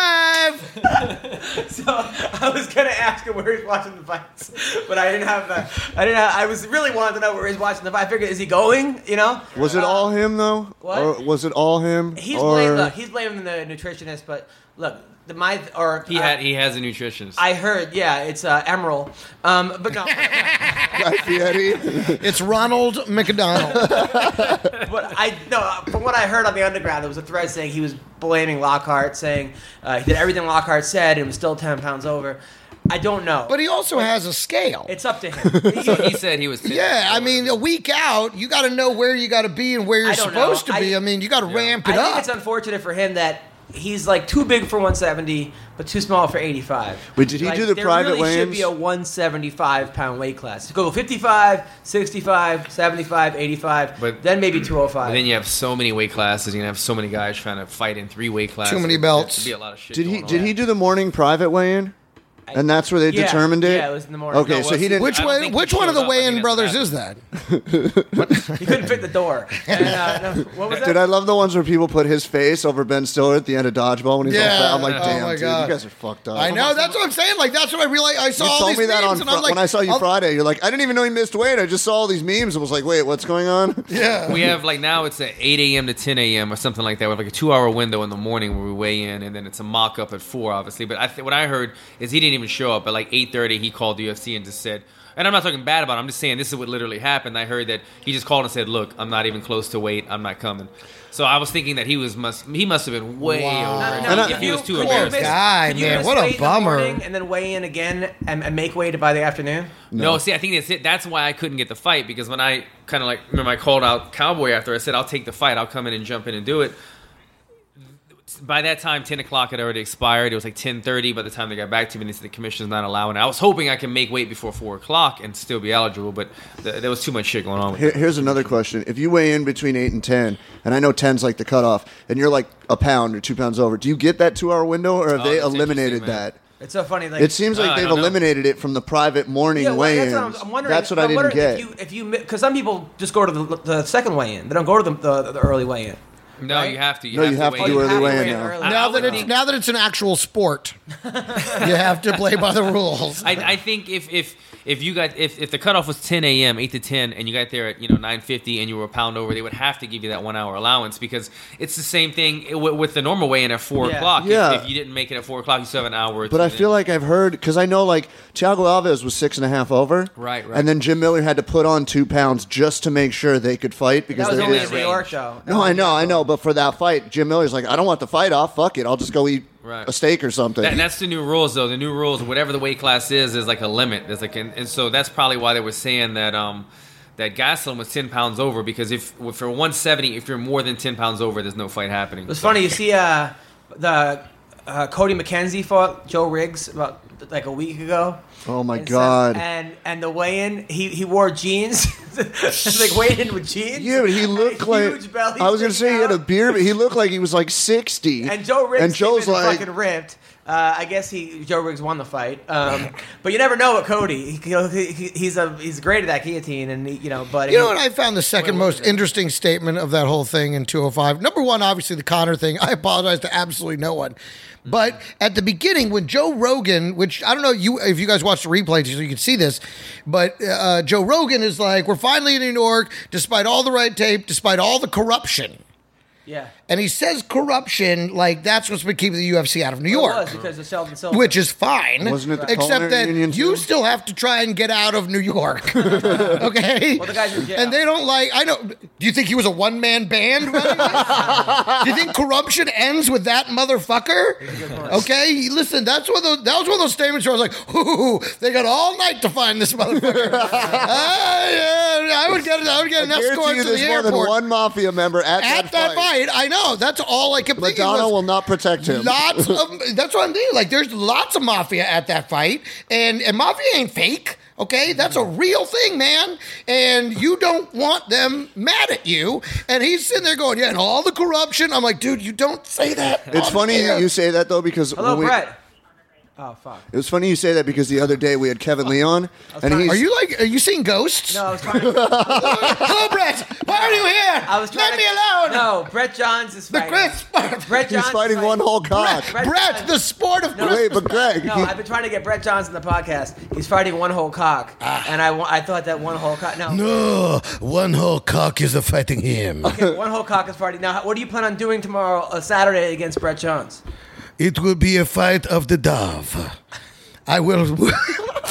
Speaker 4: 205.
Speaker 1: so I was gonna ask him where he's watching the fights, but I didn't have that. I didn't. Have, I was really wanted to know where he's watching the fight. I figured, is he going? You know,
Speaker 3: Was it
Speaker 1: Uh,
Speaker 3: all him, though?
Speaker 1: what?
Speaker 3: Or was it all him?
Speaker 1: He's
Speaker 3: or...
Speaker 1: blaming. Look, he's blaming the nutritionist, but look, the my or
Speaker 2: He
Speaker 1: uh,
Speaker 2: had he has a nutritionist.
Speaker 1: I heard, yeah, it's uh, Emerald. Um, but no,
Speaker 3: Guy Fieri.
Speaker 4: It's Ronald McDonald.
Speaker 1: but I no. From what I heard on the underground, there was a thread saying he was blaming Lockhart, saying uh, he did everything Lockhart said and was still ten pounds over. I don't know,
Speaker 4: But he also has a scale.
Speaker 1: it's up to him. He-
Speaker 2: he said he was. ten.
Speaker 4: yeah, I mean, a week out, you got to know where you got to be and where you're
Speaker 1: I don't
Speaker 4: supposed
Speaker 1: know.
Speaker 4: to be.
Speaker 1: I-
Speaker 4: I mean, you got to ramp it
Speaker 1: I think
Speaker 4: up.
Speaker 1: it's unfortunate for him that he's like too big for 170, but too small for 85.
Speaker 3: Wait, did he
Speaker 1: Like,
Speaker 3: do the
Speaker 1: there
Speaker 3: private
Speaker 1: really should
Speaker 3: weigh-ins?
Speaker 1: be a 175 pound weight class. Go 55, 65, 75, 85,
Speaker 2: But-
Speaker 1: then maybe 205.
Speaker 2: But then you have so many weight classes. You have so many guys trying to fight in three weight classes.
Speaker 4: many
Speaker 2: It-
Speaker 4: belts.
Speaker 2: it'd be a lot of shit
Speaker 3: Did he
Speaker 2: going
Speaker 3: did
Speaker 2: on.
Speaker 3: he do the morning private weigh-in? and that's where they
Speaker 1: Yeah.
Speaker 3: determined it.
Speaker 1: Yeah, it was in the morning.
Speaker 3: Okay,
Speaker 1: No,
Speaker 3: so he didn't.
Speaker 4: Which
Speaker 2: I don't
Speaker 4: way?
Speaker 2: think
Speaker 4: Which
Speaker 2: he
Speaker 4: one of the
Speaker 2: showed up. I think
Speaker 4: Wayan
Speaker 2: it's
Speaker 4: brothers
Speaker 2: that.
Speaker 4: is that?
Speaker 1: He couldn't fit the door. And, uh, no, what was that?
Speaker 3: Dude, I love the ones where people put his face over Ben Stiller at the end of Dodgeball when he's
Speaker 4: Yeah.
Speaker 3: all fat. I'm like,
Speaker 4: Oh
Speaker 3: damn,
Speaker 4: my
Speaker 3: dude,
Speaker 4: God.
Speaker 3: you guys are fucked up.
Speaker 4: I know. That's what I'm saying. Like that's what I realized. I saw
Speaker 3: You
Speaker 4: all
Speaker 3: told
Speaker 4: these
Speaker 3: me that
Speaker 4: memes
Speaker 3: on
Speaker 4: and
Speaker 3: Fri-
Speaker 4: I'm like, oh,
Speaker 3: when I saw you
Speaker 4: I'll-
Speaker 3: Friday. You're like, I didn't even know he missed weight. I just saw all these memes and was like, wait, what's going on?
Speaker 4: Yeah.
Speaker 2: We have like now it's at 8 a.m. to 10 a.m. or something like that. We have like a two hour window in the morning where we weigh in, and then it's a mock up at four, obviously. But I th- what I heard is he didn't even show up. At like 8:30, he called the UFC and just said, and I'm not talking bad about. it. I'm just saying this is what literally happened. I heard that he just called and said, "Look, I'm not even close to weight. I'm not coming." So I was thinking that he was must he must have been way over. it.
Speaker 1: No,
Speaker 3: And I-
Speaker 1: if
Speaker 2: he
Speaker 1: you-
Speaker 2: was too
Speaker 1: could you
Speaker 2: embarrassed.
Speaker 1: miss-
Speaker 4: Guy,
Speaker 1: could you
Speaker 4: man,
Speaker 1: miss
Speaker 4: what a
Speaker 1: weight in the
Speaker 4: bummer.
Speaker 1: morning And then weigh in again and, and make weight by the afternoon.
Speaker 2: No. see, I think that's it. That's why I couldn't get the fight because when I kind of like remember I called out Cowboy after I said I'll take the fight, I'll come in and jump in and do it. By that time, ten o'clock had already expired. It was like ten thirty by the time they got back to me. and They said the commission's not allowing. it. I was hoping I could make weight before four o'clock and still be eligible, but th- there was too much shit going on. With
Speaker 3: Here, here's another question. If you weigh in between 8 and 10, and I know 10's like the cutoff, and you're like a pound or two pounds over, do you get that two hour window or have
Speaker 2: Oh,
Speaker 3: they
Speaker 2: that's
Speaker 3: eliminated
Speaker 2: interesting, man.
Speaker 3: that?
Speaker 1: It's so funny. Like
Speaker 3: It seems
Speaker 2: Uh,
Speaker 3: like
Speaker 2: I
Speaker 3: they've
Speaker 2: don't know.
Speaker 3: eliminated it from the private morning
Speaker 1: Yeah, well,
Speaker 3: weigh ins.
Speaker 1: that's what I'm, I'm wondering.
Speaker 3: That's what I
Speaker 1: I'm
Speaker 3: didn't
Speaker 1: wondering
Speaker 3: get.
Speaker 1: If you, if you, because some people just go to the, the second weigh-in, they don't go to the, the, the early weigh-in.
Speaker 2: it. No, you have to. You have
Speaker 3: No, Oh, you
Speaker 2: to
Speaker 3: have
Speaker 2: weigh
Speaker 3: to
Speaker 2: in.
Speaker 3: do early
Speaker 1: have to
Speaker 3: weigh
Speaker 1: weigh
Speaker 3: in
Speaker 1: in
Speaker 3: now.
Speaker 1: early.
Speaker 2: I
Speaker 4: Now
Speaker 2: would
Speaker 4: that it's
Speaker 2: think-
Speaker 4: now that it's an actual sport, you have to play by the rules.
Speaker 2: I, I think if if if you got if, if the cutoff was 10 a.m. 8 to 10 and you got there at you know 9:50 and you were a pound over, they would have to give you that one hour allowance because it's the same thing w- with the normal weigh in at four
Speaker 1: Yeah.
Speaker 2: o'clock. If-
Speaker 3: Yeah.
Speaker 2: If, you didn't make it at four o'clock, you still have an hour. or
Speaker 3: But
Speaker 2: two
Speaker 3: I feel
Speaker 2: in.
Speaker 3: like I've heard because I know like Thiago Alves was six and a half over,
Speaker 2: Right, right.
Speaker 3: And then Jim Miller had to put on two pounds just to make sure they could fight because
Speaker 1: That was
Speaker 3: they
Speaker 1: only
Speaker 3: did-
Speaker 1: in New
Speaker 2: range.
Speaker 1: York, though.
Speaker 3: No, I know, I know. But for that fight, Jim Miller's like, I don't want the fight off. Fuck it, I'll just go eat
Speaker 2: Right.
Speaker 3: a steak or something.
Speaker 2: That, that's the new rules, though. The new rules, whatever the weight class is, is like a limit. There's like, an, and so that's probably why they were saying that um, that Gastelum was 10 pounds over because if for 170, if you're more than 10 pounds over, there's no fight happening.
Speaker 1: It was funny. You see, uh, the uh, Cody McKenzie fought Joe Riggs about like a week ago.
Speaker 3: Oh, my
Speaker 1: And so-
Speaker 3: God.
Speaker 1: and and the weigh-in, he he wore jeans, like weighed in with jeans.
Speaker 3: yeah, but he
Speaker 1: and a
Speaker 3: looked like
Speaker 1: huge belly
Speaker 3: I was gonna say
Speaker 1: sticking
Speaker 3: he had a
Speaker 1: out.
Speaker 3: beard, but he looked like he was like sixty.
Speaker 1: And Joe Riggs
Speaker 3: and Joe's like,
Speaker 1: fucking ripped. Uh, I guess he Joe Riggs won the fight, um, but you never know with Cody. He, you know, he, he- he's a he's great at that guillotine, and he, you know, but
Speaker 4: You know what I found the second most interesting statement of that whole thing in 205? Number one, obviously the Connor thing. I apologize to absolutely no one. But
Speaker 3: Mm-hmm.
Speaker 4: at the beginning, when Joe Rogan, which I don't know you if you guys watched the replays, so you can see this, but uh, Joe Rogan is like, we're finally in New York, despite all the red tape, despite all the corruption.
Speaker 1: yeah,
Speaker 4: And he says corruption, like that's what's been keeping the UFC out of New
Speaker 1: It
Speaker 4: York.
Speaker 1: was because of Sheldon Silver.
Speaker 4: Which is fine.
Speaker 3: Wasn't it the
Speaker 4: Except
Speaker 3: culinary
Speaker 4: that
Speaker 3: union
Speaker 4: you
Speaker 3: too?
Speaker 4: still have to try and get out of New York. okay?
Speaker 1: Well, the guy's in jail.
Speaker 4: And they don't like, I know. Do you think he was a one man band? running this? do you think corruption ends with that motherfucker? Okay? Listen, that's one of those, that was one of those statements where I was like, ooh, they got all night to find this motherfucker. I, uh, I would get, I would get an
Speaker 3: I guarantee
Speaker 4: escort
Speaker 3: you,
Speaker 4: to the
Speaker 3: there's more than
Speaker 4: airport.
Speaker 3: one mafia member at,
Speaker 4: At that fight, I know. That's all I kept thinking.
Speaker 3: Madonna
Speaker 4: was,
Speaker 3: will not protect him.
Speaker 4: Lots of that's what I'm thinking. Like there's lots of mafia at that fight, and and mafia ain't fake. Okay, that's a real thing, man. And you don't want them mad at you. And he's sitting there going, "Yeah," and all the corruption. I'm like, dude, you don't say that. Oh,
Speaker 3: It's
Speaker 4: on
Speaker 3: funny
Speaker 4: air.
Speaker 3: you say that though because
Speaker 1: Oh, Hello,
Speaker 3: when we,
Speaker 1: Brett. Oh fuck.
Speaker 3: It was funny you say that because the other day we had Kevin Leon, and
Speaker 1: trying-
Speaker 3: he's
Speaker 4: Are you like? Are you seeing ghosts?
Speaker 1: No, I was trying. To,
Speaker 4: Hello, Brett. Why are you here?
Speaker 1: I was trying
Speaker 4: Let
Speaker 1: to,
Speaker 4: me alone.
Speaker 1: No, Brett Johns is
Speaker 4: The
Speaker 1: fighting.
Speaker 4: Chris.
Speaker 1: Brett
Speaker 3: he's
Speaker 1: Johns is
Speaker 3: fighting one whole cock.
Speaker 1: Brett-
Speaker 4: Brett, the sport of Christmas.
Speaker 3: Oh, Wait, but Greg,
Speaker 1: No, I've been trying to get Brett Johns in the podcast. He's fighting one whole cock,
Speaker 4: Ah.
Speaker 1: and I, wa- I thought that one whole cock. No,
Speaker 5: No, one whole cock is fighting
Speaker 3: Oh,
Speaker 5: him.
Speaker 1: Okay, one whole cock is fighting. Now, what do you plan on doing tomorrow, uh, Saturday, against Brett Johns?
Speaker 5: It will be a fight of the dove. I will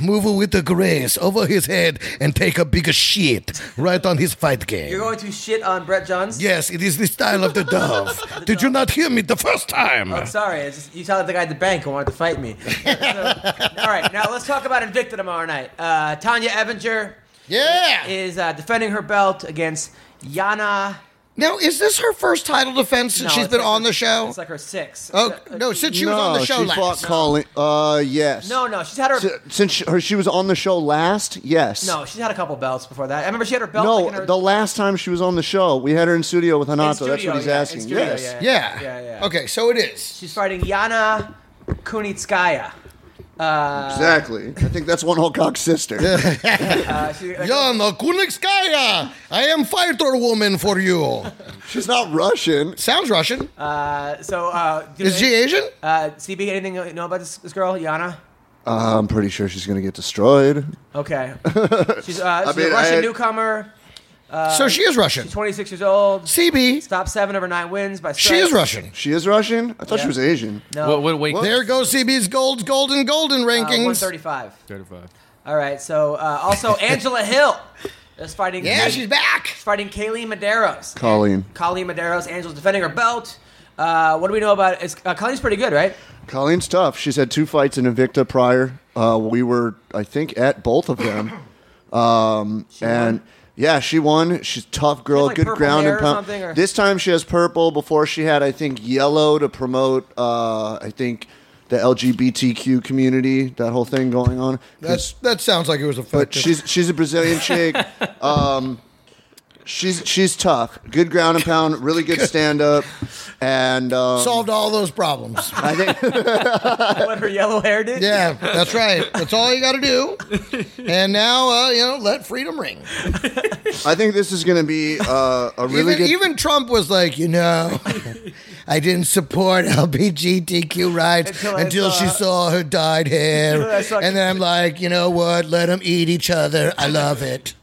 Speaker 5: move with the grace over his head and take a bigger shit right on his fight game.
Speaker 1: You're going to shit on Brett Johns?
Speaker 5: Yes, it is the style of the dove. Did you not hear me the first time?
Speaker 1: I'm sorry. It's just, you sounded like the guy at the bank who wanted to fight me. So, all right, now let's talk about Invicta tomorrow night. Uh, Tanya Evinger
Speaker 4: Yeah.
Speaker 1: is uh, defending her belt against Yana.
Speaker 4: Now, is this her first title defense
Speaker 1: No,
Speaker 4: since she's
Speaker 1: it's
Speaker 4: been
Speaker 1: like
Speaker 4: on
Speaker 1: her-
Speaker 4: the show?
Speaker 1: It's like her six.
Speaker 4: Oh
Speaker 1: Uh,
Speaker 4: no! Since she
Speaker 3: no,
Speaker 4: was on the show
Speaker 3: she fought
Speaker 4: last.
Speaker 3: Colin. Uh, yes.
Speaker 1: no, no. She's had her.
Speaker 3: S- Since she, her, she was on the show last, yes.
Speaker 1: No, she's had a couple belts before that. I remember she had her belt.
Speaker 3: No,
Speaker 1: like, in her,
Speaker 3: the last time she was on the show, we had her in studio with Hanato. That's
Speaker 1: studio,
Speaker 3: what he's
Speaker 1: yeah, in
Speaker 3: asking.
Speaker 1: studio,
Speaker 3: yes.
Speaker 1: yeah.
Speaker 4: Yeah.
Speaker 1: Yeah, yeah.
Speaker 4: Okay, so it is.
Speaker 1: She's fighting Yana Kunitskaya.
Speaker 3: exactly. I think that's one whole cock's sister.
Speaker 1: Uh, she, like,
Speaker 4: Yana Kunitskaya, I am fighter woman for you.
Speaker 3: She's not Russian.
Speaker 4: Sounds Russian.
Speaker 1: uh, so uh, do they-
Speaker 4: Is she Asian?
Speaker 1: Uh, CB, anything you know about this, this girl, Yana?
Speaker 3: Uh, I'm pretty sure she's gonna get destroyed.
Speaker 1: Okay. She's, uh, she's
Speaker 3: mean,
Speaker 1: a
Speaker 3: I
Speaker 1: Russian
Speaker 3: had-
Speaker 1: newcomer.
Speaker 4: so she is Russian.
Speaker 1: She's 26 years old.
Speaker 4: CB,
Speaker 1: Top seven of her nine wins by
Speaker 4: she is
Speaker 1: strikes.
Speaker 4: Russian.
Speaker 3: She is Russian. I thought
Speaker 1: Yeah.
Speaker 3: she was Asian.
Speaker 1: No,
Speaker 2: What, what weight?
Speaker 4: There goes CB's gold, golden, golden
Speaker 1: uh,
Speaker 4: rankings.
Speaker 1: 135.
Speaker 2: 35.
Speaker 1: All right. So uh, also Angela Hill is fighting.
Speaker 4: yeah, she's back.
Speaker 1: fighting Kaylee Medeiros.
Speaker 3: Colleen.
Speaker 1: Kaylee Medeiros. Angela's defending her belt. Uh, what do we know about? Is, uh, Colleen's pretty good, right?
Speaker 3: Colleen's tough. She's had two fights in Invicta prior. Uh, we were, I think, at both of them. Um, and yeah, she won. She's a tough girl,
Speaker 1: like,
Speaker 3: good
Speaker 1: purple
Speaker 3: ground
Speaker 1: hair or
Speaker 3: and pound.
Speaker 1: something, or-
Speaker 3: This time she has purple. Before she had, I think, yellow to promote. Uh, I think the LGBTQ community, that whole thing going on. 'Cause-
Speaker 4: That's, that sounds like it was a
Speaker 3: but she's she's a Brazilian chick. Um, she's she's tough. Good ground and pound. Really good stand up. And um,
Speaker 4: solved all those problems.
Speaker 3: I think.
Speaker 1: what her yellow hair did.
Speaker 4: yeah, that's right. That's all you got to do. And now, uh, you know, let freedom ring.
Speaker 3: I think this is going to be uh, a really
Speaker 4: Even,
Speaker 3: good.
Speaker 4: even Trump was like, you know, I didn't support LGBTQ rights
Speaker 1: Until
Speaker 4: until,
Speaker 1: I
Speaker 4: she
Speaker 1: saw-
Speaker 4: saw her dyed
Speaker 1: Until I
Speaker 4: hair.
Speaker 1: saw-
Speaker 4: And then I'm like, you know what? Let them eat each other. I love it.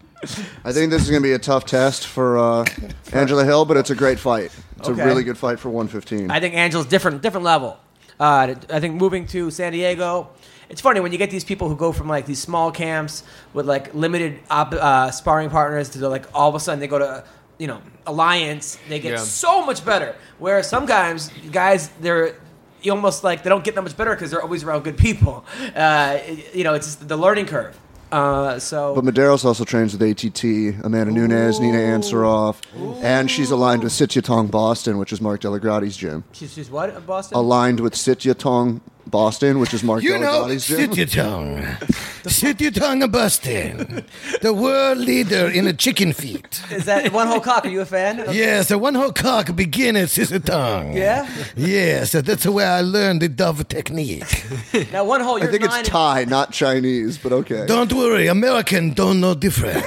Speaker 3: I think this is going to be a tough test for uh, Angela Hill, but it's a great fight. It's
Speaker 1: Okay.
Speaker 3: a really good fight for 115.
Speaker 1: I think Angela's different, different level. Uh, I think moving to San Diego, it's funny when you get these people who go from like these small camps with like limited op- uh, sparring partners to like all of a sudden they go to you know alliance, they get
Speaker 2: Yeah.
Speaker 1: so much better. Whereas sometimes guys they're you almost like they don't get that much better because they're always around good people. Uh, you know, it's just the learning curve. Uh, so
Speaker 3: but Medeiros also trains with ATT, Amanda Nunes, Nina Ansaroff, and she's aligned with Sitya Tong Boston, which is Mark Delagrati's gym.
Speaker 1: she's, she's what in Boston?
Speaker 3: Aligned with Sitya Tong Boston, which is Mark
Speaker 4: You know,
Speaker 3: Delagrati's gym.
Speaker 4: sit your tongue. sit your tongue a bustin'. The world leader in a chicken feet.
Speaker 1: Is that one whole cock? Are you a fan? of-
Speaker 4: Yes, the one whole cock beginners is a tongue.
Speaker 1: Yeah?
Speaker 4: Yes, that's where I learned the dove technique.
Speaker 1: Now one whole.
Speaker 3: I
Speaker 1: You're
Speaker 3: think
Speaker 1: nine
Speaker 3: it's Thai, not Chinese, but okay.
Speaker 4: Don't worry, American don't know different.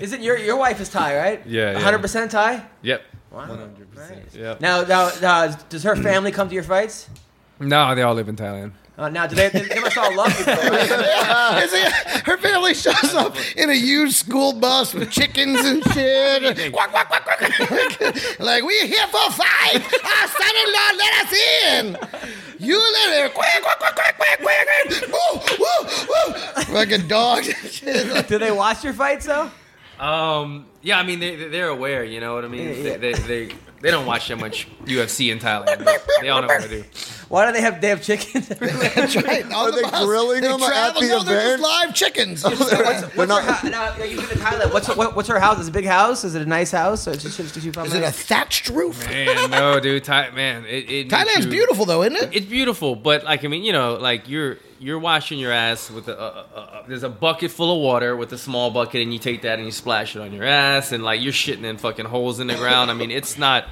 Speaker 1: Isn't your your wife is Thai, right?
Speaker 2: Yeah, yeah.
Speaker 1: hundred percent Thai.
Speaker 2: Yep.
Speaker 1: Wow.
Speaker 2: 100%. Yep.
Speaker 1: Now, now, now, does her family come to your fights?
Speaker 2: No, they all live in Thailand.
Speaker 1: Uh, now, do they, they, they must all love you, though, right?
Speaker 4: Is it- her family shows up in a huge school bus with chickens and shit. Quack, quack, quack, quack. like, we're here for a fight. Our son in law let us in. You let her. Quack, quack, quack, quack, quack, quack. Woo, woo, woo. Like a dog.
Speaker 1: Do they watch your fights though?
Speaker 2: Um, yeah, I mean they they- they're aware, you know what I mean.
Speaker 1: Yeah, yeah.
Speaker 2: They, they they they don't watch that much UFC in Thailand. but They all know what to do.
Speaker 1: Why do they have they have chickens? everywhere?
Speaker 4: That's right. On
Speaker 3: Are
Speaker 4: the
Speaker 3: they
Speaker 4: bus.
Speaker 3: grilling
Speaker 4: They
Speaker 3: them at
Speaker 4: travel.
Speaker 3: the
Speaker 4: no, They're
Speaker 3: event?
Speaker 4: just live chickens.
Speaker 1: what's, what's
Speaker 3: not-
Speaker 1: her hou- now, you've been to Thailand. What's her, what, what's her house? Is it a big house? Is it a nice house? Or is, she, is, she from
Speaker 4: Is it a thatched roof?
Speaker 2: Man, no, dude, Thai, man, it, it makes
Speaker 4: Thailand's
Speaker 2: you-
Speaker 4: beautiful, though, isn't it?
Speaker 2: It's beautiful, but like I mean, you know, like you're you're washing your ass with a, a, a, a there's a bucket full of water with a small bucket, and you take that and you splash it on your ass, and like you're shitting in fucking holes in the ground. I mean, it's not.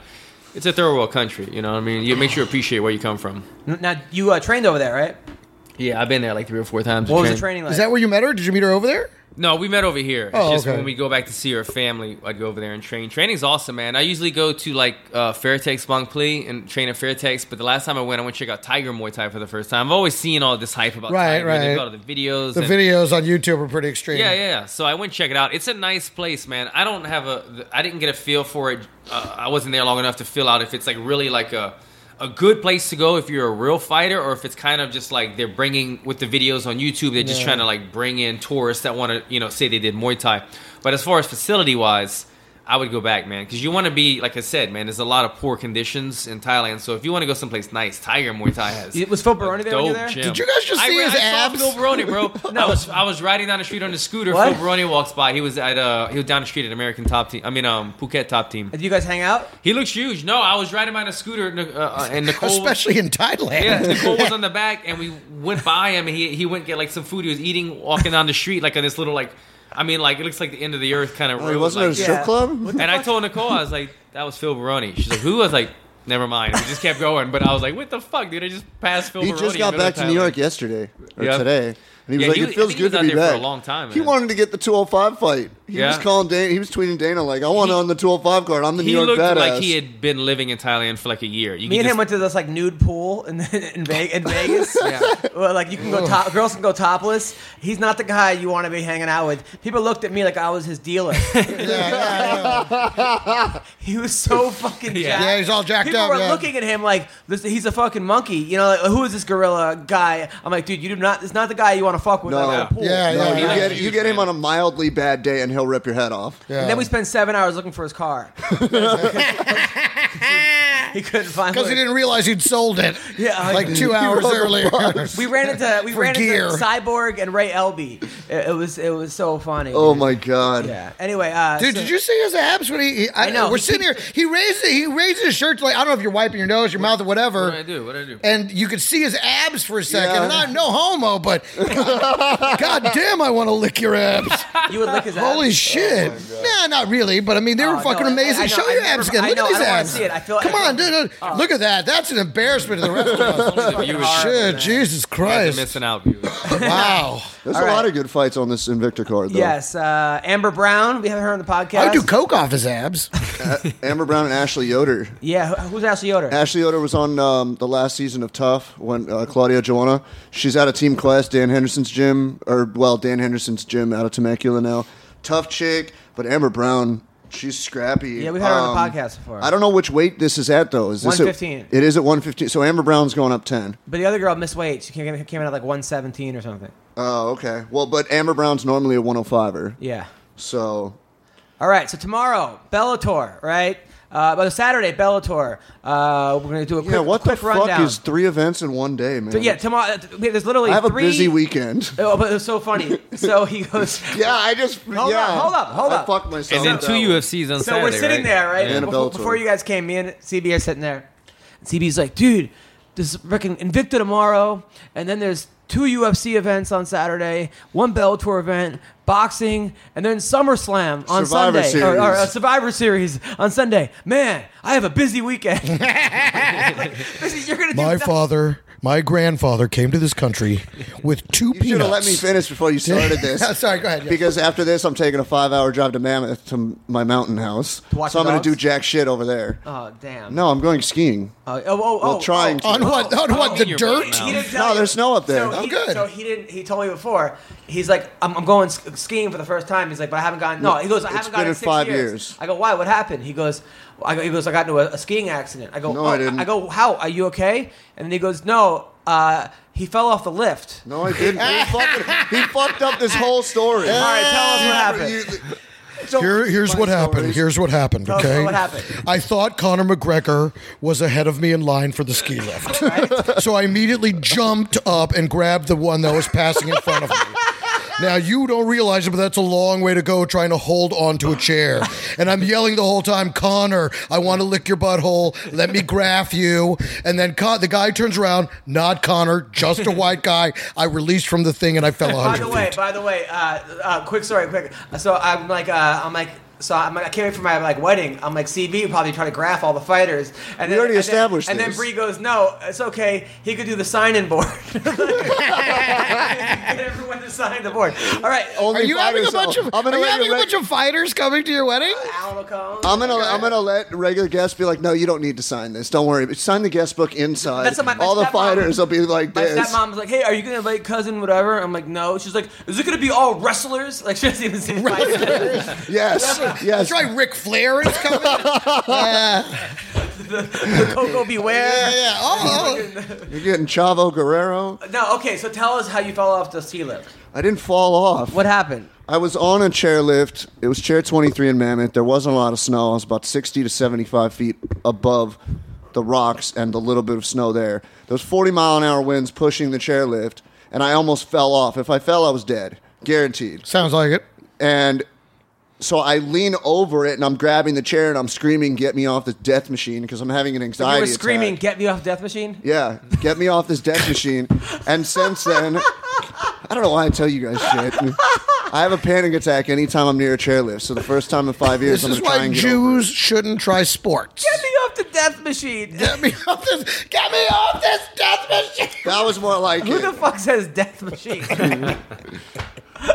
Speaker 2: It's a third world country, you know. what I mean, you make sure you appreciate where you come from.
Speaker 1: now you uh, trained over there, right?
Speaker 2: Yeah, I've been there like three or four times. to
Speaker 1: What was
Speaker 2: train.
Speaker 1: the training like?
Speaker 4: Is that where you met her? Did you meet her over there?
Speaker 2: No, we met over here. It's
Speaker 4: Oh,
Speaker 2: just
Speaker 4: okay.
Speaker 2: when we go back to see her family, I'd go over there and train. Training's awesome, man. I usually go to like uh, Fairtex Bang Pli and train at Fairtex, but the last time I went, I went to check out Tiger Muay Thai for the first time. I've always seen all this hype about
Speaker 4: Right,
Speaker 2: Tiger. They've
Speaker 4: right.
Speaker 2: got all the videos.
Speaker 4: The
Speaker 2: and-
Speaker 4: videos on YouTube are pretty extreme.
Speaker 2: Yeah, yeah, yeah. So I went check it out. It's a nice place, man. I don't have a, I didn't get a feel for it. Uh, I wasn't there long enough to feel out if it's like really like a, a good place to go if you're a real fighter or if it's kind of just like they're bringing with the videos on YouTube. They're just trying to like bring in tourists that want to, you know, say they did Muay Thai. But as far as facility wise, I would go back, man, because you want to be like I said, man. There's a lot of poor conditions in Thailand, so if you want to go someplace nice, Tiger Muay Thai has.
Speaker 1: It- was Phil
Speaker 2: a
Speaker 1: Baroni there when you
Speaker 2: dope
Speaker 1: were there?
Speaker 2: gym.
Speaker 4: Did you guys just
Speaker 2: I
Speaker 4: see
Speaker 2: ra-
Speaker 4: his
Speaker 2: I saw
Speaker 4: abs?
Speaker 2: Phil Baroni, bro. I was I was riding down the street on the scooter.
Speaker 1: What?
Speaker 2: Phil Baroni walks by. He was at uh he was down the street at American Top Team. I mean um Phuket Top Team.
Speaker 1: Did you guys hang out?
Speaker 2: He looks huge. No, I was riding by on a scooter and, uh, uh, and Nicole.
Speaker 4: Especially in Thailand.
Speaker 2: Yeah, Nicole was on the back, and we went by him, and he he went get like some food. He was eating, walking down the street like on this little like, I mean like it looks like the end of the earth kind of.
Speaker 3: Oh, he wasn't at a
Speaker 1: Yeah.
Speaker 3: strip club?
Speaker 2: And I told Nicole, I was like, that was Phil Baroni. She's like, who? I was like, Never mind. We just kept going, but I was like, "What the fuck, dude? I just passed Phil."
Speaker 3: He
Speaker 2: Baroni
Speaker 3: just
Speaker 2: in
Speaker 3: got
Speaker 2: the middle
Speaker 3: back
Speaker 2: of
Speaker 3: to New York
Speaker 2: Thailand.
Speaker 3: yesterday or
Speaker 2: Yeah.
Speaker 3: today, and he was
Speaker 2: Yeah,
Speaker 3: like,
Speaker 2: he
Speaker 3: "It
Speaker 2: was- I
Speaker 3: feels
Speaker 2: think he was
Speaker 3: good to
Speaker 2: out
Speaker 3: be
Speaker 2: there
Speaker 3: back."
Speaker 2: for a long time,
Speaker 3: He
Speaker 2: man.
Speaker 3: wanted to get the 205 fight. He was
Speaker 2: Yeah.
Speaker 3: calling Dana. He was tweeting Dana like, "I want
Speaker 2: He-
Speaker 3: on the 205 card. I'm the New
Speaker 2: He
Speaker 3: York
Speaker 2: looked
Speaker 3: badass."
Speaker 2: like he had been living in Thailand for like a year. You
Speaker 1: Me
Speaker 2: could
Speaker 1: and him
Speaker 2: just-
Speaker 1: went to this like nude pool in in, Ve- in Vegas. Well, like you can go top, girls can go topless. He's not the guy you want to be hanging out with. People looked at me like I was his dealer. he was so fucking
Speaker 2: Yeah.
Speaker 1: jacked.
Speaker 4: Yeah, he's all jacked
Speaker 1: People
Speaker 4: up,
Speaker 1: were
Speaker 4: yeah.
Speaker 1: looking at him like this, he's a fucking monkey. You know, like, who is this gorilla guy? I'm like, dude, you do not. It's not the guy you want to fuck with.
Speaker 3: No.
Speaker 1: at a pool.
Speaker 4: Yeah,
Speaker 3: No,
Speaker 4: yeah,
Speaker 3: you,
Speaker 4: yeah.
Speaker 3: get,
Speaker 2: Huge
Speaker 3: you get him
Speaker 2: fan.
Speaker 3: on a mildly bad day, and he'll rip your head off.
Speaker 1: And then we spent seven hours looking for his car. he couldn't find
Speaker 4: Because
Speaker 1: one.
Speaker 4: he didn't realize he'd sold it.
Speaker 1: Yeah, I-
Speaker 4: like two hours earlier.
Speaker 1: We ran into we
Speaker 4: For
Speaker 1: ran
Speaker 4: gear.
Speaker 1: into Cyborg and Ray Elby. It, it was it was so funny.
Speaker 3: Oh my god!
Speaker 1: Yeah. Anyway, uh,
Speaker 4: Dude,
Speaker 1: so-
Speaker 4: did you see his abs when he? he I,
Speaker 1: I know.
Speaker 4: We're sitting here. He raised it. He raised his shirt. Like I don't know if you're wiping your nose, your mouth, or whatever.
Speaker 2: What did I do? What did I do?
Speaker 4: and you could see his abs for a second.
Speaker 3: Yeah.
Speaker 4: And I, no homo, but god, god damn, I want to lick your abs.
Speaker 1: you would lick his ass?
Speaker 4: Holy shit! nah, not really. But I mean, they were
Speaker 1: Oh,
Speaker 4: fucking
Speaker 1: no, I-
Speaker 4: amazing.
Speaker 1: I know,
Speaker 4: Show
Speaker 1: I
Speaker 4: your
Speaker 1: never-
Speaker 4: abs again.
Speaker 1: I
Speaker 4: Look
Speaker 1: know,
Speaker 4: at
Speaker 1: I
Speaker 4: these
Speaker 1: don't wanna
Speaker 4: abs.
Speaker 1: see it. I feel- I Oh.
Speaker 4: Come on,
Speaker 1: feel-
Speaker 4: dude. dude, Look at that. That's an embarrassment to the rest of us.
Speaker 2: You
Speaker 4: shit, Jesus Christ!
Speaker 2: missing out. Dude.
Speaker 4: Wow.
Speaker 3: There's a
Speaker 1: All
Speaker 3: lot
Speaker 1: right.
Speaker 3: of good fights on this Invicta card, though.
Speaker 1: Yes, uh, Amber Brown. We haven't heard on the podcast.
Speaker 4: I would do coke off his abs.
Speaker 3: Amber Brown and Ashley Yoder.
Speaker 1: Yeah, who- who's Ashley Yoder?
Speaker 3: Ashley Yoder was on um, the last season of Tough when uh, Claudia Joanna. She's out of Team Quest, Dan Henderson's gym, or well, Dan Henderson's gym out of Temecula now. Tough chick, but Amber Brown, she's scrappy. Um,
Speaker 1: Yeah, we've had her on the podcast before.
Speaker 3: I don't know which weight this is at though. Is this at-
Speaker 1: 115.
Speaker 3: it is at one fifteen. So Amber Brown's going up ten.
Speaker 1: but the other girl missed weight. She came, came in at like one seventeen or something.
Speaker 3: Oh, okay. Well, but Amber Brown's normally a one hundred fiver.
Speaker 1: Yeah.
Speaker 3: So
Speaker 1: All right. So tomorrow, Bellator. Right. Uh, but Saturday, Bellator. Uh, we're gonna do a quick,
Speaker 3: yeah, what the
Speaker 1: quick
Speaker 3: fuck
Speaker 1: rundown.
Speaker 3: is three events in one day, man?
Speaker 1: So, yeah, tomorrow. uh, we- There's literally
Speaker 3: I have a
Speaker 1: three.
Speaker 3: busy weekend.
Speaker 1: Oh, but it was so funny. So he goes.
Speaker 3: Yeah, I just
Speaker 1: Hold
Speaker 3: yeah.
Speaker 1: up, hold up, hold
Speaker 3: I
Speaker 1: up.
Speaker 3: fucked myself.
Speaker 2: And then
Speaker 3: with
Speaker 2: two
Speaker 3: that one.
Speaker 2: UFCs on
Speaker 1: So
Speaker 2: Saturday.
Speaker 1: we're sitting there, right?
Speaker 3: Yeah. And a
Speaker 1: Before,
Speaker 3: Bellator.
Speaker 1: before you guys came, me and CB are sitting there. And CB's like, dude, this is freaking Invicta tomorrow, and then there's two UFC events on Saturday, one Bellator event, boxing, and then SummerSlam on
Speaker 3: Survivor
Speaker 1: Sunday, or, or,
Speaker 3: Series.
Speaker 1: uh, Survivor Series on Sunday. Man, I have a busy weekend. Like, this is- you're gonna do
Speaker 4: My
Speaker 1: nothing.
Speaker 4: father, my grandfather came to this country with two
Speaker 3: You should have let me finish before you started this.
Speaker 4: Sorry, go ahead. yeah.
Speaker 3: Because after this, I'm taking a five-hour drive to Mammoth to my mountain house,
Speaker 1: watch
Speaker 3: so I'm
Speaker 1: the
Speaker 3: going to
Speaker 1: dogs?
Speaker 3: do jack shit over there.
Speaker 1: Oh damn!
Speaker 3: No, I'm going skiing.
Speaker 1: Oh, oh, oh,
Speaker 3: Well,
Speaker 1: oh,
Speaker 3: trying to.
Speaker 4: on what? On what? The
Speaker 2: Your
Speaker 4: dirt?
Speaker 2: mouth.
Speaker 1: He didn't
Speaker 3: No,
Speaker 1: tell you.
Speaker 3: there's snow up there. Oh,
Speaker 1: So
Speaker 3: I'm
Speaker 1: he,
Speaker 4: good.
Speaker 1: So he didn't. He told me before. He's like, I'm, I'm going sk- skiing for the first time. He's like, but I haven't gone. No, he goes, I
Speaker 3: It's
Speaker 1: haven't
Speaker 3: been
Speaker 1: gone
Speaker 3: in
Speaker 1: in six
Speaker 3: five
Speaker 1: years.
Speaker 3: years.
Speaker 1: I go, why? What happened? He goes, well, I go, he goes, I got into a, a skiing accident. I go,
Speaker 3: No,
Speaker 1: "Oh,"
Speaker 3: I didn't.
Speaker 1: I go, how? Are you okay? And then he goes, no. Uh, he fell off the lift.
Speaker 3: No, I didn't. he, fucking, he fucked up this whole story.
Speaker 1: All right, tell us what happened.
Speaker 4: Here, here's what happened. Here's what happened.
Speaker 1: Tell us
Speaker 4: Okay,
Speaker 1: what happened.
Speaker 4: I thought Conor McGregor was ahead of me in line for the ski lift, so I immediately jumped up and grabbed the one that was passing in front of me. Now you don't realize it, but that's a long way to go trying to hold onto a chair. And I'm yelling the whole time, Connor, I want to lick your butthole. Let me graph you. And then Con- the guy turns around, not Connor, just a white guy. I released from the thing and I fell
Speaker 1: By
Speaker 4: 100
Speaker 1: the way,
Speaker 4: feet.
Speaker 1: by the way, uh, uh, quick story, quick. So I'm like, uh, I'm like, so I'm like, I can't wait for my like wedding. I'm like, CB will probably try to graph all the fighters. And
Speaker 3: We already established
Speaker 1: And then,
Speaker 3: this.
Speaker 1: and then Bree goes, no, it's okay. He could do the sign-in board. Get everyone to sign the board. All right.
Speaker 3: Only
Speaker 4: Are you
Speaker 3: five
Speaker 4: having a
Speaker 3: years
Speaker 4: bunch
Speaker 3: old.
Speaker 4: of
Speaker 3: I'm
Speaker 4: Are
Speaker 3: gonna
Speaker 4: you
Speaker 3: let
Speaker 4: having
Speaker 3: your
Speaker 4: a
Speaker 3: reg-
Speaker 4: bunch of fighters coming to your wedding?
Speaker 1: Alan will come.
Speaker 3: I'm gonna I'm gonna let regular guests be like, no, you don't need to sign this. Don't worry. Sign the guest book inside.
Speaker 1: That's what my- my
Speaker 3: All the
Speaker 1: stepmom-
Speaker 3: fighters will be like
Speaker 1: My
Speaker 3: this.
Speaker 1: stepmom's like, "Hey, are you gonna invite cousin whatever?" I'm like, "No." She's like, "Is it gonna be all wrestlers?" Like she doesn't even see fighters.
Speaker 3: Yes, yes.
Speaker 4: That's right, Ric Flair is coming. yeah,
Speaker 1: the Coco Beware.
Speaker 4: yeah. Oh, oh.
Speaker 3: You're getting Chavo Guerrero.
Speaker 1: No, okay. So tell us how you fell off the ski lift.
Speaker 3: I didn't fall off.
Speaker 1: What happened?
Speaker 3: I was on a chairlift. It was chair 23 in Mammoth. There wasn't a lot of snow. I was about 60 to 75 feet above the rocks and the little bit of snow there. Those 40 mile an hour winds pushing the chairlift, and I almost fell off. If I fell, I was dead, guaranteed.
Speaker 4: sounds like it.
Speaker 3: And so I lean over it, and I'm grabbing the chair, and I'm screaming, "Get me off this death machine!" Because I'm having an anxiety.
Speaker 1: You were
Speaker 3: attack.
Speaker 1: screaming, "Get me off Death Machine!"
Speaker 3: Yeah, get me off this death machine. And since then, I don't know why I tell you guys shit. I have a panic attack anytime I'm near a chairlift. So the first time in five years,
Speaker 4: This
Speaker 3: I'm
Speaker 4: is
Speaker 3: gonna try
Speaker 4: why
Speaker 3: and get
Speaker 4: Jews shouldn't try sports.
Speaker 1: Get me off the death machine.
Speaker 4: Get me off this! Get me off this death machine!
Speaker 3: That was more like
Speaker 1: Who
Speaker 3: it.
Speaker 1: the fuck says death machine?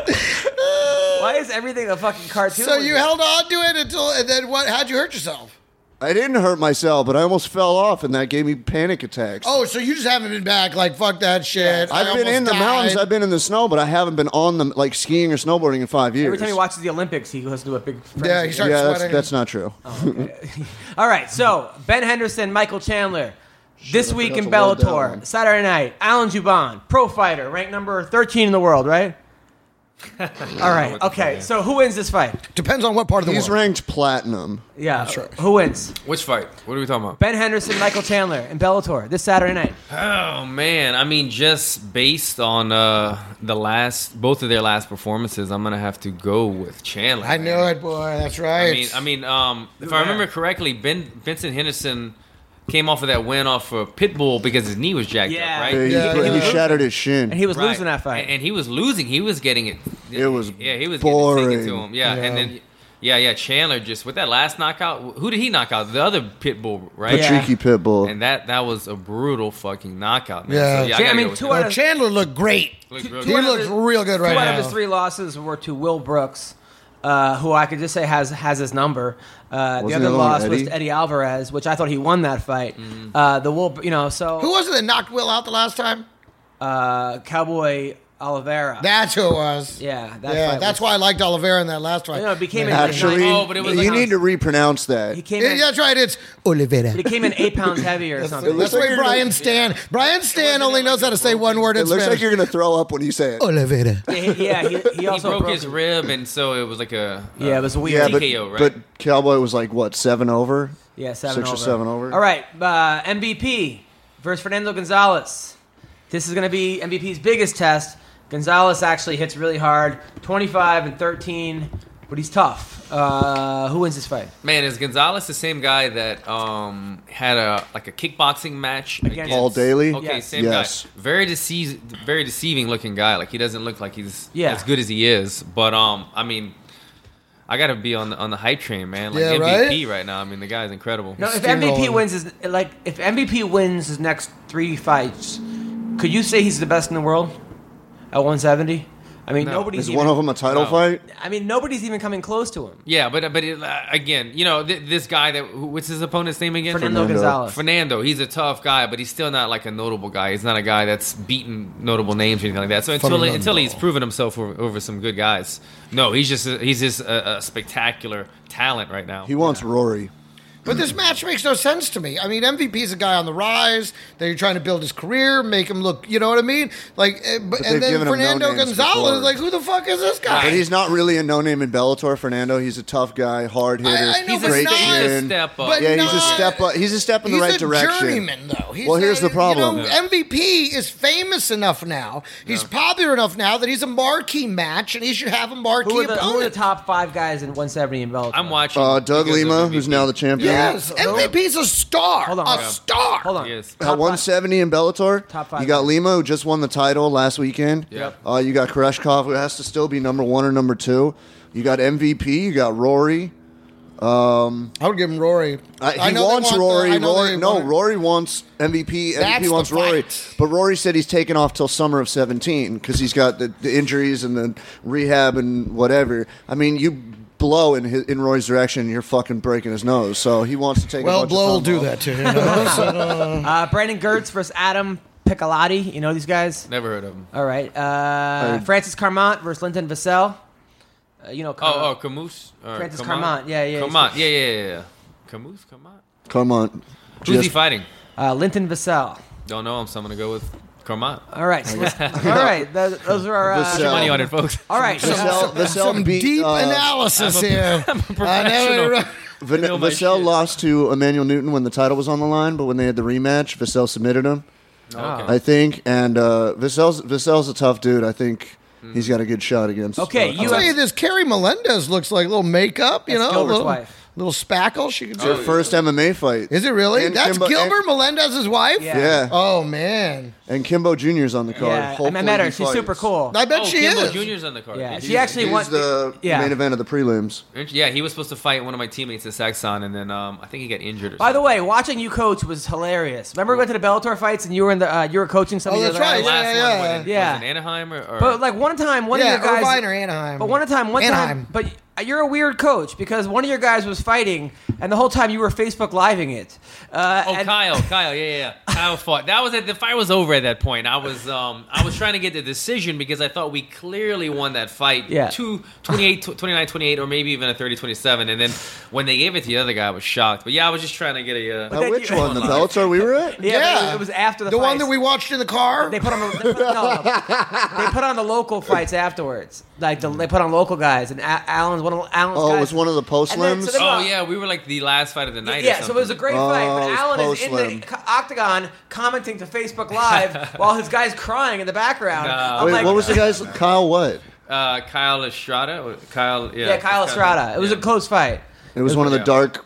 Speaker 1: Why is everything a fucking cartoon?
Speaker 4: So you held on to it until, and then what? How'd you hurt yourself?
Speaker 3: I didn't hurt myself, but I almost fell off, and that gave me panic attacks.
Speaker 4: Oh, so you just haven't been back? Like fuck that shit. I
Speaker 3: I've been
Speaker 4: almost
Speaker 3: in the
Speaker 4: died.
Speaker 3: mountains, I've been in the snow, but I haven't been on them like skiing or snowboarding in five years.
Speaker 1: Every time he watches the Olympics, he goes to a big.
Speaker 4: Yeah, he starts
Speaker 3: yeah, that's,
Speaker 4: sweating.
Speaker 3: that's not true.
Speaker 2: Oh,
Speaker 1: All right, so Ben Henderson, Michael Chandler. This
Speaker 3: I
Speaker 1: week
Speaker 3: forgot
Speaker 1: in
Speaker 3: to load that
Speaker 1: Bellator,
Speaker 3: one.
Speaker 1: Saturday night, Alan Juban, pro fighter, ranked number 13 in the world, right? All right, okay, so who wins this fight?
Speaker 4: Depends on what part of the
Speaker 3: He's
Speaker 4: world.
Speaker 3: ranked platinum.
Speaker 1: Yeah, who wins?
Speaker 2: Which fight? What are we talking about?
Speaker 1: Ben Henderson, Michael Chandler in Bellator this Saturday night.
Speaker 2: Oh man, I mean, just based on uh, the last, both of their last performances, I'm gonna have to go with Chandler.
Speaker 4: I
Speaker 2: man.
Speaker 4: knew it, boy. That's
Speaker 2: I
Speaker 4: right.
Speaker 2: mean, I mean, um, if I remember correctly, Ben Vincent Henderson came off of that win off of Pitbull because his knee was jacked
Speaker 1: Yeah.
Speaker 2: up, right?
Speaker 3: Yeah, he,
Speaker 4: Yeah,
Speaker 3: he
Speaker 4: yeah.
Speaker 3: shattered his shin.
Speaker 1: And he was
Speaker 2: Right.
Speaker 1: losing that fight.
Speaker 2: and, and he was losing. He was getting it.
Speaker 3: It was
Speaker 2: yeah, he was getting it
Speaker 3: boring.
Speaker 2: taken to him. Yeah, and
Speaker 4: Yeah.
Speaker 2: then yeah, yeah, Chandler just with that last knockout. Who did he knock out? The other Pitbull, right?
Speaker 1: Yeah.
Speaker 3: Patricky Pitbull.
Speaker 2: And that that was a brutal fucking knockout, man.
Speaker 4: Yeah.
Speaker 2: So, yeah,
Speaker 1: Yeah, I
Speaker 2: gotta
Speaker 1: mean,
Speaker 2: go with
Speaker 1: two
Speaker 2: that.
Speaker 1: out
Speaker 4: Now, Chandler looked great.
Speaker 2: Looks real
Speaker 4: Oh, He
Speaker 2: good.
Speaker 1: out of
Speaker 4: looks
Speaker 1: the-
Speaker 4: real good right
Speaker 1: Two
Speaker 4: now.
Speaker 1: out of his three losses were to Will Brooks, uh, who I could just say has has his number. Uh, the
Speaker 3: Wasn't
Speaker 1: other
Speaker 3: the other one
Speaker 1: loss was
Speaker 3: Eddie?
Speaker 1: to Eddie Alvarez, which I thought he won that fight.
Speaker 2: Mm.
Speaker 1: Uh, the Will, you know, so
Speaker 4: Who was it that knocked Will out the last time?
Speaker 1: uh, Cowboy Oliveira.
Speaker 4: That's who it was.
Speaker 1: yeah, that
Speaker 4: yeah.
Speaker 1: fight
Speaker 4: That's
Speaker 1: was,
Speaker 4: why I liked Oliveira in that last fight.
Speaker 1: You know, it became an
Speaker 3: Actually,
Speaker 2: Oh, but it was
Speaker 3: you
Speaker 2: like-
Speaker 3: need to repronounce that.
Speaker 1: He came
Speaker 4: Yeah,
Speaker 1: in.
Speaker 4: that's right. It's Oliveira.
Speaker 1: He came in eight pounds heavier or something.
Speaker 3: looks
Speaker 4: That's the way
Speaker 3: like you're-
Speaker 4: Brian Stan. Brian Stan only knows how to say one word in
Speaker 3: It looks like
Speaker 4: Spanish.
Speaker 3: you're going to throw up when you
Speaker 2: Oh,
Speaker 3: say it.
Speaker 4: Oliveira.
Speaker 1: Yeah, he, yeah, he, he
Speaker 2: He
Speaker 1: also
Speaker 2: broke his
Speaker 1: it.
Speaker 2: rib, and so it was like a
Speaker 1: Yeah, it was
Speaker 3: yeah,
Speaker 1: weird.
Speaker 3: but,
Speaker 2: TKO, right?
Speaker 3: but Cowboy was like, what, seven over?
Speaker 1: Yeah, seven
Speaker 3: Six
Speaker 1: over.
Speaker 3: or seven over.
Speaker 1: All right, uh, MVP versus Fernando Gonzalez. This is going to be MVP's biggest test. Gonzalez actually hits really hard, 25 and 13, but he's tough. Uh, who wins this fight?
Speaker 2: man. Is Gonzalez the same guy that um had a like a kickboxing match against
Speaker 3: Paul Daly?
Speaker 2: Okay,
Speaker 1: Yes.
Speaker 2: same
Speaker 3: Yes.
Speaker 2: guy. Very deceive, very deceiving looking guy. Like he doesn't look like he's
Speaker 1: Yeah.
Speaker 2: as good as he is. But um, I mean. I gotta be on the on the hype train, man. Like
Speaker 4: Yeah,
Speaker 2: MVP right? now. I mean, the guy's incredible.
Speaker 1: No, if
Speaker 4: Steamrolling.
Speaker 1: MVP wins his like if MVP wins his next three fights, could you say he's the best in the world at 170? I mean,
Speaker 2: No.
Speaker 1: nobody's
Speaker 3: Is
Speaker 1: even,
Speaker 3: one of them a title
Speaker 2: No.
Speaker 3: fight?
Speaker 1: I mean, nobody's even coming close to him.
Speaker 2: Yeah, but but it, uh, again, you know, th- this guy that who- what's his opponent's name again?
Speaker 1: Fernando,
Speaker 3: Fernando.
Speaker 1: Gonzalez.
Speaker 2: Fernando, he's a tough guy, but he's still not like a notable guy. He's not a guy that's beaten notable names or anything like that. So until
Speaker 4: Fernando.
Speaker 2: until he's proven himself over, over some good guys, no, he's just a, he's just a, a spectacular talent right now.
Speaker 3: He wants Rory.
Speaker 4: But this match makes no sense to me. I mean, MVP is a guy on the rise. They're trying to build his career, make him look. You know what I mean? Like, eh, but,
Speaker 3: they've
Speaker 4: and then
Speaker 3: given him no
Speaker 4: Fernando
Speaker 3: names
Speaker 4: Gonzalez.
Speaker 3: before.
Speaker 4: Like, who the fuck is this guy?
Speaker 3: But he's not really a no name in Bellator, Fernando. He's a tough guy, hard hitter.
Speaker 4: I know,
Speaker 2: he's
Speaker 4: but
Speaker 2: a,
Speaker 3: great
Speaker 4: not-
Speaker 2: he's a
Speaker 3: chin.
Speaker 2: step up.
Speaker 4: But
Speaker 3: Yeah, he's a
Speaker 4: not-
Speaker 3: step up. He's a step in the
Speaker 4: He's
Speaker 3: right
Speaker 4: a
Speaker 3: direction.
Speaker 4: journeyman, though. He's
Speaker 3: Well, here's
Speaker 4: not-
Speaker 3: the problem.
Speaker 4: You know, MVP is famous enough now. He's popular enough now that he's a marquee match, and he should have a marquee
Speaker 1: Who are, the, who are the
Speaker 4: opponent.
Speaker 1: top five guys in 170 in Bellator?
Speaker 2: I'm watching
Speaker 3: Uh, Doug
Speaker 2: because of
Speaker 3: Lima,
Speaker 2: MVP.
Speaker 3: who's now the champion.
Speaker 4: yes,
Speaker 1: Yeah.
Speaker 4: MVP's a star.
Speaker 1: Hold on,
Speaker 4: a
Speaker 1: hold on.
Speaker 4: star.
Speaker 1: Hold on.
Speaker 2: Yes.
Speaker 3: At 170 in Bellator,
Speaker 1: Top five.
Speaker 3: you got Lima, who just won the title last weekend.
Speaker 2: Yep.
Speaker 3: Uh, you got Koreshkov, who has to still be number one or number two. You got MVP. You got Rory.
Speaker 4: I would give him Rory.
Speaker 3: Uh, he
Speaker 4: I know they
Speaker 3: wants
Speaker 4: want the-
Speaker 3: Rory.
Speaker 4: I know
Speaker 3: Rory
Speaker 4: they
Speaker 3: no,
Speaker 4: want-
Speaker 3: Rory wants MVP. MVP
Speaker 4: That's the
Speaker 3: wants Rory.
Speaker 4: fight.
Speaker 3: But Rory said he's taking off till summer of 17 because he's got the, the injuries and the rehab and whatever. I mean, you blow in his, in Rory's direction, you're fucking breaking his nose. So he wants to take. a
Speaker 4: Well,
Speaker 3: bunch
Speaker 4: Blow will
Speaker 3: of time
Speaker 4: do
Speaker 3: off.
Speaker 4: that to him.
Speaker 1: Uh, Brandon Gertz versus Adam Piccolotti. You know these guys?
Speaker 2: Never heard of him.
Speaker 1: All right. Uh, Francis Carmont versus Linton Vassell. Uh, you know,
Speaker 2: Oh, oh,
Speaker 1: Carmont.
Speaker 2: Camus. Or
Speaker 1: Francis
Speaker 2: Camont?
Speaker 1: Carmont. Yeah, yeah,
Speaker 2: Carmont. Yeah, yeah, yeah, yeah. Camus, Carmont.
Speaker 3: Come on.
Speaker 2: Who's he
Speaker 3: Just-
Speaker 2: fighting?
Speaker 1: uh, Linton Vassell.
Speaker 2: Don't know him, so I'm gonna go with Carmont.
Speaker 1: All right. so let's- all right. Those, those are our.
Speaker 3: Vassell.
Speaker 1: Uh,
Speaker 2: Money on it, folks.
Speaker 1: all right. so-
Speaker 3: Vassell, Vassell
Speaker 4: Some
Speaker 3: beat,
Speaker 4: deep
Speaker 3: uh,
Speaker 4: analysis here. I'm a
Speaker 2: professional.
Speaker 3: Van-
Speaker 2: know my
Speaker 3: Vassell
Speaker 2: shit.
Speaker 3: lost to Emmanuel Newton when the title was on the line, but when they had the rematch, Vassell submitted him,
Speaker 2: Okay.
Speaker 3: I think. And uh, Vassell's, Vassell's a tough dude. I think
Speaker 2: Hmm.
Speaker 3: he's got a good shot against.
Speaker 1: Okay,
Speaker 3: uh,
Speaker 1: you
Speaker 4: I'll tell you this, Carrie Melendez looks like a little makeup, you
Speaker 1: That's
Speaker 4: know,
Speaker 1: Gilbert's
Speaker 4: little,
Speaker 1: wife.
Speaker 4: little spackle. She could.
Speaker 3: It's her uh, first MMA fight.
Speaker 4: Is it really?
Speaker 3: And
Speaker 4: That's
Speaker 3: Kimbo-
Speaker 4: Gilbert Melendez's wife.
Speaker 1: Yeah.
Speaker 3: Yeah.
Speaker 4: Oh man,
Speaker 3: And Kimbo Junior's on the card.
Speaker 1: Yeah, I, mean, I
Speaker 3: Hopefully
Speaker 1: met her.
Speaker 3: he
Speaker 1: She's
Speaker 3: fights.
Speaker 1: super cool.
Speaker 4: I bet
Speaker 2: oh,
Speaker 4: she
Speaker 2: Kimbo
Speaker 4: is.
Speaker 2: Junior's on the card.
Speaker 1: Yeah,
Speaker 2: Did
Speaker 1: she
Speaker 2: you-
Speaker 1: actually
Speaker 3: He's
Speaker 1: won.
Speaker 3: the
Speaker 1: yeah.
Speaker 3: main event of the prelims.
Speaker 2: Yeah, he was supposed to fight one of my teammates at Saxon, and then um, I think he got injured. Or
Speaker 1: By the
Speaker 2: something.
Speaker 1: way, watching you coach was hilarious. Remember we went to the Bellator fights and you were in the uh, you were coaching some
Speaker 4: Oh,
Speaker 1: of the
Speaker 4: that's
Speaker 1: other
Speaker 4: right.
Speaker 2: the
Speaker 1: guys?
Speaker 2: last one
Speaker 4: yeah, yeah.
Speaker 2: was in,
Speaker 1: Yeah.
Speaker 2: was in Anaheim or, or
Speaker 1: But like one time, one
Speaker 4: yeah,
Speaker 1: of your guys.
Speaker 4: Irvine or Anaheim.
Speaker 1: But one time, one
Speaker 4: Anaheim.
Speaker 1: time, but y- you're a weird coach because one of your guys was fighting, and the whole time you were Facebook living it. Uh,
Speaker 2: Oh,
Speaker 1: and-
Speaker 2: Kyle, Kyle, yeah, yeah, yeah. Kyle fought. That was it. The fight was over at that point. I was, um, I was trying to get the decision because I thought we clearly won that fight.
Speaker 1: Yeah.
Speaker 2: Two, 28, 29, 28, or maybe even a 30, 27. And then when they gave it to the other guy, I was shocked. But yeah, I was just trying to get a. Uh,
Speaker 1: But
Speaker 3: Now,
Speaker 1: then
Speaker 3: which
Speaker 1: you-
Speaker 3: one? The Bellator we were at?
Speaker 1: Yeah, but
Speaker 4: Yeah.
Speaker 1: It, was, it was after the
Speaker 4: the one
Speaker 1: fights.
Speaker 4: that we watched in the car.
Speaker 1: They put on. They put, on- no, no. they put on the local fights afterwards. Like the, they put on local guys, and A- Alan's one of Alan's.
Speaker 3: Oh,
Speaker 1: guys.
Speaker 3: it was one of the post
Speaker 1: And then- so
Speaker 3: limbs?
Speaker 1: then-
Speaker 2: oh yeah, we were like the last fight of the night. or
Speaker 1: Yeah, so it was a
Speaker 2: something.
Speaker 1: great
Speaker 3: Oh,
Speaker 1: fight.
Speaker 3: it
Speaker 1: But
Speaker 3: was
Speaker 1: Alan is
Speaker 3: post
Speaker 1: in
Speaker 3: slim.
Speaker 1: the co- octagon commenting to Facebook Live while his guy's crying in the background. I'm
Speaker 3: Wait,
Speaker 1: like-
Speaker 3: what was the guy's? Kyle what?
Speaker 2: Uh, Kyle Estrada, or Kyle. Yeah,
Speaker 1: Yeah, Kyle Estrada. It was
Speaker 2: yeah.
Speaker 1: a close fight.
Speaker 3: It was one of the
Speaker 2: yeah.
Speaker 3: dark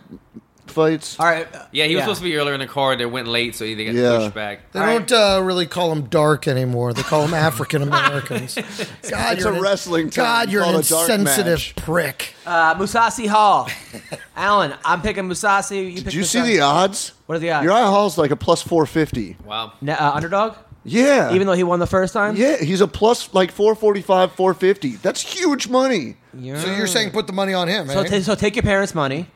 Speaker 3: fights.
Speaker 1: All right.
Speaker 2: Yeah, he was supposed to be earlier in the car. They went late, so they got
Speaker 3: Yeah.
Speaker 2: pushed back.
Speaker 4: They don't uh, really call them dark anymore. They call them African Americans. God,
Speaker 3: It's
Speaker 4: you're
Speaker 3: a
Speaker 4: an-
Speaker 3: wrestling term
Speaker 4: God, you're an
Speaker 3: called a dark
Speaker 4: insensitive
Speaker 3: match.
Speaker 4: prick.
Speaker 1: Uh, Musasi Hall. Alan, I'm picking Musasi. You
Speaker 3: Did you see the uh, odds?
Speaker 1: What are the odds?
Speaker 3: Your eye hall's like a plus 450.
Speaker 2: Wow.
Speaker 1: uh, underdog?
Speaker 3: Yeah.
Speaker 1: Even though he won the first time?
Speaker 3: Yeah, he's a plus like 445, 450. That's huge money.
Speaker 1: Yeah.
Speaker 4: So you're saying put the money on him,
Speaker 1: So,
Speaker 4: eh?
Speaker 1: ta- so take your parents' money.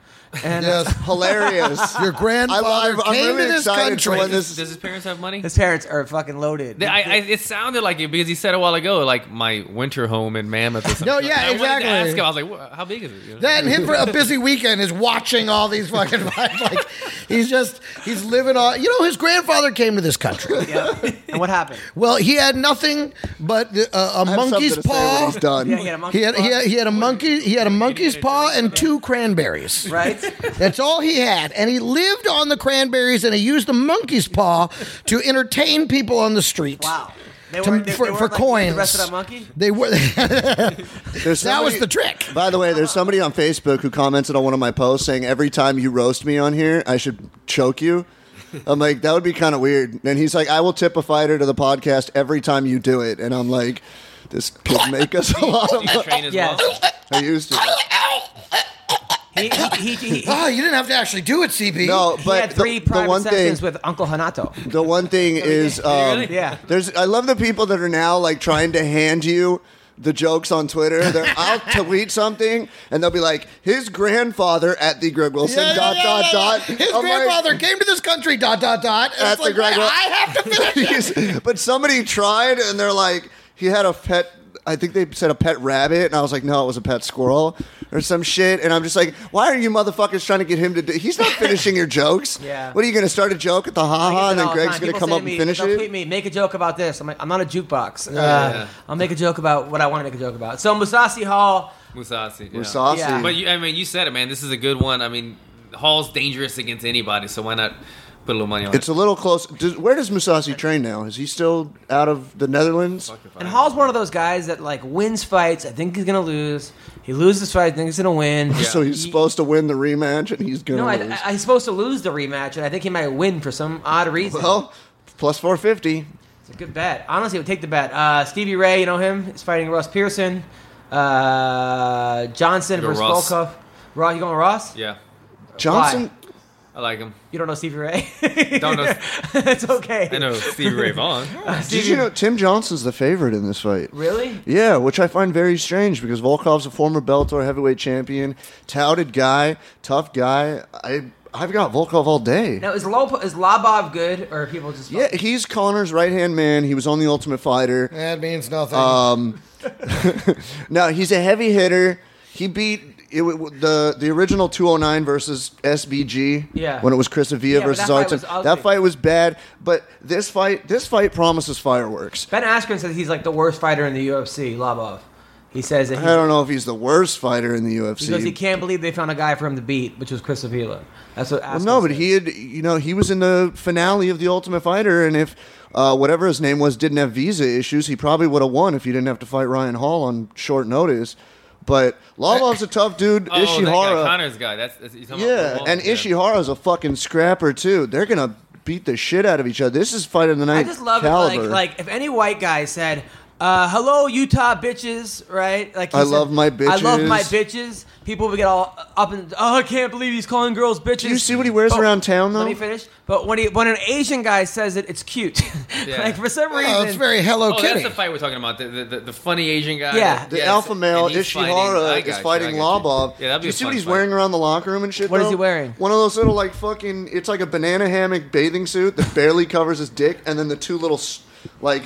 Speaker 1: And
Speaker 4: yes.
Speaker 3: Hilarious.
Speaker 4: Your grandfather
Speaker 3: I'm
Speaker 4: came
Speaker 3: really
Speaker 4: to this
Speaker 3: excited
Speaker 4: country.
Speaker 3: for when this-
Speaker 2: Does, does his parents have money?
Speaker 1: his parents are fucking loaded.
Speaker 2: They- I, I, it sounded like it because he said a while ago, like my winter home in Mammoth. Or something.
Speaker 4: No, yeah,
Speaker 2: I wanted to
Speaker 4: exactly.
Speaker 2: ask him. I was like, "Wha- how big is it? You know?
Speaker 4: That and him for a busy weekend is watching all these fucking fights. Like he's just he's living all. You know, his grandfather came to this country.
Speaker 1: and what happened?
Speaker 4: Well, he had nothing but the, uh, a
Speaker 3: I have something
Speaker 4: monkey's
Speaker 3: to say when
Speaker 4: paw.
Speaker 3: He's done.
Speaker 1: Yeah, he had a
Speaker 4: He
Speaker 1: monkey.
Speaker 4: had, he had he had a monkey he had a monkey's paw and two cranberries.
Speaker 1: right?
Speaker 4: That's all he had. And he lived on the cranberries and he used a monkey's paw to entertain people on the street.
Speaker 1: Wow. They
Speaker 4: To-
Speaker 1: weren't- they-
Speaker 4: for-
Speaker 1: they weren't
Speaker 4: for
Speaker 1: like you,
Speaker 4: coins.
Speaker 1: The rest of that monkey?
Speaker 4: They were that
Speaker 3: There's
Speaker 4: was
Speaker 3: somebody-
Speaker 4: the trick.
Speaker 3: By the way, there's somebody on Facebook who commented on one of my posts saying, every time you roast me on here, I should choke you. I'm like, that would be kind of weird. And he's like, I will tip a fighter to the podcast every time you do it. And I'm like, this could make us a lot of
Speaker 2: Do you
Speaker 3: money.
Speaker 2: train as
Speaker 1: Yeah.
Speaker 2: well?
Speaker 3: I used to.
Speaker 1: He, he, he, he, he
Speaker 4: Oh, you didn't have to actually do it, CB.
Speaker 3: No, but
Speaker 1: had
Speaker 3: the-
Speaker 1: three
Speaker 3: the,
Speaker 1: private
Speaker 3: one thing,
Speaker 1: sessions with Uncle Hanato.
Speaker 3: the one thing is, um,
Speaker 2: Really?
Speaker 1: Yeah.
Speaker 3: There's I love the people that are now like trying to hand you the jokes on Twitter. They're, I'll tweet something and they'll be like, his grandfather at the Greg Wilson
Speaker 4: Yeah, yeah,
Speaker 3: dot
Speaker 4: yeah,
Speaker 3: dot
Speaker 4: yeah,
Speaker 3: dot.
Speaker 4: yeah. His
Speaker 3: I'm like,
Speaker 4: grandfather came to this country. Dot dot dot. And
Speaker 3: That's
Speaker 4: it's like,
Speaker 3: the Greg-
Speaker 4: wait, I have to finish.
Speaker 3: Jeez. but somebody tried and they're like, he had a pet. I think they said a pet rabbit, and I was like, no, it was a pet squirrel or some shit. And I'm just like, why are you motherfuckers trying to get him to do? He's not finishing your jokes.
Speaker 1: Yeah.
Speaker 3: What are you going to start a joke at the ha ha, Oh, and then Greg's going to come up and finish
Speaker 1: Don't tweet
Speaker 3: it?
Speaker 1: me. Make a joke about this. I'm like, I'm not a jukebox. Uh, I'll make a joke about what I want to make a joke about. So Musasi Hall,
Speaker 2: Musasi. Yeah.
Speaker 3: We're saucy.
Speaker 1: Yeah.
Speaker 2: But you, I mean, you said it, man. This is a good one. I mean, Hall's dangerous against anybody, so why not put a little money on
Speaker 3: It's
Speaker 2: it?
Speaker 3: a little close. Does, where does Musasi train now? Is he still out of the Netherlands?
Speaker 1: and Hall's one of those guys that like wins fights. I think he's gonna lose. He loses fights. I think he's gonna win.
Speaker 3: So he's supposed to win the rematch, and he's going
Speaker 1: No,
Speaker 3: to
Speaker 1: I,
Speaker 3: lose.
Speaker 1: I, he's supposed to lose the rematch, and I think he might win for some odd reason.
Speaker 3: well, plus 450.
Speaker 1: It's a good bet. Honestly, I would take the bet. Uh, Stevie Ray, you know him, is fighting Ross Pearson. Uh, Johnson
Speaker 2: Go
Speaker 1: versus
Speaker 2: Ross.
Speaker 1: Volkov. Ross, you going with Ross?
Speaker 2: Yeah,
Speaker 3: Johnson.
Speaker 2: I like him.
Speaker 1: You don't know Stevie Ray?
Speaker 2: Don't know.
Speaker 1: it's okay.
Speaker 2: I know Steve Ray Vaughan.
Speaker 3: Did you know Tim Johnson's the favorite in this fight?
Speaker 1: Really?
Speaker 3: Yeah, which I find very strange because Volkov's a former Bellator heavyweight champion, touted guy, tough guy. I I've got Volkov all day.
Speaker 1: Now is Lop- is Labov good or are people just
Speaker 3: Yeah, he's Connor's right hand man. He was on the Ultimate Fighter.
Speaker 4: That means nothing.
Speaker 3: No, he's a heavy hitter. He beat it, w- w- the the original 209 versus SBG.
Speaker 1: Yeah.
Speaker 3: When it was Chris Avila
Speaker 1: Yeah, but
Speaker 3: versus
Speaker 1: that fight
Speaker 3: Artem.
Speaker 1: was ugly.
Speaker 3: That fight was bad, but this fight this fight promises fireworks.
Speaker 1: Ben Askren says he's like the worst fighter in the UFC. Labov. He says that
Speaker 3: I
Speaker 1: he,
Speaker 3: don't know if he's the worst fighter in the UFC.
Speaker 1: he goes he can't believe they found a guy for him to beat, which was Chris Avila. That's what. Askren
Speaker 3: Well, no, but
Speaker 1: said.
Speaker 3: he had, you know, he was in the finale of The Ultimate Fighter, and if uh, whatever his name was didn't have visa issues, he probably would have won if he didn't have to fight Ryan Hall on short notice. But Lobov's a tough dude.
Speaker 2: Oh, that guy,
Speaker 3: Ishihara.
Speaker 2: Connor's guy. That's, that's he's talking about
Speaker 3: yeah,
Speaker 2: football?
Speaker 3: and Ishihara's a fucking scrapper too. They're gonna beat the shit out of each other. This is fight of the night.
Speaker 1: I just love
Speaker 3: caliber.
Speaker 1: it. Like, like if any white guy said, uh, "Hello, Utah bitches," right? Like, he
Speaker 3: I
Speaker 1: said,
Speaker 3: love my
Speaker 1: I love my
Speaker 3: bitches."
Speaker 1: bitches. People would get all up and oh, I can't believe he's calling girls bitches.
Speaker 3: Do you see what he wears around town, though?
Speaker 1: Let me finish. But when he, when an Asian guy says it, it's cute.
Speaker 2: Yeah.
Speaker 1: like for some reason,
Speaker 4: Oh, it's very Hello
Speaker 2: Oh,
Speaker 4: Kitty.
Speaker 2: that's the fight we're talking about. The, the, the, the funny Asian guy.
Speaker 1: Yeah.
Speaker 3: the
Speaker 2: Yes,
Speaker 3: alpha male
Speaker 2: and he's fighting-
Speaker 3: Ishihara
Speaker 2: I got
Speaker 3: is
Speaker 2: you,
Speaker 3: fighting
Speaker 2: I got you.
Speaker 3: Lobov.
Speaker 2: Yeah, that'd
Speaker 3: Do
Speaker 2: be
Speaker 3: you
Speaker 2: a
Speaker 3: see
Speaker 2: fun
Speaker 3: what he's
Speaker 2: fight.
Speaker 3: wearing around the locker room and shit?
Speaker 1: What is
Speaker 3: though?
Speaker 1: he wearing?
Speaker 3: One of those little like fucking. It's like a banana hammock bathing suit that barely covers his dick, and then the two little s- like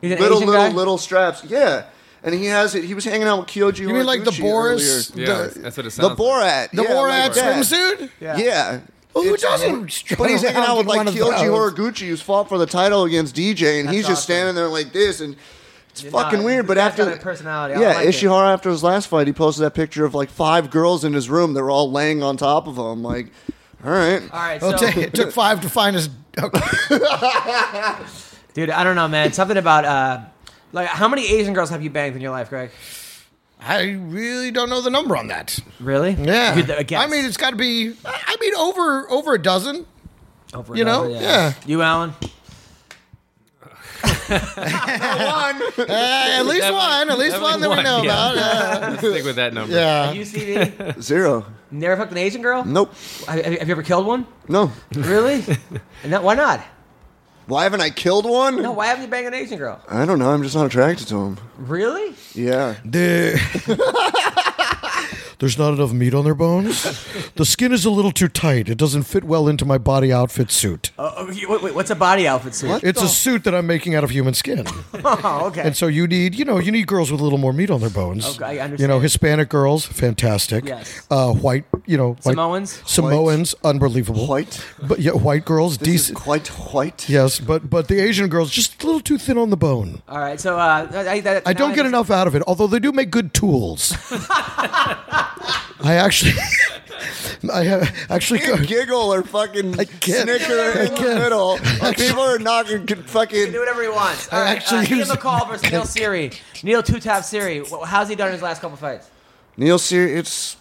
Speaker 1: He's an
Speaker 3: little
Speaker 1: Asian
Speaker 3: little
Speaker 1: guy?
Speaker 3: little straps. Yeah. And he has it. He was hanging out with Kyoji.
Speaker 4: You mean like the Boris,
Speaker 2: Yeah,
Speaker 4: the,
Speaker 2: that's- that's what it
Speaker 3: the
Speaker 2: sounds. like.
Speaker 3: Borat,
Speaker 4: the
Speaker 3: yeah,
Speaker 4: Borat
Speaker 3: like that.
Speaker 4: swimsuit?
Speaker 3: Yeah.
Speaker 4: Who
Speaker 3: It's-
Speaker 4: doesn't strut
Speaker 3: But he's hanging
Speaker 4: around
Speaker 3: out with
Speaker 4: in
Speaker 3: like
Speaker 4: one of
Speaker 3: Kyoji
Speaker 4: those?
Speaker 3: Horiguchi, who's fought for the title against DJ, and
Speaker 1: That's
Speaker 3: he's just
Speaker 1: awesome.
Speaker 3: standing there like this, and it's
Speaker 1: You're
Speaker 3: fucking
Speaker 1: not-
Speaker 3: weird. But
Speaker 1: this guy's
Speaker 3: after
Speaker 1: got a
Speaker 3: the-
Speaker 1: personality. I
Speaker 3: yeah,
Speaker 1: like it.
Speaker 3: Ishihara after his last fight, he posted that picture of like five girls in his room that were all laying on top of him. Like, Oh, all right,
Speaker 1: all right,
Speaker 4: I'll
Speaker 1: so
Speaker 4: tell you, it took five to find his. Okay.
Speaker 1: dude, I don't know, man. Something about uh, like how many Asian girls have you banged in your life, Greg?
Speaker 4: I really don't know the number on that.
Speaker 1: Really?
Speaker 4: Yeah,
Speaker 1: You could, uh, guess.
Speaker 4: I mean, it's got to be. I mean, over over a dozen.
Speaker 1: Over
Speaker 4: you know?
Speaker 1: another,
Speaker 4: Yeah.
Speaker 1: You, Alan.
Speaker 4: Uh, at least one. At least
Speaker 2: definitely
Speaker 4: one that we
Speaker 2: one,
Speaker 4: know
Speaker 2: yeah.
Speaker 4: about. Uh,
Speaker 2: Let's stick with that number.
Speaker 4: yeah.
Speaker 1: You see me?
Speaker 3: zero,
Speaker 1: Never fucked an Asian girl?
Speaker 3: nope,
Speaker 1: Have, have you ever killed one?
Speaker 3: no.
Speaker 1: Really? and that, why not?
Speaker 3: Why haven't I killed one?
Speaker 1: No, why haven't you banged an Asian girl?
Speaker 3: I don't know. I'm just not attracted to him.
Speaker 1: Really?
Speaker 3: Yeah,
Speaker 4: There- There's not enough meat on their bones. The skin is a little too tight. It doesn't fit well into my body outfit suit.
Speaker 1: Oh, okay, wait, wait, what's a body outfit suit?
Speaker 3: What?
Speaker 4: It's a suit that I'm making out of human skin.
Speaker 1: Oh, okay.
Speaker 4: And so you need, you know, you need girls with a little more meat on their bones.
Speaker 1: Okay, I understand.
Speaker 4: You know, Hispanic girls, fantastic.
Speaker 1: Yes.
Speaker 4: Uh, white, you know, white,
Speaker 1: Samoans?
Speaker 4: Samoans, unbelievable.
Speaker 3: white.
Speaker 4: But yeah, white girls,
Speaker 3: This is
Speaker 4: decent.
Speaker 3: quite white.
Speaker 4: Yes, but but the Asian girls just a little too thin on the bone.
Speaker 1: All right, so uh, I, I, that-
Speaker 4: I don't
Speaker 1: now
Speaker 4: get
Speaker 1: just-
Speaker 4: enough out of it, although they do make good tools. I actually, I have actually.
Speaker 3: You giggle or fucking
Speaker 4: can't.
Speaker 3: snicker in
Speaker 4: I
Speaker 3: the
Speaker 4: can't.
Speaker 3: middle. People are knocking can
Speaker 1: He
Speaker 3: fucking.
Speaker 1: can do whatever he wants. All
Speaker 4: I
Speaker 1: right,
Speaker 4: actually
Speaker 1: uh, Neil
Speaker 4: use-
Speaker 1: McCall versus Neil Siri. Neil Two Tap Siri. Wh- How's he done in his last couple fights?
Speaker 3: Neil Sear, it's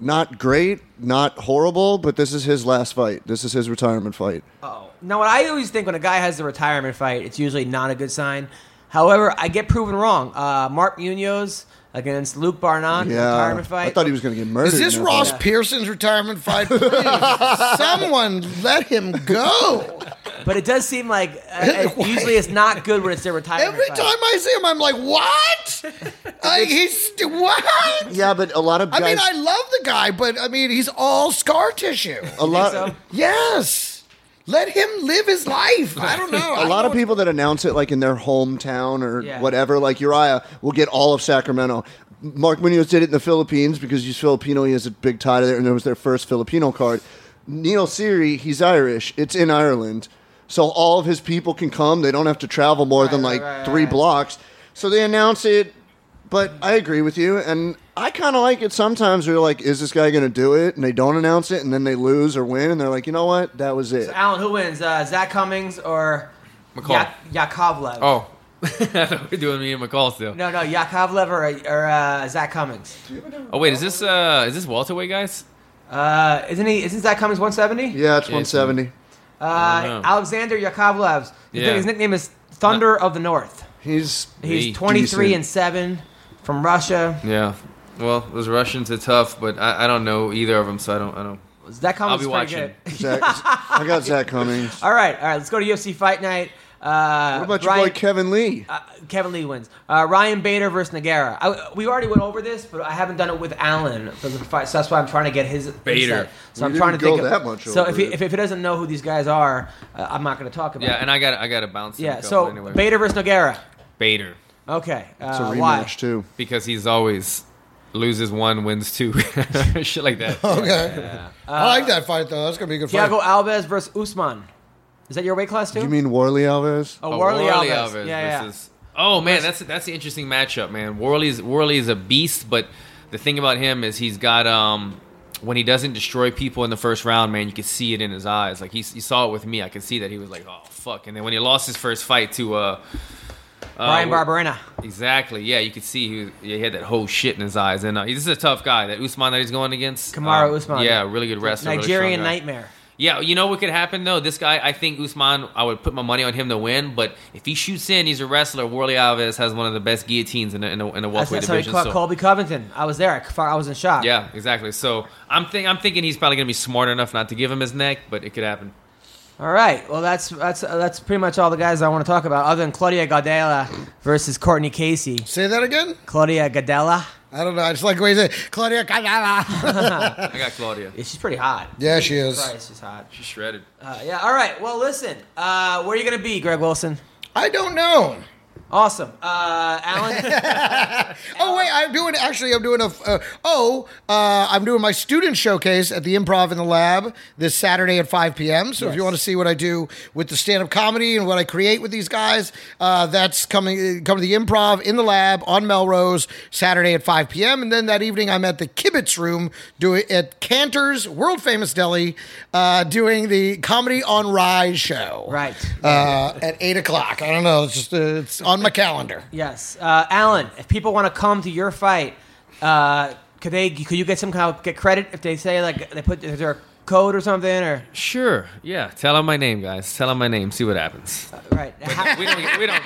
Speaker 3: not great, not horrible, but this is his last fight. This is his retirement fight.
Speaker 1: Oh, now what I always think when a guy has the retirement fight, it's usually not a good sign. However, I get proven wrong. Uh, Mark Munoz against Luke Barnard,
Speaker 3: yeah,
Speaker 1: retirement fight.
Speaker 3: I thought he was going to get murdered.
Speaker 4: Is this
Speaker 3: in that
Speaker 4: Ross
Speaker 3: fight.
Speaker 4: Pearson's retirement fight? Please, someone let him go.
Speaker 1: but it does seem like uh,
Speaker 4: Why?
Speaker 1: usually it's not good when it's their retirement.
Speaker 4: Every
Speaker 1: fight.
Speaker 4: time I see him, I'm like, what? I, he's what?
Speaker 3: Yeah, but a lot of
Speaker 4: I
Speaker 3: guys.
Speaker 4: mean, I love the guy, but I mean, he's all scar tissue.
Speaker 3: a lot.
Speaker 1: so?
Speaker 4: Yes, let him live his life. I don't know.
Speaker 3: A lot of people that announce it, like in their hometown or
Speaker 1: Yeah.
Speaker 3: whatever, like Uriah, will get all of Sacramento. Mark Munoz did it in the Philippines because he's Filipino. He has a big tie to there, and it was their first Filipino card. Neil Siri, he's Irish. It's in Ireland, so all of his people can come. They don't have to travel more than
Speaker 1: right,
Speaker 3: like
Speaker 1: right,
Speaker 3: three
Speaker 1: right.
Speaker 3: blocks. So they announce it. But I agree with you, and I kind of like it. Sometimes we are like, "Is this guy going to do it?" And they don't announce it, and then they lose or win, and they're like, "You know what? That was it."
Speaker 1: Alan, who wins? Uh, Zach Cummings or
Speaker 2: McCall.
Speaker 1: Yak- Yakovlev?
Speaker 2: Oh. We're doing me and McCall still.
Speaker 1: No, no, Yakovlev or, or uh, Zach Cummings.
Speaker 2: Oh wait, is this uh is this welterweight guys?
Speaker 1: Uh, isn't he? Isn't Zach Cummings 170?
Speaker 3: Yeah, it's
Speaker 2: Yeah,
Speaker 3: one
Speaker 2: it's-
Speaker 3: seventy.
Speaker 1: Uh,
Speaker 2: don't know.
Speaker 1: Alexander Yakovlev. His,
Speaker 2: Yeah.
Speaker 1: his nickname is Thunder of the North.
Speaker 3: He's
Speaker 1: He's
Speaker 2: Hey,
Speaker 1: 23
Speaker 3: decent.
Speaker 1: and seven from Russia.
Speaker 2: Yeah. Well, those Russians are tough, but I, I don't know either of them, so I don't I don't.
Speaker 1: Zach Cummings
Speaker 2: I'll be
Speaker 1: is pretty
Speaker 2: watching.
Speaker 1: good.
Speaker 3: Zach, I got Zach Cummings.
Speaker 1: All right, all right. Let's go to UFC Fight Night. Uh,
Speaker 3: What about
Speaker 1: Brian,
Speaker 3: your boy Kevin Lee?
Speaker 1: uh, Kevin Lee wins. Uh, Ryan Bader versus Nagara. I, we already went over this, but I haven't done it with Allen for the fight, so that's why I'm trying to get his
Speaker 2: Bader.
Speaker 1: insight. So
Speaker 3: We
Speaker 1: I'm trying to
Speaker 3: didn't
Speaker 1: think
Speaker 3: go
Speaker 1: of,
Speaker 3: that much
Speaker 1: So if
Speaker 3: over
Speaker 1: he,
Speaker 3: it.
Speaker 1: if, if he doesn't know who these guys are, uh, I'm not going to talk about.
Speaker 2: Yeah,
Speaker 1: it.
Speaker 2: and I got I got to bounce. in a
Speaker 1: yeah.
Speaker 2: couple
Speaker 1: So
Speaker 2: anyway.
Speaker 1: Bader versus Nagara.
Speaker 2: Bader,
Speaker 1: Okay. Uh,
Speaker 3: It's a rematch
Speaker 1: why?
Speaker 3: too.
Speaker 2: because he's always loses one, wins two, shit like that.
Speaker 4: Okay. I like that fight though. That's gonna be a good fight.
Speaker 1: Thiago Alves versus Usman. Is that your weight class too?
Speaker 3: You mean Warley Alves?
Speaker 1: oh,
Speaker 2: Oh,
Speaker 1: Warley, Alves.
Speaker 2: Alves
Speaker 1: Yeah, yeah.
Speaker 2: versus- Oh man, that's that's the interesting matchup, man. Warley's Warley is a beast, but the thing about him is he's got um when he doesn't destroy people in the first round, man, you can see it in his eyes. Like he, he saw it with me. I could see that he was like, "Oh fuck!" And then when he lost his first fight to uh
Speaker 1: Brian
Speaker 2: we-
Speaker 1: Barberena.
Speaker 2: Exactly. Yeah, you could see he, was- he had that whole shit in his eyes. And uh, this is a tough guy. That Usman that he's going against.
Speaker 1: Kamaru
Speaker 2: Um,
Speaker 1: Usman.
Speaker 2: Yeah, really good wrestler. really strong
Speaker 1: Nigerian
Speaker 2: guy.
Speaker 1: nightmare.
Speaker 2: Yeah, you know what could happen though. This guy, I think Usman. I would put my money on him to win. But if he shoots in, he's a wrestler. Worley Alves has one of the best guillotines in the, in the, in the
Speaker 1: That's,
Speaker 2: welterweight
Speaker 1: that's how he
Speaker 2: division.
Speaker 1: caught
Speaker 2: so-
Speaker 1: Colby Covington. I was there. I, fuck, I was in shock.
Speaker 2: yeah, exactly. So I'm think I'm thinking he's probably gonna be smart enough not to give him his neck, but it could happen.
Speaker 1: All right. Well, that's that's uh, that's pretty much all the guys I want to talk about, other than Claudia Gadella versus Courtney Casey.
Speaker 5: Say that again?
Speaker 1: Claudia Gadella.
Speaker 5: I don't know. I just like the way you say it. Claudia Canala.
Speaker 2: I got Claudia.
Speaker 1: Yeah, she's pretty hot.
Speaker 5: Yeah, she is.
Speaker 1: Christ, she's hot.
Speaker 2: She's shredded.
Speaker 1: Uh, yeah. All right. Well, listen. Uh, where are you gonna be, Greg Wilson?
Speaker 5: I don't know.
Speaker 1: Awesome. Uh, Alan.
Speaker 5: Oh wait, I'm doing actually. I'm doing a. Uh, oh, uh, I'm doing my student showcase at the Improv in the Lab this Saturday at 5 p.m. So if you want to see what I do with the stand-up comedy and what I create with these guys, uh, that's coming. Come to the Improv in the Lab on Melrose Saturday at 5 p.m. And then that evening, I'm at the Kibitz Room doing at Cantor's world famous deli, uh, doing the comedy on Rye show.
Speaker 1: Right.
Speaker 5: Uh, at eight o'clock. I don't know. It's just uh, it's on my calendar.
Speaker 1: yes. Uh, Alan. If people want to come to your fight, uh, could they? Could you get some kind of get credit if they say like they put is there a code or something or
Speaker 2: Sure. Yeah. Tell him my name, guys. Tell him my name. See what happens.
Speaker 1: right? How,
Speaker 2: we don't. get- We don't.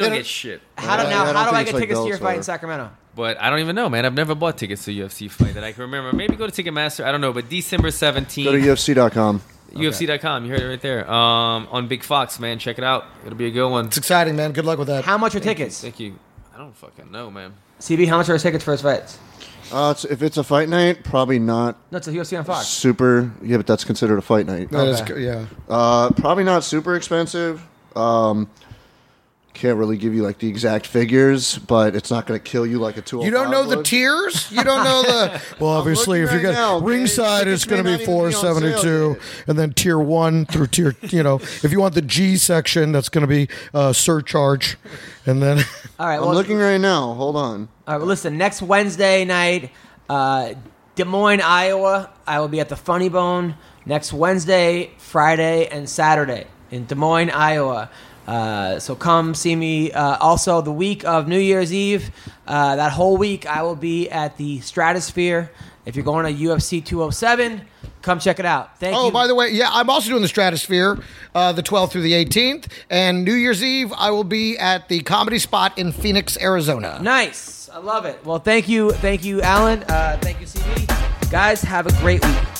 Speaker 2: don't get shit.
Speaker 1: how do
Speaker 3: Yeah,
Speaker 1: now?
Speaker 3: I don't
Speaker 1: how do
Speaker 3: think
Speaker 1: I
Speaker 3: it's
Speaker 1: get
Speaker 3: like
Speaker 1: tickets to
Speaker 3: those
Speaker 1: your fight in
Speaker 3: are-
Speaker 1: Sacramento?
Speaker 2: But I don't even know, man. I've never bought tickets to a UFC fight that I can remember. Maybe go to Ticketmaster. I don't know. But December
Speaker 3: Go to
Speaker 2: 17th,
Speaker 3: UFC.com.
Speaker 2: UFC.com. You heard it right there. Um, on Big Fox, man. Check it out. It'll be a good one.
Speaker 5: It's exciting, man. Good luck with that.
Speaker 1: How much are tickets?
Speaker 2: Thank you. I don't fucking know, man.
Speaker 1: CB, how much are his tickets for his fights?
Speaker 3: Uh, it's, if it's a fight night, probably not
Speaker 1: No, it's a UFC on Fox.
Speaker 3: super. Yeah, but that's considered a fight night.
Speaker 5: That is
Speaker 1: Okay.
Speaker 5: go- yeah.
Speaker 3: Uh, probably not super expensive. Um, can't really give you like the exact figures, but it's not going to kill you like a oh tool.
Speaker 5: You don't know the tiers. You don't know the. Well, obviously,
Speaker 3: looking
Speaker 5: if you're
Speaker 3: right now,
Speaker 5: gonna
Speaker 3: okay?
Speaker 5: ringside,
Speaker 3: Tickets
Speaker 5: it's gonna
Speaker 3: may
Speaker 5: be
Speaker 3: not even be on
Speaker 5: four
Speaker 3: sale
Speaker 5: seventy two, and then tier one through tier. You know, if you want the G section, that's gonna be uh, surcharge, and then
Speaker 1: All right.
Speaker 3: I'm
Speaker 1: Well,
Speaker 3: looking right now. Hold on.
Speaker 1: all right, well, listen. Next Wednesday night, uh, Des Moines, Iowa. I will be at the Funny Bone next Wednesday, Friday, and Saturday in Des Moines, Iowa. Uh, so come see me. Uh, also, the week of New Year's Eve, uh, that whole week, I will be at the Stratosphere. If you're going to UFC 207, come check it out. Thank you.
Speaker 5: Oh, by the way, yeah, I'm also doing the Stratosphere, uh, the 12th through the 18th, and New Year's Eve I will be at the Comedy Spot in Phoenix, Arizona.
Speaker 1: Nice. I love it. Well, thank you. Thank you, Alan. Uh, thank you, CB. Guys, have a great week.